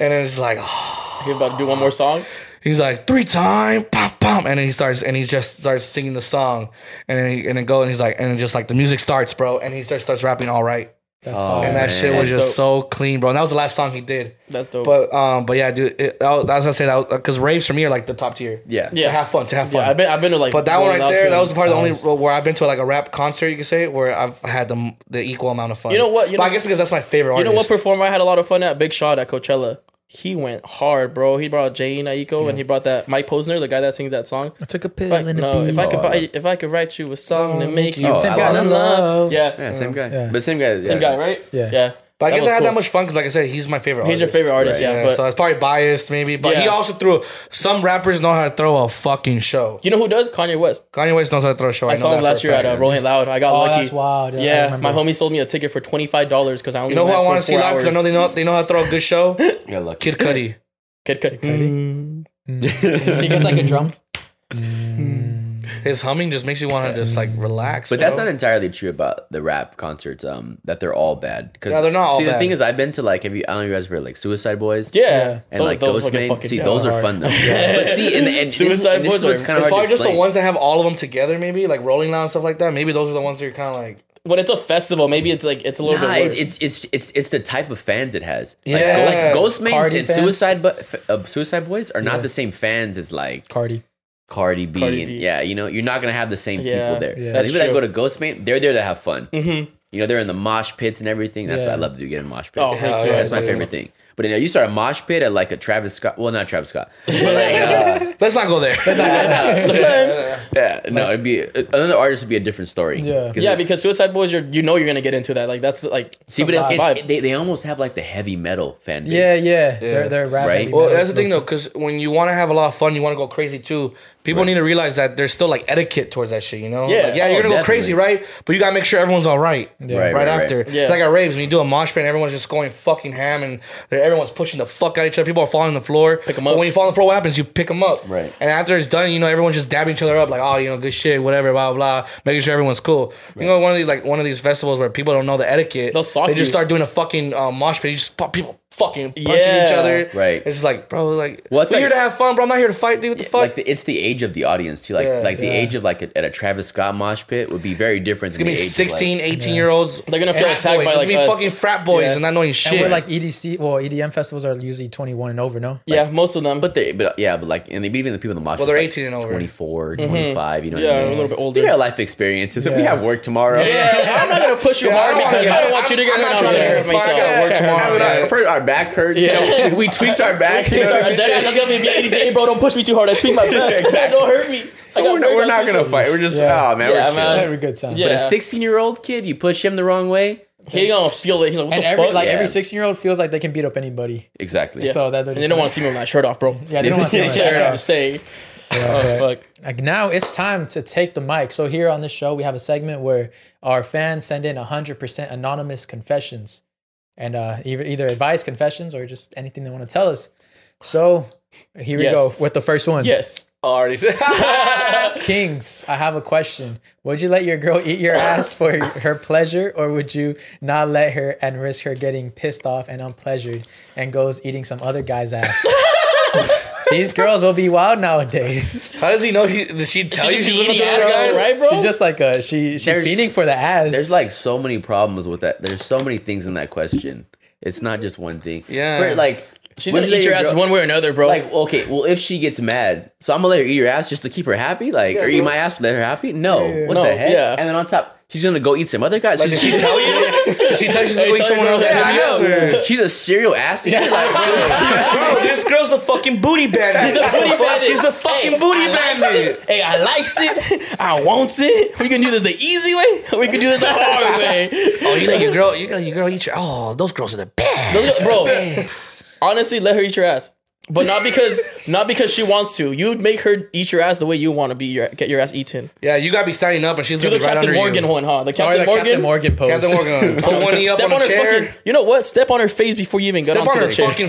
and then it's like ah.
you about to do one more song?
He's like three time, pom pom, and then he starts and he just starts singing the song, and then he, and then go and he's like and then just like the music starts, bro, and he starts starts rapping all right,
That's
Oh,
fire.
and
man.
that shit was
That's
just so clean, bro. And that was the last song he did,
That's dope.
but um, but yeah, dude, it, that was, that's what I say that because raves for me are like the top tier.
Yeah.
to
yeah.
have fun, to have fun.
yeah, I've been, I've been to like.
But that one
going
right
out
there,
to-
that was part of the only
Nice.
where I've been to like a rap concert, you could say, where I've had the the equal amount of fun.
You know what? You
but
know-
I guess because that's my favorite.
You know what
artist.
performer I had a lot of fun at? Big Shot at Coachella. He went hard, bro. He brought Jane Aiko and he brought that Mike Posner, the guy that sings that song.
I took a
If
pill
I,
and a
no, if I
beat.
could,
Oh,
buy, if I could write you a song to make you
Oh,
fall
I love
in
it.
love. Yeah.
Yeah, same guy.
Yeah.
But same guy.
same
yeah.
guy, right?
Yeah.
yeah.
But I guess
was
I had
cool.
that much fun because, like I said, he's my favorite.
He's your
artist.
favorite artist,
Right.
yeah.
Yeah,
but
so it's probably biased, maybe. But he
Yeah.
also threw. Some rappers know how to throw a fucking show.
you know who does? Kanye West.
Kanye West knows how to throw a show.
I
I, know
saw
that
him
for
last
a
year at
fact.
uh, Rolling Loud. I got
Oh,
lucky.
that's wild. Yeah, I
Yeah,
remember.
my homie sold me a ticket for twenty five dollars because I only
You know who I
want to
see live because I know they know they know how to throw a good show.
Yeah, lucky.
Kid Cudi.
Kid Cudi.
Mm.
He gets like a drum.
His humming just makes you want to just like relax.
But that's
bro.
not entirely true about the rap concerts. Um, that they're all bad. Cause
No, they're not all
see,
bad.
the thing is, I've been to like, have you? I don't know if you guys were like Suicide Boys.
Yeah,
And like
fucking-
Ghostman.
fucking-
See, those are fun though. But see, and, and
Suicide
this, and this
Boys
is what's
are-
kind of
As far
hard
as
to
just the
explain.
ones that have all of them together, maybe like Rolling Loud and stuff like that. Maybe those are the ones that you're kind of like.
when it's a festival, maybe it's like it's a little
Nah,
bit
it,
worse.
it's it's it's it's the type of fans it has.
Yeah.
Yeah, like Ghost, Ghostman
Cardi
and
fans.
Suicide, Bu- f- uh, Suicide Boys are not the same fans as like
Cardi.
Cardi B.
Cardi
and,
B.
Yeah, you know, you're not gonna have the same
Yeah,
people there.
yeah.
The
That's
people that
true.
go to Ghostman, they're there to have fun. Mm-hmm. You know, they're in the mosh pits and everything. That's
Yeah.
what I love to do. Get in mosh pits.
Oh, me
Hell
too.
yeah.
That's my favorite thing. But you know, you start a mosh pit at like a Travis Scott. Well, not Travis Scott. But like, uh,
Let's not go there.
yeah, no, it'd be another artist would be a different story.
Yeah.
Yeah, because Suicide Boys, you're you know you're gonna get into that. Like that's like
See, but it's,
the
it's,
vibe.
they they almost have like the heavy metal fan base.
Yeah, yeah. They're they're rap
Right?
heavy
well,
metal.
that's the thing though, because when you want to have a lot of fun, you want to go crazy too. People need to realize that there's still like etiquette towards that shit. You know?
Yeah.
Like, yeah,
Oh,
you're gonna go crazy,
definitely.
right? But you gotta make sure everyone's all right.
Right,
Right,
right, right.
after,
Yeah.
it's like at raves when you do a mosh pit, and everyone's just going fucking ham, and they're- everyone's pushing the fuck out of each other. People are falling on the floor. Pick
'em up.
when you fall on the floor, what happens? You pick them up.
Right.
And after it's done, you know everyone's just dabbing each other up, like oh, you know, good shit, whatever, blah blah, making sure everyone's cool. You know, one of these like one of these festivals where people don't know the etiquette,
They'll sock
they just
you.
start doing a fucking uh, mosh pit. You just pop people fucking punching
Yeah.
each other.
Right.
It's just like, bro, like
Well, it's
we're
like-
here to have fun, bro. I'm not here to fight, dude. What the fuck?
Like the, it's the age of the audience too. Like
Yeah,
like the
yeah.
age of like a, at a Travis Scott mosh pit would be very different.
Give
than
me
the age of,
16,
like,
18 year olds.
They're gonna feel
frat
attacked
boys.
by,
It's
like,
gonna be
us.
fucking frat boys
Yeah.
and not knowing
And
shit.
we're like EDC. Well, EDM festivals are usually 21 and over. No.
yeah, most of them. But
but they but uh, yeah, but like and they even the people in the mosh.
Well,
pit,
they're
like
18 and over.
24,
Mm-hmm.
25, You know, what
Yeah,
I mean?
a little bit older.
We got life experiences. and We
Yeah.
have work tomorrow.
yeah, I'm not gonna push you
Yeah, I
hard
don't wanna
because
get-
I don't want you to get
I'm
hurt.
not
I'm
trying
gonna
to get
hurt
hurt. Fuck,
myself.
I gotta
Work
work
tomorrow.
tomorrow.
Yeah.
Yeah.
Our back hurts. You know, we tweaked our backs. you know what I mean?
That- That's gonna be me. He's like, hey, bro, don't push me too hard. I tweak my back. Don't hurt me. I got
We're not,
burnt
we're
out
not
too
gonna
soon.
fight. We're just
Yeah.
oh man,
Yeah,
we're
man.
chill.
Have a good time.
Yeah.
But a sixteen-year-old kid, you push him the wrong way.
He gonna feel it. He's like, what
And
the
every
fuck?
like
Yeah.
every 16 year old feels like they can beat up anybody.
Exactly.
So that they're
And
just
they
like-
don't want to see me with my shirt off, bro.
Yeah, they don't want to
Yeah,
see my shirt
I'm
off.
just saying. Oh fuck.
Like now it's time to take the mic. So here on this show, we have a segment where our fans send in 100% anonymous confessions and uh, either, either advice, confessions, or just anything they want to tell us. So here we
Yes.
go with the first one.
Yes.
already said.
Kings, I have a question. Would you let your girl eat your ass for her pleasure, or would you not let her and risk her getting pissed off and unpleasured and goes eating some other guy's ass? These girls will be wild nowadays.
How does he know? He, did she tell you
She's
she's
just
looking
eating
for
ass
this guy?
guy, right, bro?
She just like uh, she she
There's-
feeding for the ass.
There's like so many problems with that. There's so many things in that question. It's not just one thing.
Yeah.
Where, like
She's
when
gonna
they-
eat your ass one way or another, bro.
Like okay, well if she gets mad, so I'm gonna let her eat your ass just to keep her happy, like or eat my ass to let her happy. No, what
No,
the heck?
yeah.
And then on top, she's gonna go eat some other guy. She's,
Did she tell you? Did she tell you she's looking for
tell
someone
your
else?
girl
Yeah,
that.
I know.
she's a serial ass. eater, like,
Bro, this girl's the fucking booty bandit. She's the
booty bandit.
She's the fucking
Hey,
booty
I likes
bandit.
it. Hey, I likes it. I wants it. We can do this the easy way. or We can do this the hard way.
Oh, you let your girl, you got your girl eat your. Oh, those girls are the
Those-
best.
bro, honestly, let her eat your ass. But not because not because she wants to. You'd make her eat your ass the way you want to be your, get your ass eaten.
Yeah, you gotta be standing up, and she's
Do
gonna
the
be right
Captain
under
Morgan
you.
one, huh? The
or
Oh, Captain
the
Morgan.
Captain Morgan pose.
Captain Morgan, put one knee up
Step on
on a
her
chair.
fucking. You know what? Step on her face before you even got
Step
onto
on her
the chair.
fucking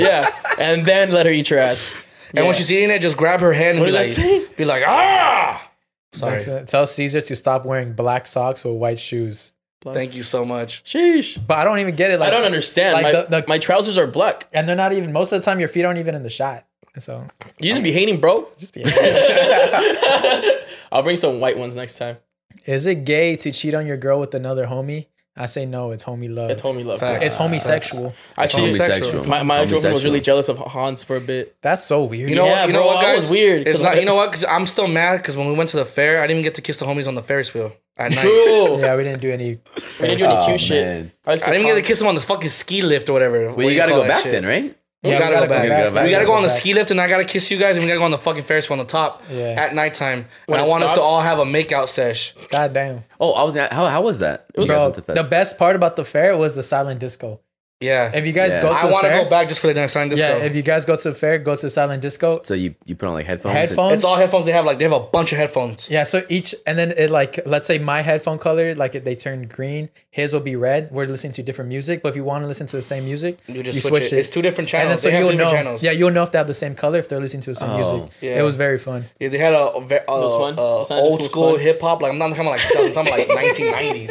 yeah, and then let her eat your ass.
And when she's eating it, just grab her hand and be
did I say?
like, be like, ah. Sorry.
Sorry. Tell Caesar to stop wearing black socks with white shoes.
Thank you so much.
Sheesh.
But I don't even get it. Like
I don't understand.
Like
my,
the, the,
my trousers are black.
and they're not even. Most of the time, your feet aren't even in the shot. So
You just be hating, bro.
just be. angry.
I'll bring some white ones next time.
Is it gay to cheat on your girl with another homie? I say no. It's homie love.
It's homie love.
Facts.
It's homie sexual.
Actually,
homosexual.
my, my girlfriend was
Homosexual.
really jealous of Hans for a bit.
That's so weird.
You know
Yeah,
what? You know
bro,
what,
I
guys?
was weird, 'cause
It's not.
I-
You know what? Because I'm still mad because when we went to the fair, I didn't even get to kiss the homies on the Ferris wheel at night.
True.
yeah, we didn't do any.
We didn't do any cute shit.
man.
I, just
I didn't even get to
Hans.
kiss them on the fucking ski lift or whatever.
well, you gotta go back then, right?
We gotta go back.
go back.
We gotta go on the
back.
ski lift, and I gotta kiss you guys, and we gotta go on the fucking Ferris wheel on the top
Yeah.
at nighttime.
When
and I
it
want us to
stops?
all have a makeout sesh.
God damn.
Oh, I was how how was that? It
Bro, the best part about the fair was the silent disco.
Yeah,
If you guys
Yeah.
go to
I
the
want to
fair,
go back just for the next time. Disco.
yeah, if you guys go to the fair, go to the silent disco.
so you you put on like headphones. and-
Headphones.
it's all headphones they have. Like they have a bunch of headphones.
Yeah, so each and then it like let's say my headphone color like if they turn green, his will be red. We're listening to different music, but if you want to listen to the same music,
You just switch, it. It's two different
and then
channels.
so
they have
you'll
two
know.
different channels.
Yeah, you'll know if they have the same color if they're listening to the same
Oh.
music.
Yeah.
It was very fun.
Yeah, they had a, a, ve- a,
was fun.
a
Los Angeles
old
was
school
fun.
hip hop. Like I'm not talking about like 2000, I'm talking about like 1990s.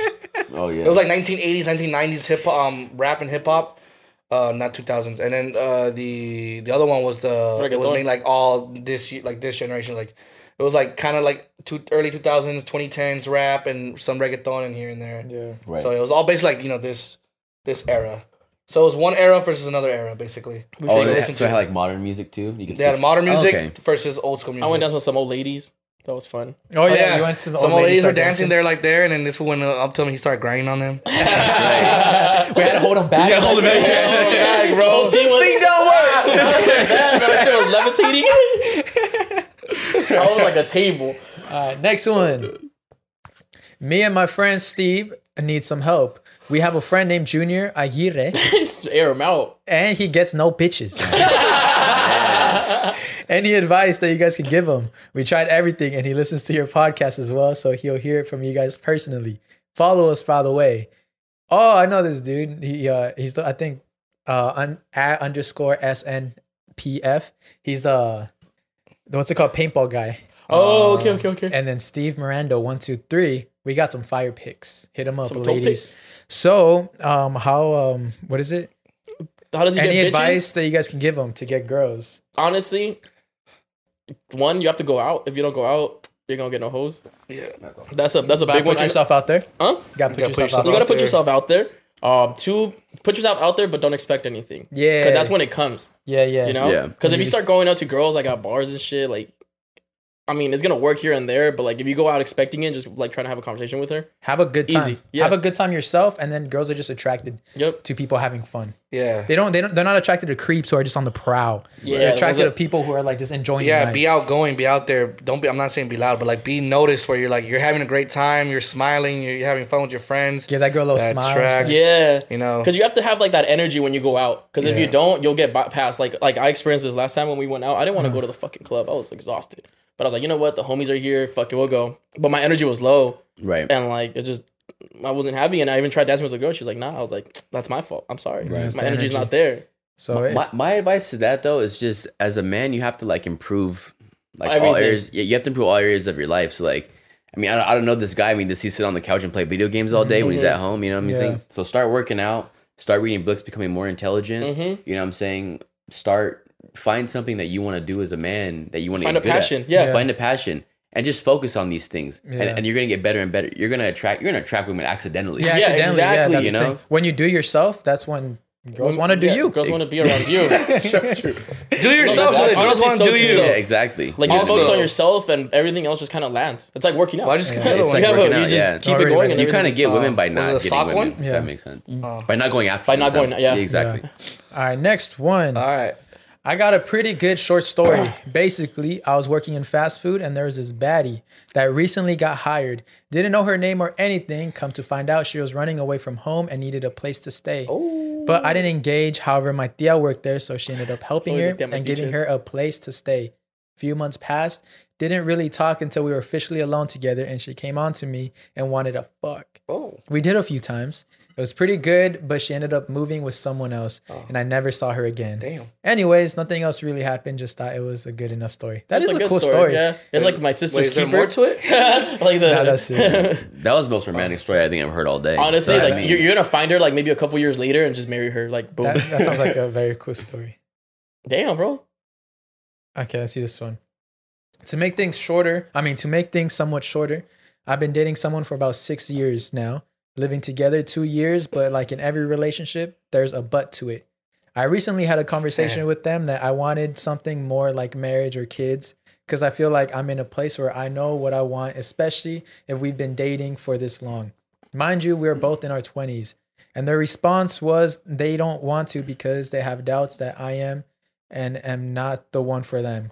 Oh yeah.
It was like 1980s, 1990s hip hop, um, rap and hip hop. Uh, not 2000s. And then uh, the the other one was the it was
Reggaeton.
made like all this ye- like this generation like it was like kind of like two, early 2000s, 2010s rap and some reggaeton in here and there.
Yeah.
Right.
So it was all based like you know this this era. So it was one era versus another era basically.
oh,
should
they-
listen
so
to
I had like modern music too. You could
They had
switch-
modern music
Okay.
versus old school music.
I went down with some old ladies. That was fun.
Oh,
Oh,
yeah,
yeah,
we went to the
some old ladies were
start
dancing. They're like there, and then this one went up to him. He started grinding on them.
We had to hold them back.
Hold it back.
Yeah, bro. This thing don't work. that shit was levitating. I was like a table.
All right, next one. Me and my friend Steve need some help. We have a friend named Junior Aguirre.
Just air them out.
and he gets no pitches. Any advice that you guys could give him? We tried everything, and he listens to your podcast as well, so he'll hear it from you guys personally. Follow us, by the way. Oh, I know this dude. He uh, he's the I think uh un, at underscore snpf. He's the the what's it called paintball guy.
Oh, okay, okay, okay.
And then Steve Miranda one two three. We got some fire picks. Hit him up,
Some dope
ladies. So, um, how um, what is it?
How does he
any
get bitches?
advice that you guys can give them to get girls?
honestly, one, you have to go out. If you don't go out, you're gonna get no hoes. Yeah, that's a that's a big
Put
one. I-
yourself out there.
huh?
You gotta put
gotta put
yourself out
yourself
You
there.
gotta put
there.
yourself out there. Um, two, put yourself out there, but don't expect anything.
Yeah.
because that's when it comes.
Yeah, yeah.
You know,
Yeah.
Because if
You
you
just-
start going out to girls like at bars and shit, like, I mean, it's gonna work here and there, but like if you go out expecting it, just like trying to have a conversation with her.
Have a good time.
Easy, yeah.
Have a good time yourself, and then girls are just attracted
Yep.
to people having fun.
Yeah,
They don't. They don't. They're not attracted to creeps who are just on the prowl.
Yeah, the
They're
ones
attracted to
that-
people who are like just enjoying.
yeah.
The night.
Be outgoing. Be out there. Don't be. I'm not saying be loud, but like be noticed where you're like you're having a great time. You're smiling. You're, you're having fun with your friends.
Give that girl a little
That
smile.
tracks.
Yeah.
You
Oh.
know.
because you have to have like that energy when you go out. Because if you
Yeah.
don't, you'll get bypassed. Like like I experienced this last time when we went out. I didn't want
Uh-huh.
to go to the fucking club. I was exhausted. But I was like, you know what? The homies are here. Fuck it, we'll go. But my energy was low,
Right.
and like it just I wasn't happy. And I even tried dancing with a girl. She was like, nah. I was like, that's my fault. I'm sorry.
It's
My
the
energy's
energy.
not there.
So
my,
it's,
my advice to that though is just as a man you have to like improve like all
Everything.
areas yeah, you have to improve all areas of your life so like i mean i don't, I don't know this guy i mean does he sit on the couch and play video games all day when
Mm-hmm.
he's at home you know what i'm
Yeah.
saying
Mm-hmm.
so start working out start reading books becoming more intelligent you know what i'm saying start find something that you want to do as a man that you want to
Find a
get good at.
passion, yeah. Yeah.
find a passion and just focus on these things and,
Yeah.
and you're gonna get better and better you're gonna attract you're gonna attract women accidentally
Yeah,
Yeah,
accidentally. Yeah,
exactly,
that's
you
the
know?
thing. When you do yourself, that's when girls want to do
Yeah,
you.
Girls want to be around you.
Do yourself so
that's
that girls
honestly
want to
so
do
true,
you.
though.
yeah exactly
Like you
Also-
focus on yourself and everything else just kind of lands. It's like working out.
Why just
it's
another one?
like
Yeah, but
working
you
out,
just
yeah.
keep it
Already
going,
made
and
it.
you kind of
everything's-
get women by
it
not
a
getting
sock
women
one?
if
Yeah.
that makes sense by not going after
Mm-hmm. By not
them.
going- yeah.
exactly
All right, next one.
All right.
I got a pretty good short story. Basically, I was working in fast food and there was this baddie that recently got hired. Didn't know her name or anything. Come to find out, she was running away from home and needed a place to stay.
Oh.
But I didn't engage. However, my tia worked there, so she ended up helping
always
her
like that, my
and giving her
teachers.
a place to stay. Few months passed. Didn't really talk until we were officially alone together, and she came on to me and wanted a fuck.
Oh.
We did a few times. It was pretty good, but she ended up moving with someone else, and I never saw her again.
Damn.
Anyways, nothing else really happened. Just thought it was a good enough story.
That's
a,
a, good
cool story.
story. Yeah, it's like my sister's
Wait, is there
keeper.
more to it?
like the
Nah, that's it.
that was the most romantic story i think i've heard all day
honestly,
So, I
like
mean,
you're, you're gonna find her like maybe a couple years later and just marry her. Like boom.
that, that sounds like a very cool story.
Damn, bro.
Okay, I see this one. To make things shorter, I mean, to make things somewhat shorter, I've been dating someone for about six years now, living together two years, but like in every relationship, there's a but to it. I recently had a conversation with them that I wanted something more like marriage or kids because I feel like I'm in a place where I know what I want, especially if we've been dating for this long. Mind you, we are both in our 20s. And their response was they don't want to because they have doubts that I am and am not the one for them,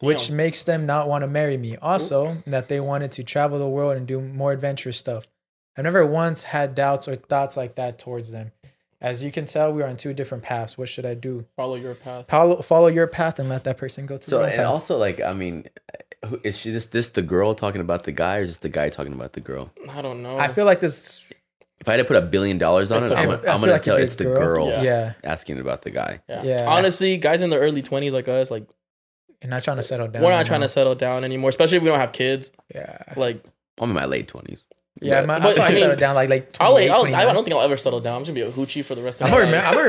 which makes them not want to marry me. Also, that they wanted to travel the world and do more adventurous stuff. I've never once had doubts or thoughts like that towards them. As you can tell, we are on two different paths. What should I do?
Follow your path.
Follow, follow your path and let that person go to
so
their own
and
path.
also like i mean who- is she this this the girl talking about the guy or is this the guy talking about the girl
I don't know.
I feel like this.
if i had to put a billion dollars on
It's
it
a-
i'm,
I
gonna- I'm
feel
gonna
like it'd
tell
be a
it's the
girl.
girl
Yeah.
asking about the guy
yeah.
yeah.
Honestly, guys in the early twenties like us, like
and not trying to settle down.
we're not
right
trying
now.
to settle down anymore, especially if we don't have kids.
Yeah.
Like
i'm in my late 20s
Yeah, my, I'll
but, I
probably
mean,
settle down like like
I'll,
28,
I'll, I
29.
don't think I'll ever settle down. I'm just gonna be a hoochie for the rest of
I'm
my
gonna
life.
remember. I'm gonna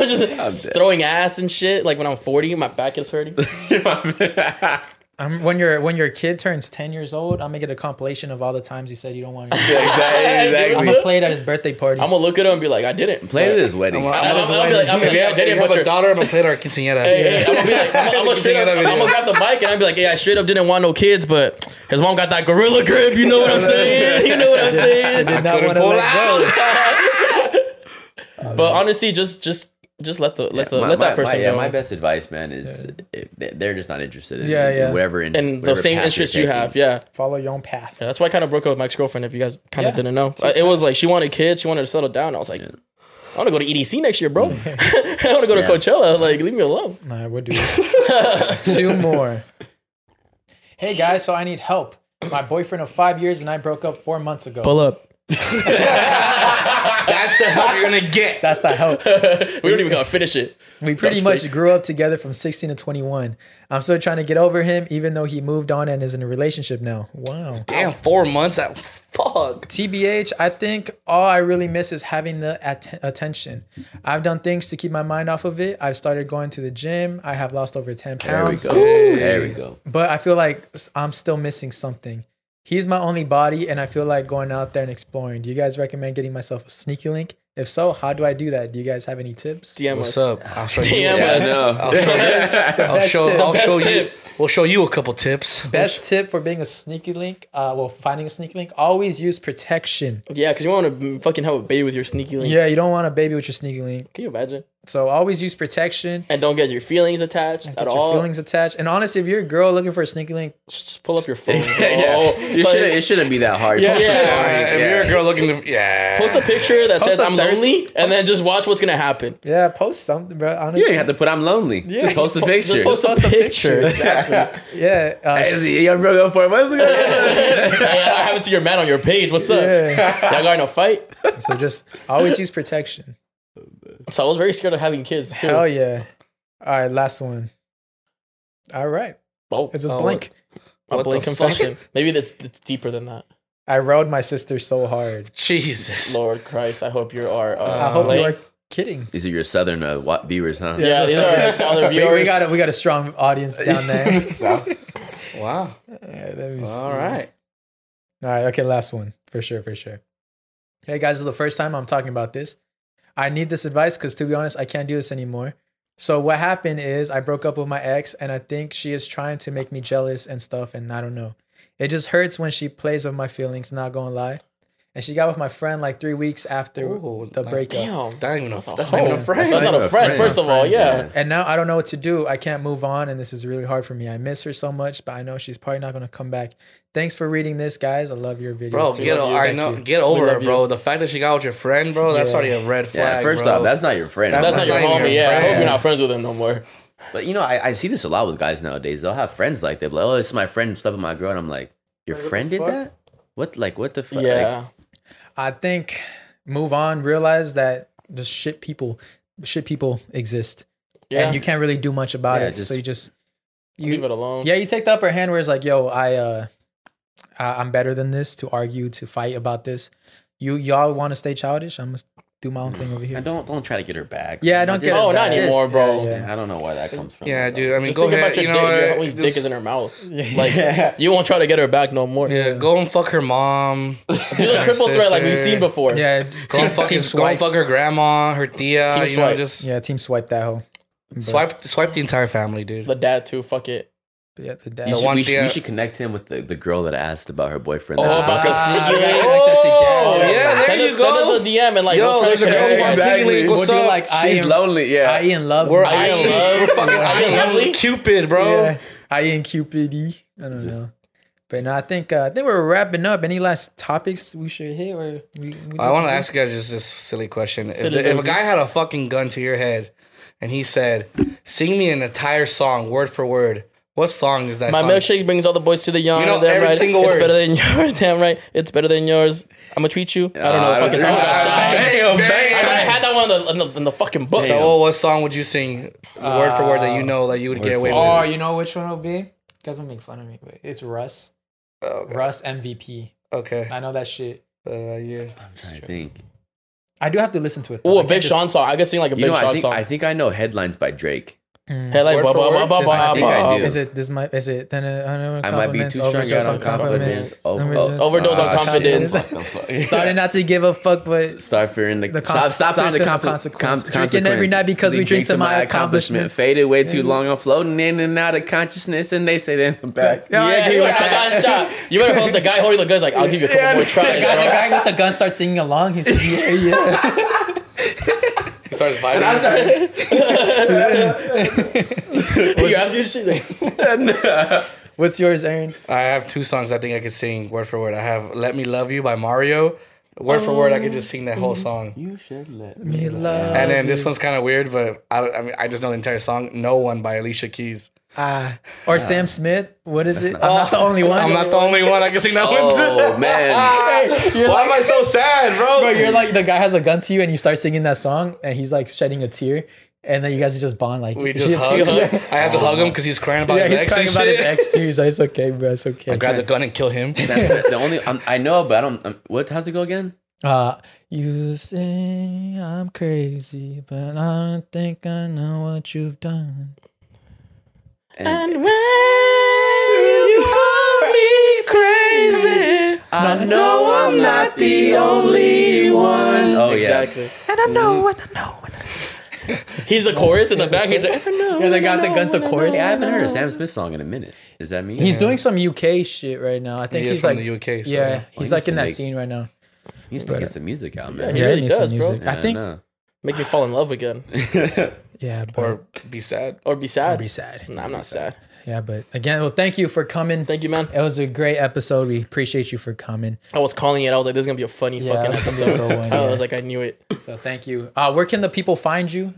remember.
I'm just
dead.
throwing ass and shit. Like when I'm 40, my back is hurting.
I'm, when your when your kid turns ten years old, I'm gonna get a compilation of all the times you said you don't want to.
exactly
I'm gonna play it at his birthday party.
I'm gonna look at him and be like, I didn't.
Play at his wedding.
I'm gonna- I'm gonna be like, I'm gonna
If
be
you
like, I
have, if you
didn't
have
butcher.
a daughter, I'm gonna play our quinceanera.
Hey, hey, I'm gonna be like, I'm, I'm gonna straight up,
Sing
I'm
another
gonna
video.
grab the bike and I'd be like, yeah, I straight up didn't want no kids, but his mom got that gorilla grip. You know what I'm saying? You know what I'm saying?
did not
couldn't
want to
pull
let go.
But honestly, just just just let the let the
my,
let that
my- my-
person
yeah,
go.
my best advice, man, is if they- they're just not interested in,
Yeah,
in
yeah.
whatever. In,
and the
whatever
same
path
interests
you're
you
taking.
have, yeah.
Follow your own path.
Yeah, that's why I kind of broke up with my ex girlfriend. If you guys kind of
Yeah.
didn't know, it was like she wanted kids, she wanted to settle down. I was like, I want to go to EDC next year, bro. I want to go to Coachella. Like, leave me alone.
Nah, we'll do it. Two more. Hey guys, so I need help. My boyfriend of five years and I broke up four months ago.
up.
That's the help you're gonna get.
That's the help.
We don't even gotta finish it.
We pretty
just
much grew up together from 16 to 21. I'm still trying to get over him, even though he moved on and is in a relationship now. Wow.
Damn, four months. That fuck.
TBH, I think all I really miss is having the at- attention. I've done things to keep my mind off of it. I've started going to the gym. I have lost over 10
There we
pounds.
go. There we go.
But I feel like s- I'm still missing something. He's my only body, and I feel like going out there and exploring. Do you guys recommend getting myself a sneaky link? If so, how do I do that? Do you guys have any tips?
DM
What's
us.
up? I'll show you.
DM
I
us.
know.
I'll show you. I'll
Best
show.
tip.
I'll
Best
show you.
tip.
We'll show you a couple tips.
Best tip for being a sneaky link, uh, well, finding a sneaky link, always use protection.
Yeah, because you want to fucking have a baby with your sneaky link.
Yeah, you don't want a baby with your sneaky link.
Can you imagine?
So always use protection.
And don't get your feelings attached at
Get your
all.
feelings attached. And honestly, if you're a girl looking for a sneaky link,
Just pull up your phone.
Yeah.
bro.
Oh, You
Like,
shouldn't, it shouldn't be that hard.
Yeah,
Post a
yeah.
story.
Uh, if you're a girl looking to, yeah.
Post a picture that says
a
I'm
thirst-
lonely, and then just watch what's gonna happen.
yeah, post something, bro. Honestly,
You don't even have to put I'm lonely. Just post a picture.
Just post a picture.
yeah, uh,
Hey, see, you broke up four months ago.
I, I haven't seen your man on your page. What's up? Y'all got in a fight?
So just always use protection.
So I was very scared of having kids too.
Hell yeah! All right, last one. All right,
Oh,
it's just
Oh,
blank.
a
What
blank
the fuck?
confession. Maybe that's it's deeper than that.
I rode my sister so hard.
Jesus.
Lord Christ, I hope you are. Uh,
I hope you
late.
are kidding.
These are your southern uh, wa- viewers, huh?
Yeah, these are some other
We,
viewers.
we got a, we got a strong audience down there.
Wow.
Yeah, let me see.
All right.
All right. Okay. Last one for sure. For sure. Hey guys, this is the first time I'm talking about this. I need this advice because to be honest, I can't do this anymore. So what happened is I broke up with my ex, and I think she is trying to make me jealous and stuff, and I don't know. It just hurts when she plays with my feelings. Not gonna lie. And she got with my friend like three weeks after
Ooh,
the
like-
breakup.
Damn, that ain't even a, that's,
That's
not even
home.
a friend.
That's not a friend, first of all, yeah.
And now I don't know what to do. I can't move on, and this is really hard for me. I miss her so much, but I know she's probably not going to come back. Thanks for reading this, guys. I love your videos.
Bro,
too.
get, o-
Love you.
I
Thank
know,
you.
get over
We
it,
love
bro.
you.
The fact that she got with your friend, bro, that's
Yeah.
already a red flag.
Yeah, first
bro.
off, that's not your friend.
That's not your
not your
homie. Yeah, I hope
friend.
you're not friends with him no more.
But you know, I, I see this a lot with guys nowadays. They'll have friends like that. Like, oh, this is my friend slept with my girl, and I'm like, your friend did that? What? Like, what the fuck?
Yeah.
I think move on. Realize that the shit people, shit people exist,
yeah.
and you can't really do much about
Yeah,
it.
just-
so you just you
leave it alone.
yeah, you take the upper hand where it's like, yo, I uh I, I'm better than this to argue, to fight about this. You y'all want to stay childish? I'm gonna do my own thing over here.
I don't don't try to get her back.
Yeah, I don't
Just-
get
Oh, not
Yeah,
anymore,
yeah,
bro.
yeah.
I don't know where that comes from.
Yeah, dude. I mean,
Just
go
think
ahead.
about your
you know,
dick. Your
what?
homie's dick
Just-
is in her mouth. Like you won't try to get her back no more.
Yeah, go and fuck her mom.
Do the
her
triple threat like we've
sister.
seen before.
Yeah,
Go
team
and fucking
team
go
swipe.
and fuck her grandma, her tia.
Team
you know,
swipe.
just
Yeah, team swipe that hoe.
swipe swipe the entire family, dude.
The dad too. Fuck it.
Yeah, the
You
dad.
The
should,
one
we, should,
thing-
we should connect him with the, the girl that asked about her boyfriend.
Oh,
That-
about to sneak you
you gotta
in.
connect that together.
Oh, yeah, there
send
you
us,
go.
Send us a DM and like
Yo,
we'll try to
there's a girl
connect.
who wants
you.
to
Exactly.
link. What's
We'll do
up?
like I
She's
am,
lonely. Yeah,
I in love.
We're
man.
I in love.
We're E fucking I
Yeah.
am
Lovely.
Cupid, bro.
Yeah, I E in Cupid. I don't know. But no, I think uh, I think we're wrapping up. Any last topics we should hit? Or we, we
I want to ask you guys just this silly question. If
Silly
the- if, a guy
ladies.
had a fucking gun to your head and he said, "Sing me an entire song, word for word," what song is that?
My
song?
milkshake brings all the boys to the yard.
You know
damn
every
right.
single
it's
word.
better than yours. Damn right. It's better than yours. I'm gonna treat you. I don't know.
Uh, I
fucking
don't-
song got shot. I
Damn,
thought I
damn.
had that one in the, in the, in the fucking book.
So, what song would you sing, word for word, that you know that you would get away with?
Oh, you know which one will be? You guys will make fun of me, but it's Russ.
Oh, God.
Russ MVP.
okay.
I know that shit.
Uh, yeah.
I think.
I do have to listen to it. though. I
Ooh, a
can't
Big
just-
Sean song. I could sing like a
You
Big
know, I
Sean
think
song.
I think I know headlines by Drake.
Headline.
Word for
ba- ba-
word?
ba-
Yes, I
ba-
think
I
ba-
do.
Is it this? My is it? Then uh,
I might be too strung
overdose
out
on
on confidence. Oh,
Overdose.
oh, Overdose on
Ah, shit.
confidence.
Sorry not to give a fuck, but
Start fearing the,
The
stop,
cons- stop
stop, fearing the
fearing the
compli-
consequence.
com-
Drinking every night because we
Drink
drink to
to
my accomplishments.
Faded way too long. I'm floating in and out of consciousness, and they say then I'm back.
Yeah, I
Yeah,
agree
you
with
better- I
that.
got shot. You better hope the guy holding the gun's like, I'll give you a couple more
The
tries,
guy, the
bro.
guy with the gun starts singing along. He's like, yeah, yeah.
He starts vibing.
You absolutely should-
What's yours, Aaron?
I have two songs I think I could sing word for word. I have "Let Me Love You" by Mario. Word for word, I could just sing that whole song.
You should let
Me
me.
love.
and then this one's kind of weird, but I, don't, I mean, I just know the entire song. "No One" by Alicia Keys.
Ah, or Sam Smith. What is it? I'm not the only one.
I'm not the only one. I can sing that one too.
Oh man,
You're
Why
like,
am I so sad, bro?
bro, you're like the guy has a gun to you, and you start singing that song, and he's like shedding a tear, and then you guys just bond like
we just hug. I have to hug him because he's crying about
Yeah, he's
his ex.
talking
and
about his
shit.
ex too. He's like, it's okay, bro. It's okay.
I grab the gun and kill him.
That's the- the only I'm, I know, but I don't. I'm, what? How's it go again?
Uh, you say I'm crazy, but I don't think I know what you've done.
And when you call me crazy, I know I'm not the only one. Oh yeah,
Exactly. And I know, and I know, and I know. He's the chorus in the back. He's like, I know.
Yeah, they got the guns to chorus.
yeah. I haven't heard a Sam Smith song in a minute. Is that me?
He's doing some UK shit right now. I think
He is
he's
from
like
the UK, so
yeah,
yeah.
he's
Well,
like in
he's
that
big.
scene right now.
He used to get some music out, man.
He
it
really
needs
does, bro.
I think
know.
Make me fall in love again.
yeah, but
or be sad.
Or be sad.
I'd be sad.
Nah, I'm not sad.
Yeah, but again, well, thank you for coming.
Thank you, man.
It was a great episode. We appreciate you for coming.
I was calling it. I was like, this is going to be a funny
Yeah,
fucking
it's gonna be a
episode.
good one,
I
yeah.
was like, I knew it.
So thank you. Uh, where can the people find you?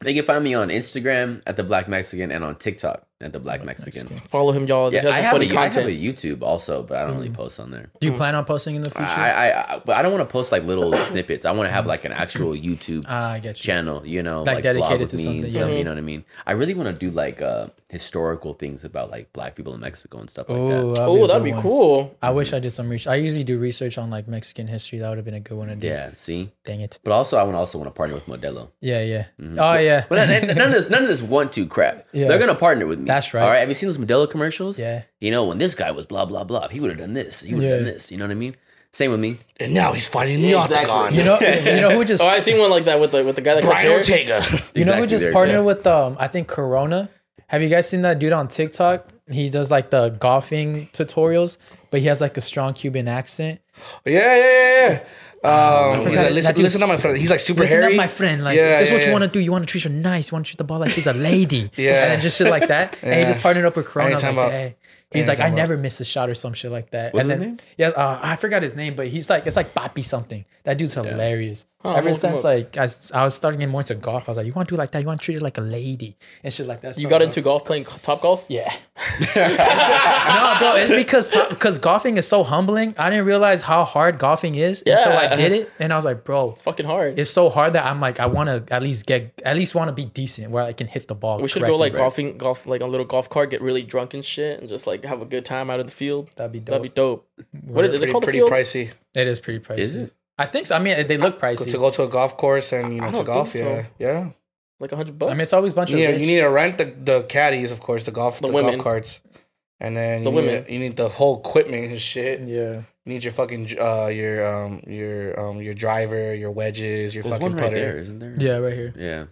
They can find me on Instagram at the Black Mexican and on TikTok at the Black Mexican.
Follow him, y'all.
Yeah,
he has
I
some
have,
funny
a, I have
content.
a YouTube also, but I don't
Mm.
really post on there.
Do you plan on posting in the future?
I, I, I but I don't want to post like little snippets. I want to have like an actual YouTube
Ah, I get you.
channel, you know,
Like,
vlog
dedicated
with
to something,
memes,
yeah.
You know what I mean? I really want to do like uh historical things about like black people in Mexico and stuff like
Ooh, uh, that'd
that.
be,
Oh,
a
that'd
good
be
one.
cool.
I wish I did some research. I usually do research on like Mexican history. That would have been a good one to do.
Yeah, see.
Dang it.
But also, I want also want to partner with Modelo.
Yeah, yeah. Oh yeah.
But none, none of this, none of this want to crap.
Yeah.
They're gonna partner with me.
That's right.
All right. Have you seen those Modelo commercials?
Yeah.
You know when this guy was blah blah blah, he would have done this. He would have
Yeah.
done this. You know what I mean? Same with me.
And now he's fighting the Octagon.
you know, you know who just
Oh, I seen one like that with the with the guy that cuts
Brian
hair.
Ortega.
you know who
Exactly,
just
there,
partnered
yeah.
with um I think Corona. Have you guys seen that dude on TikTok? He does like the golfing tutorials, but he has like a strong Cuban accent.
Yeah, yeah, yeah, yeah. Um,
forgot it.
he's like, listen,
Oh, That dude's-
listen to my friend. He's like super
Listen
hairy.
up, my friend. Like,
Yeah,
this is
yeah,
what
yeah.
you want to do. You want to treat her nice. You want to treat the ball like she's a lady.
Yeah.
And then just shit like that. And he
Yeah.
just partnered up with Corona. I was
Anytime
like,
about-
hey. He's like, I
anytime about-
never miss a shot or some shit like that.
What's
and
his
then,
name?
yeah, uh, I forgot his name, but he's like, it's like Papi something. That dude's hilarious.
I'll
Ever
look him
since
up.
like I, s- I was starting getting more into golf, I was like, you want to do like that? You want to treat her like a lady and shit like that.
You
So,
got
uh,
into golf playing top golf?
yeah. no, bro, it's because because golfing is so humbling. I didn't realize how hard golfing is until I
Yeah.
did it, and I was like, bro,
Fucking hard.
it's so hard that I'm like, I want to at least get, at least want to be decent where I can hit the ball.
we should go like golfing, golf like a little golf cart, get really drunk and shit, and just like have a good time out of the field.
That'd be
That'd be dope. What is, it? is it
pretty,
called?
pretty
the field?
pricey.
It is pretty pricey.
Is it?
I think so. I mean, they look pricey.
To go to a golf course and you
I
know to
don't
golf,
think
yeah,
so.
yeah.
Like a hundred bucks.
I mean, it's always a bunch
You need,
of.
you need to rent the, the caddies, of course, the golf
The
the,
women.
golf carts, and then
The
you need-
women.
you need the whole equipment and shit. You
yeah.
need your fucking uh your um your um your driver, your wedges, your
There's
fucking
one right
putter.
there, isn't there?
Yeah, right here.
Yeah.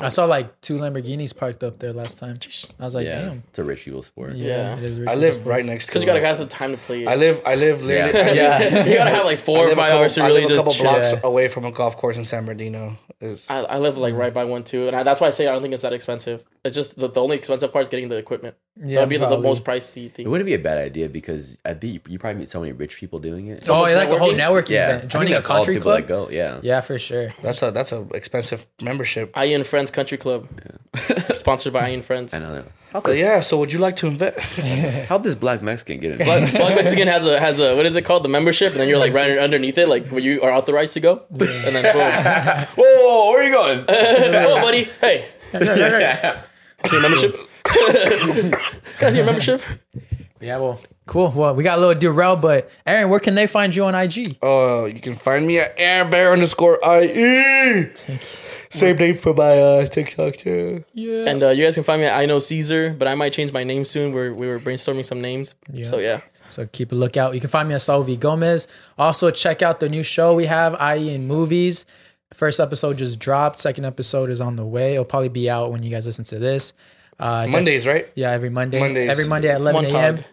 I saw like two Lamborghinis parked up there last time. I was like,
yeah.
damn.
It's a ritual sport.
Yeah,
Yeah.
it is.
I
really
live
expensive.
right next to.
because you gotta
it.
have the time to play. It.
I live. I live. Literally, I live-
yeah, you gotta have like
I
four or
live a
five
couple-
hours to
I
really
live a
just
couple
chill.
blocks
Yeah.
away from a golf course in San Bernardino. Is
I, I live like right by one too, and I, that's why I say I don't think it's that expensive. It's just the, the only expensive part is getting the equipment.
Yeah,
That'd be the, the
probably.
most pricey
It
thing.
wouldn't be a bad idea because I think you- you probably meet so many rich people doing it.
Oh, yeah,
much
like a whole networking
yeah. I
event,
think
joining a
that's all
country
people
club.
that go. Yeah.
Yeah, for sure.
that's a that's a expensive membership.
I and Friends Country Club, sponsored by I and Friends.
I know.
But yeah. So would you like to invest?
How'd this black Mexican get in?
Black, Black Mexican has a has a what is it called the membership, and then you're like right underneath it, like where you are authorized to go, and then boom.
Whoa, where are you going?
oh buddy, hey, see your membership. Guys, your membership.
Yeah, well, cool. Well, we got a little derail, but Aaron, where can they find you on IG?
Uh, you can find me at airbear underscore ie. Same name for my uh, TikTok too.
And uh, you guys can find me at I know Caesar, but I might change my name soon. We're, we were brainstorming some names, so yeah.
So keep a lookout. You can find me at Saul V. Gomez. Also, check out the new show we have, IE in Movies. First episode just dropped. Second episode is on the way. It'll probably be out when you guys listen to this. Uh, def-
Mondays, right?
yeah, every Monday.
Mondays.
Every Monday at 11
Montag.
a.m.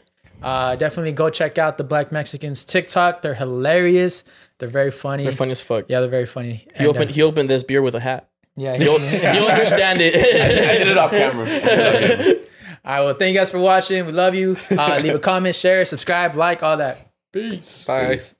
Uh, definitely go check out the Black Mexicans TikTok. They're hilarious. They're very funny.
They're funny as fuck.
Yeah, they're very funny.
He
And, uh,
opened he opened this beer with a hat.
yeah, he-
You'll, you'll understand it.
I did it off camera.
All right. Well, thank you guys for watching. We love you. Uh, leave a comment, share, subscribe, like, all that.
Bye.
Peace.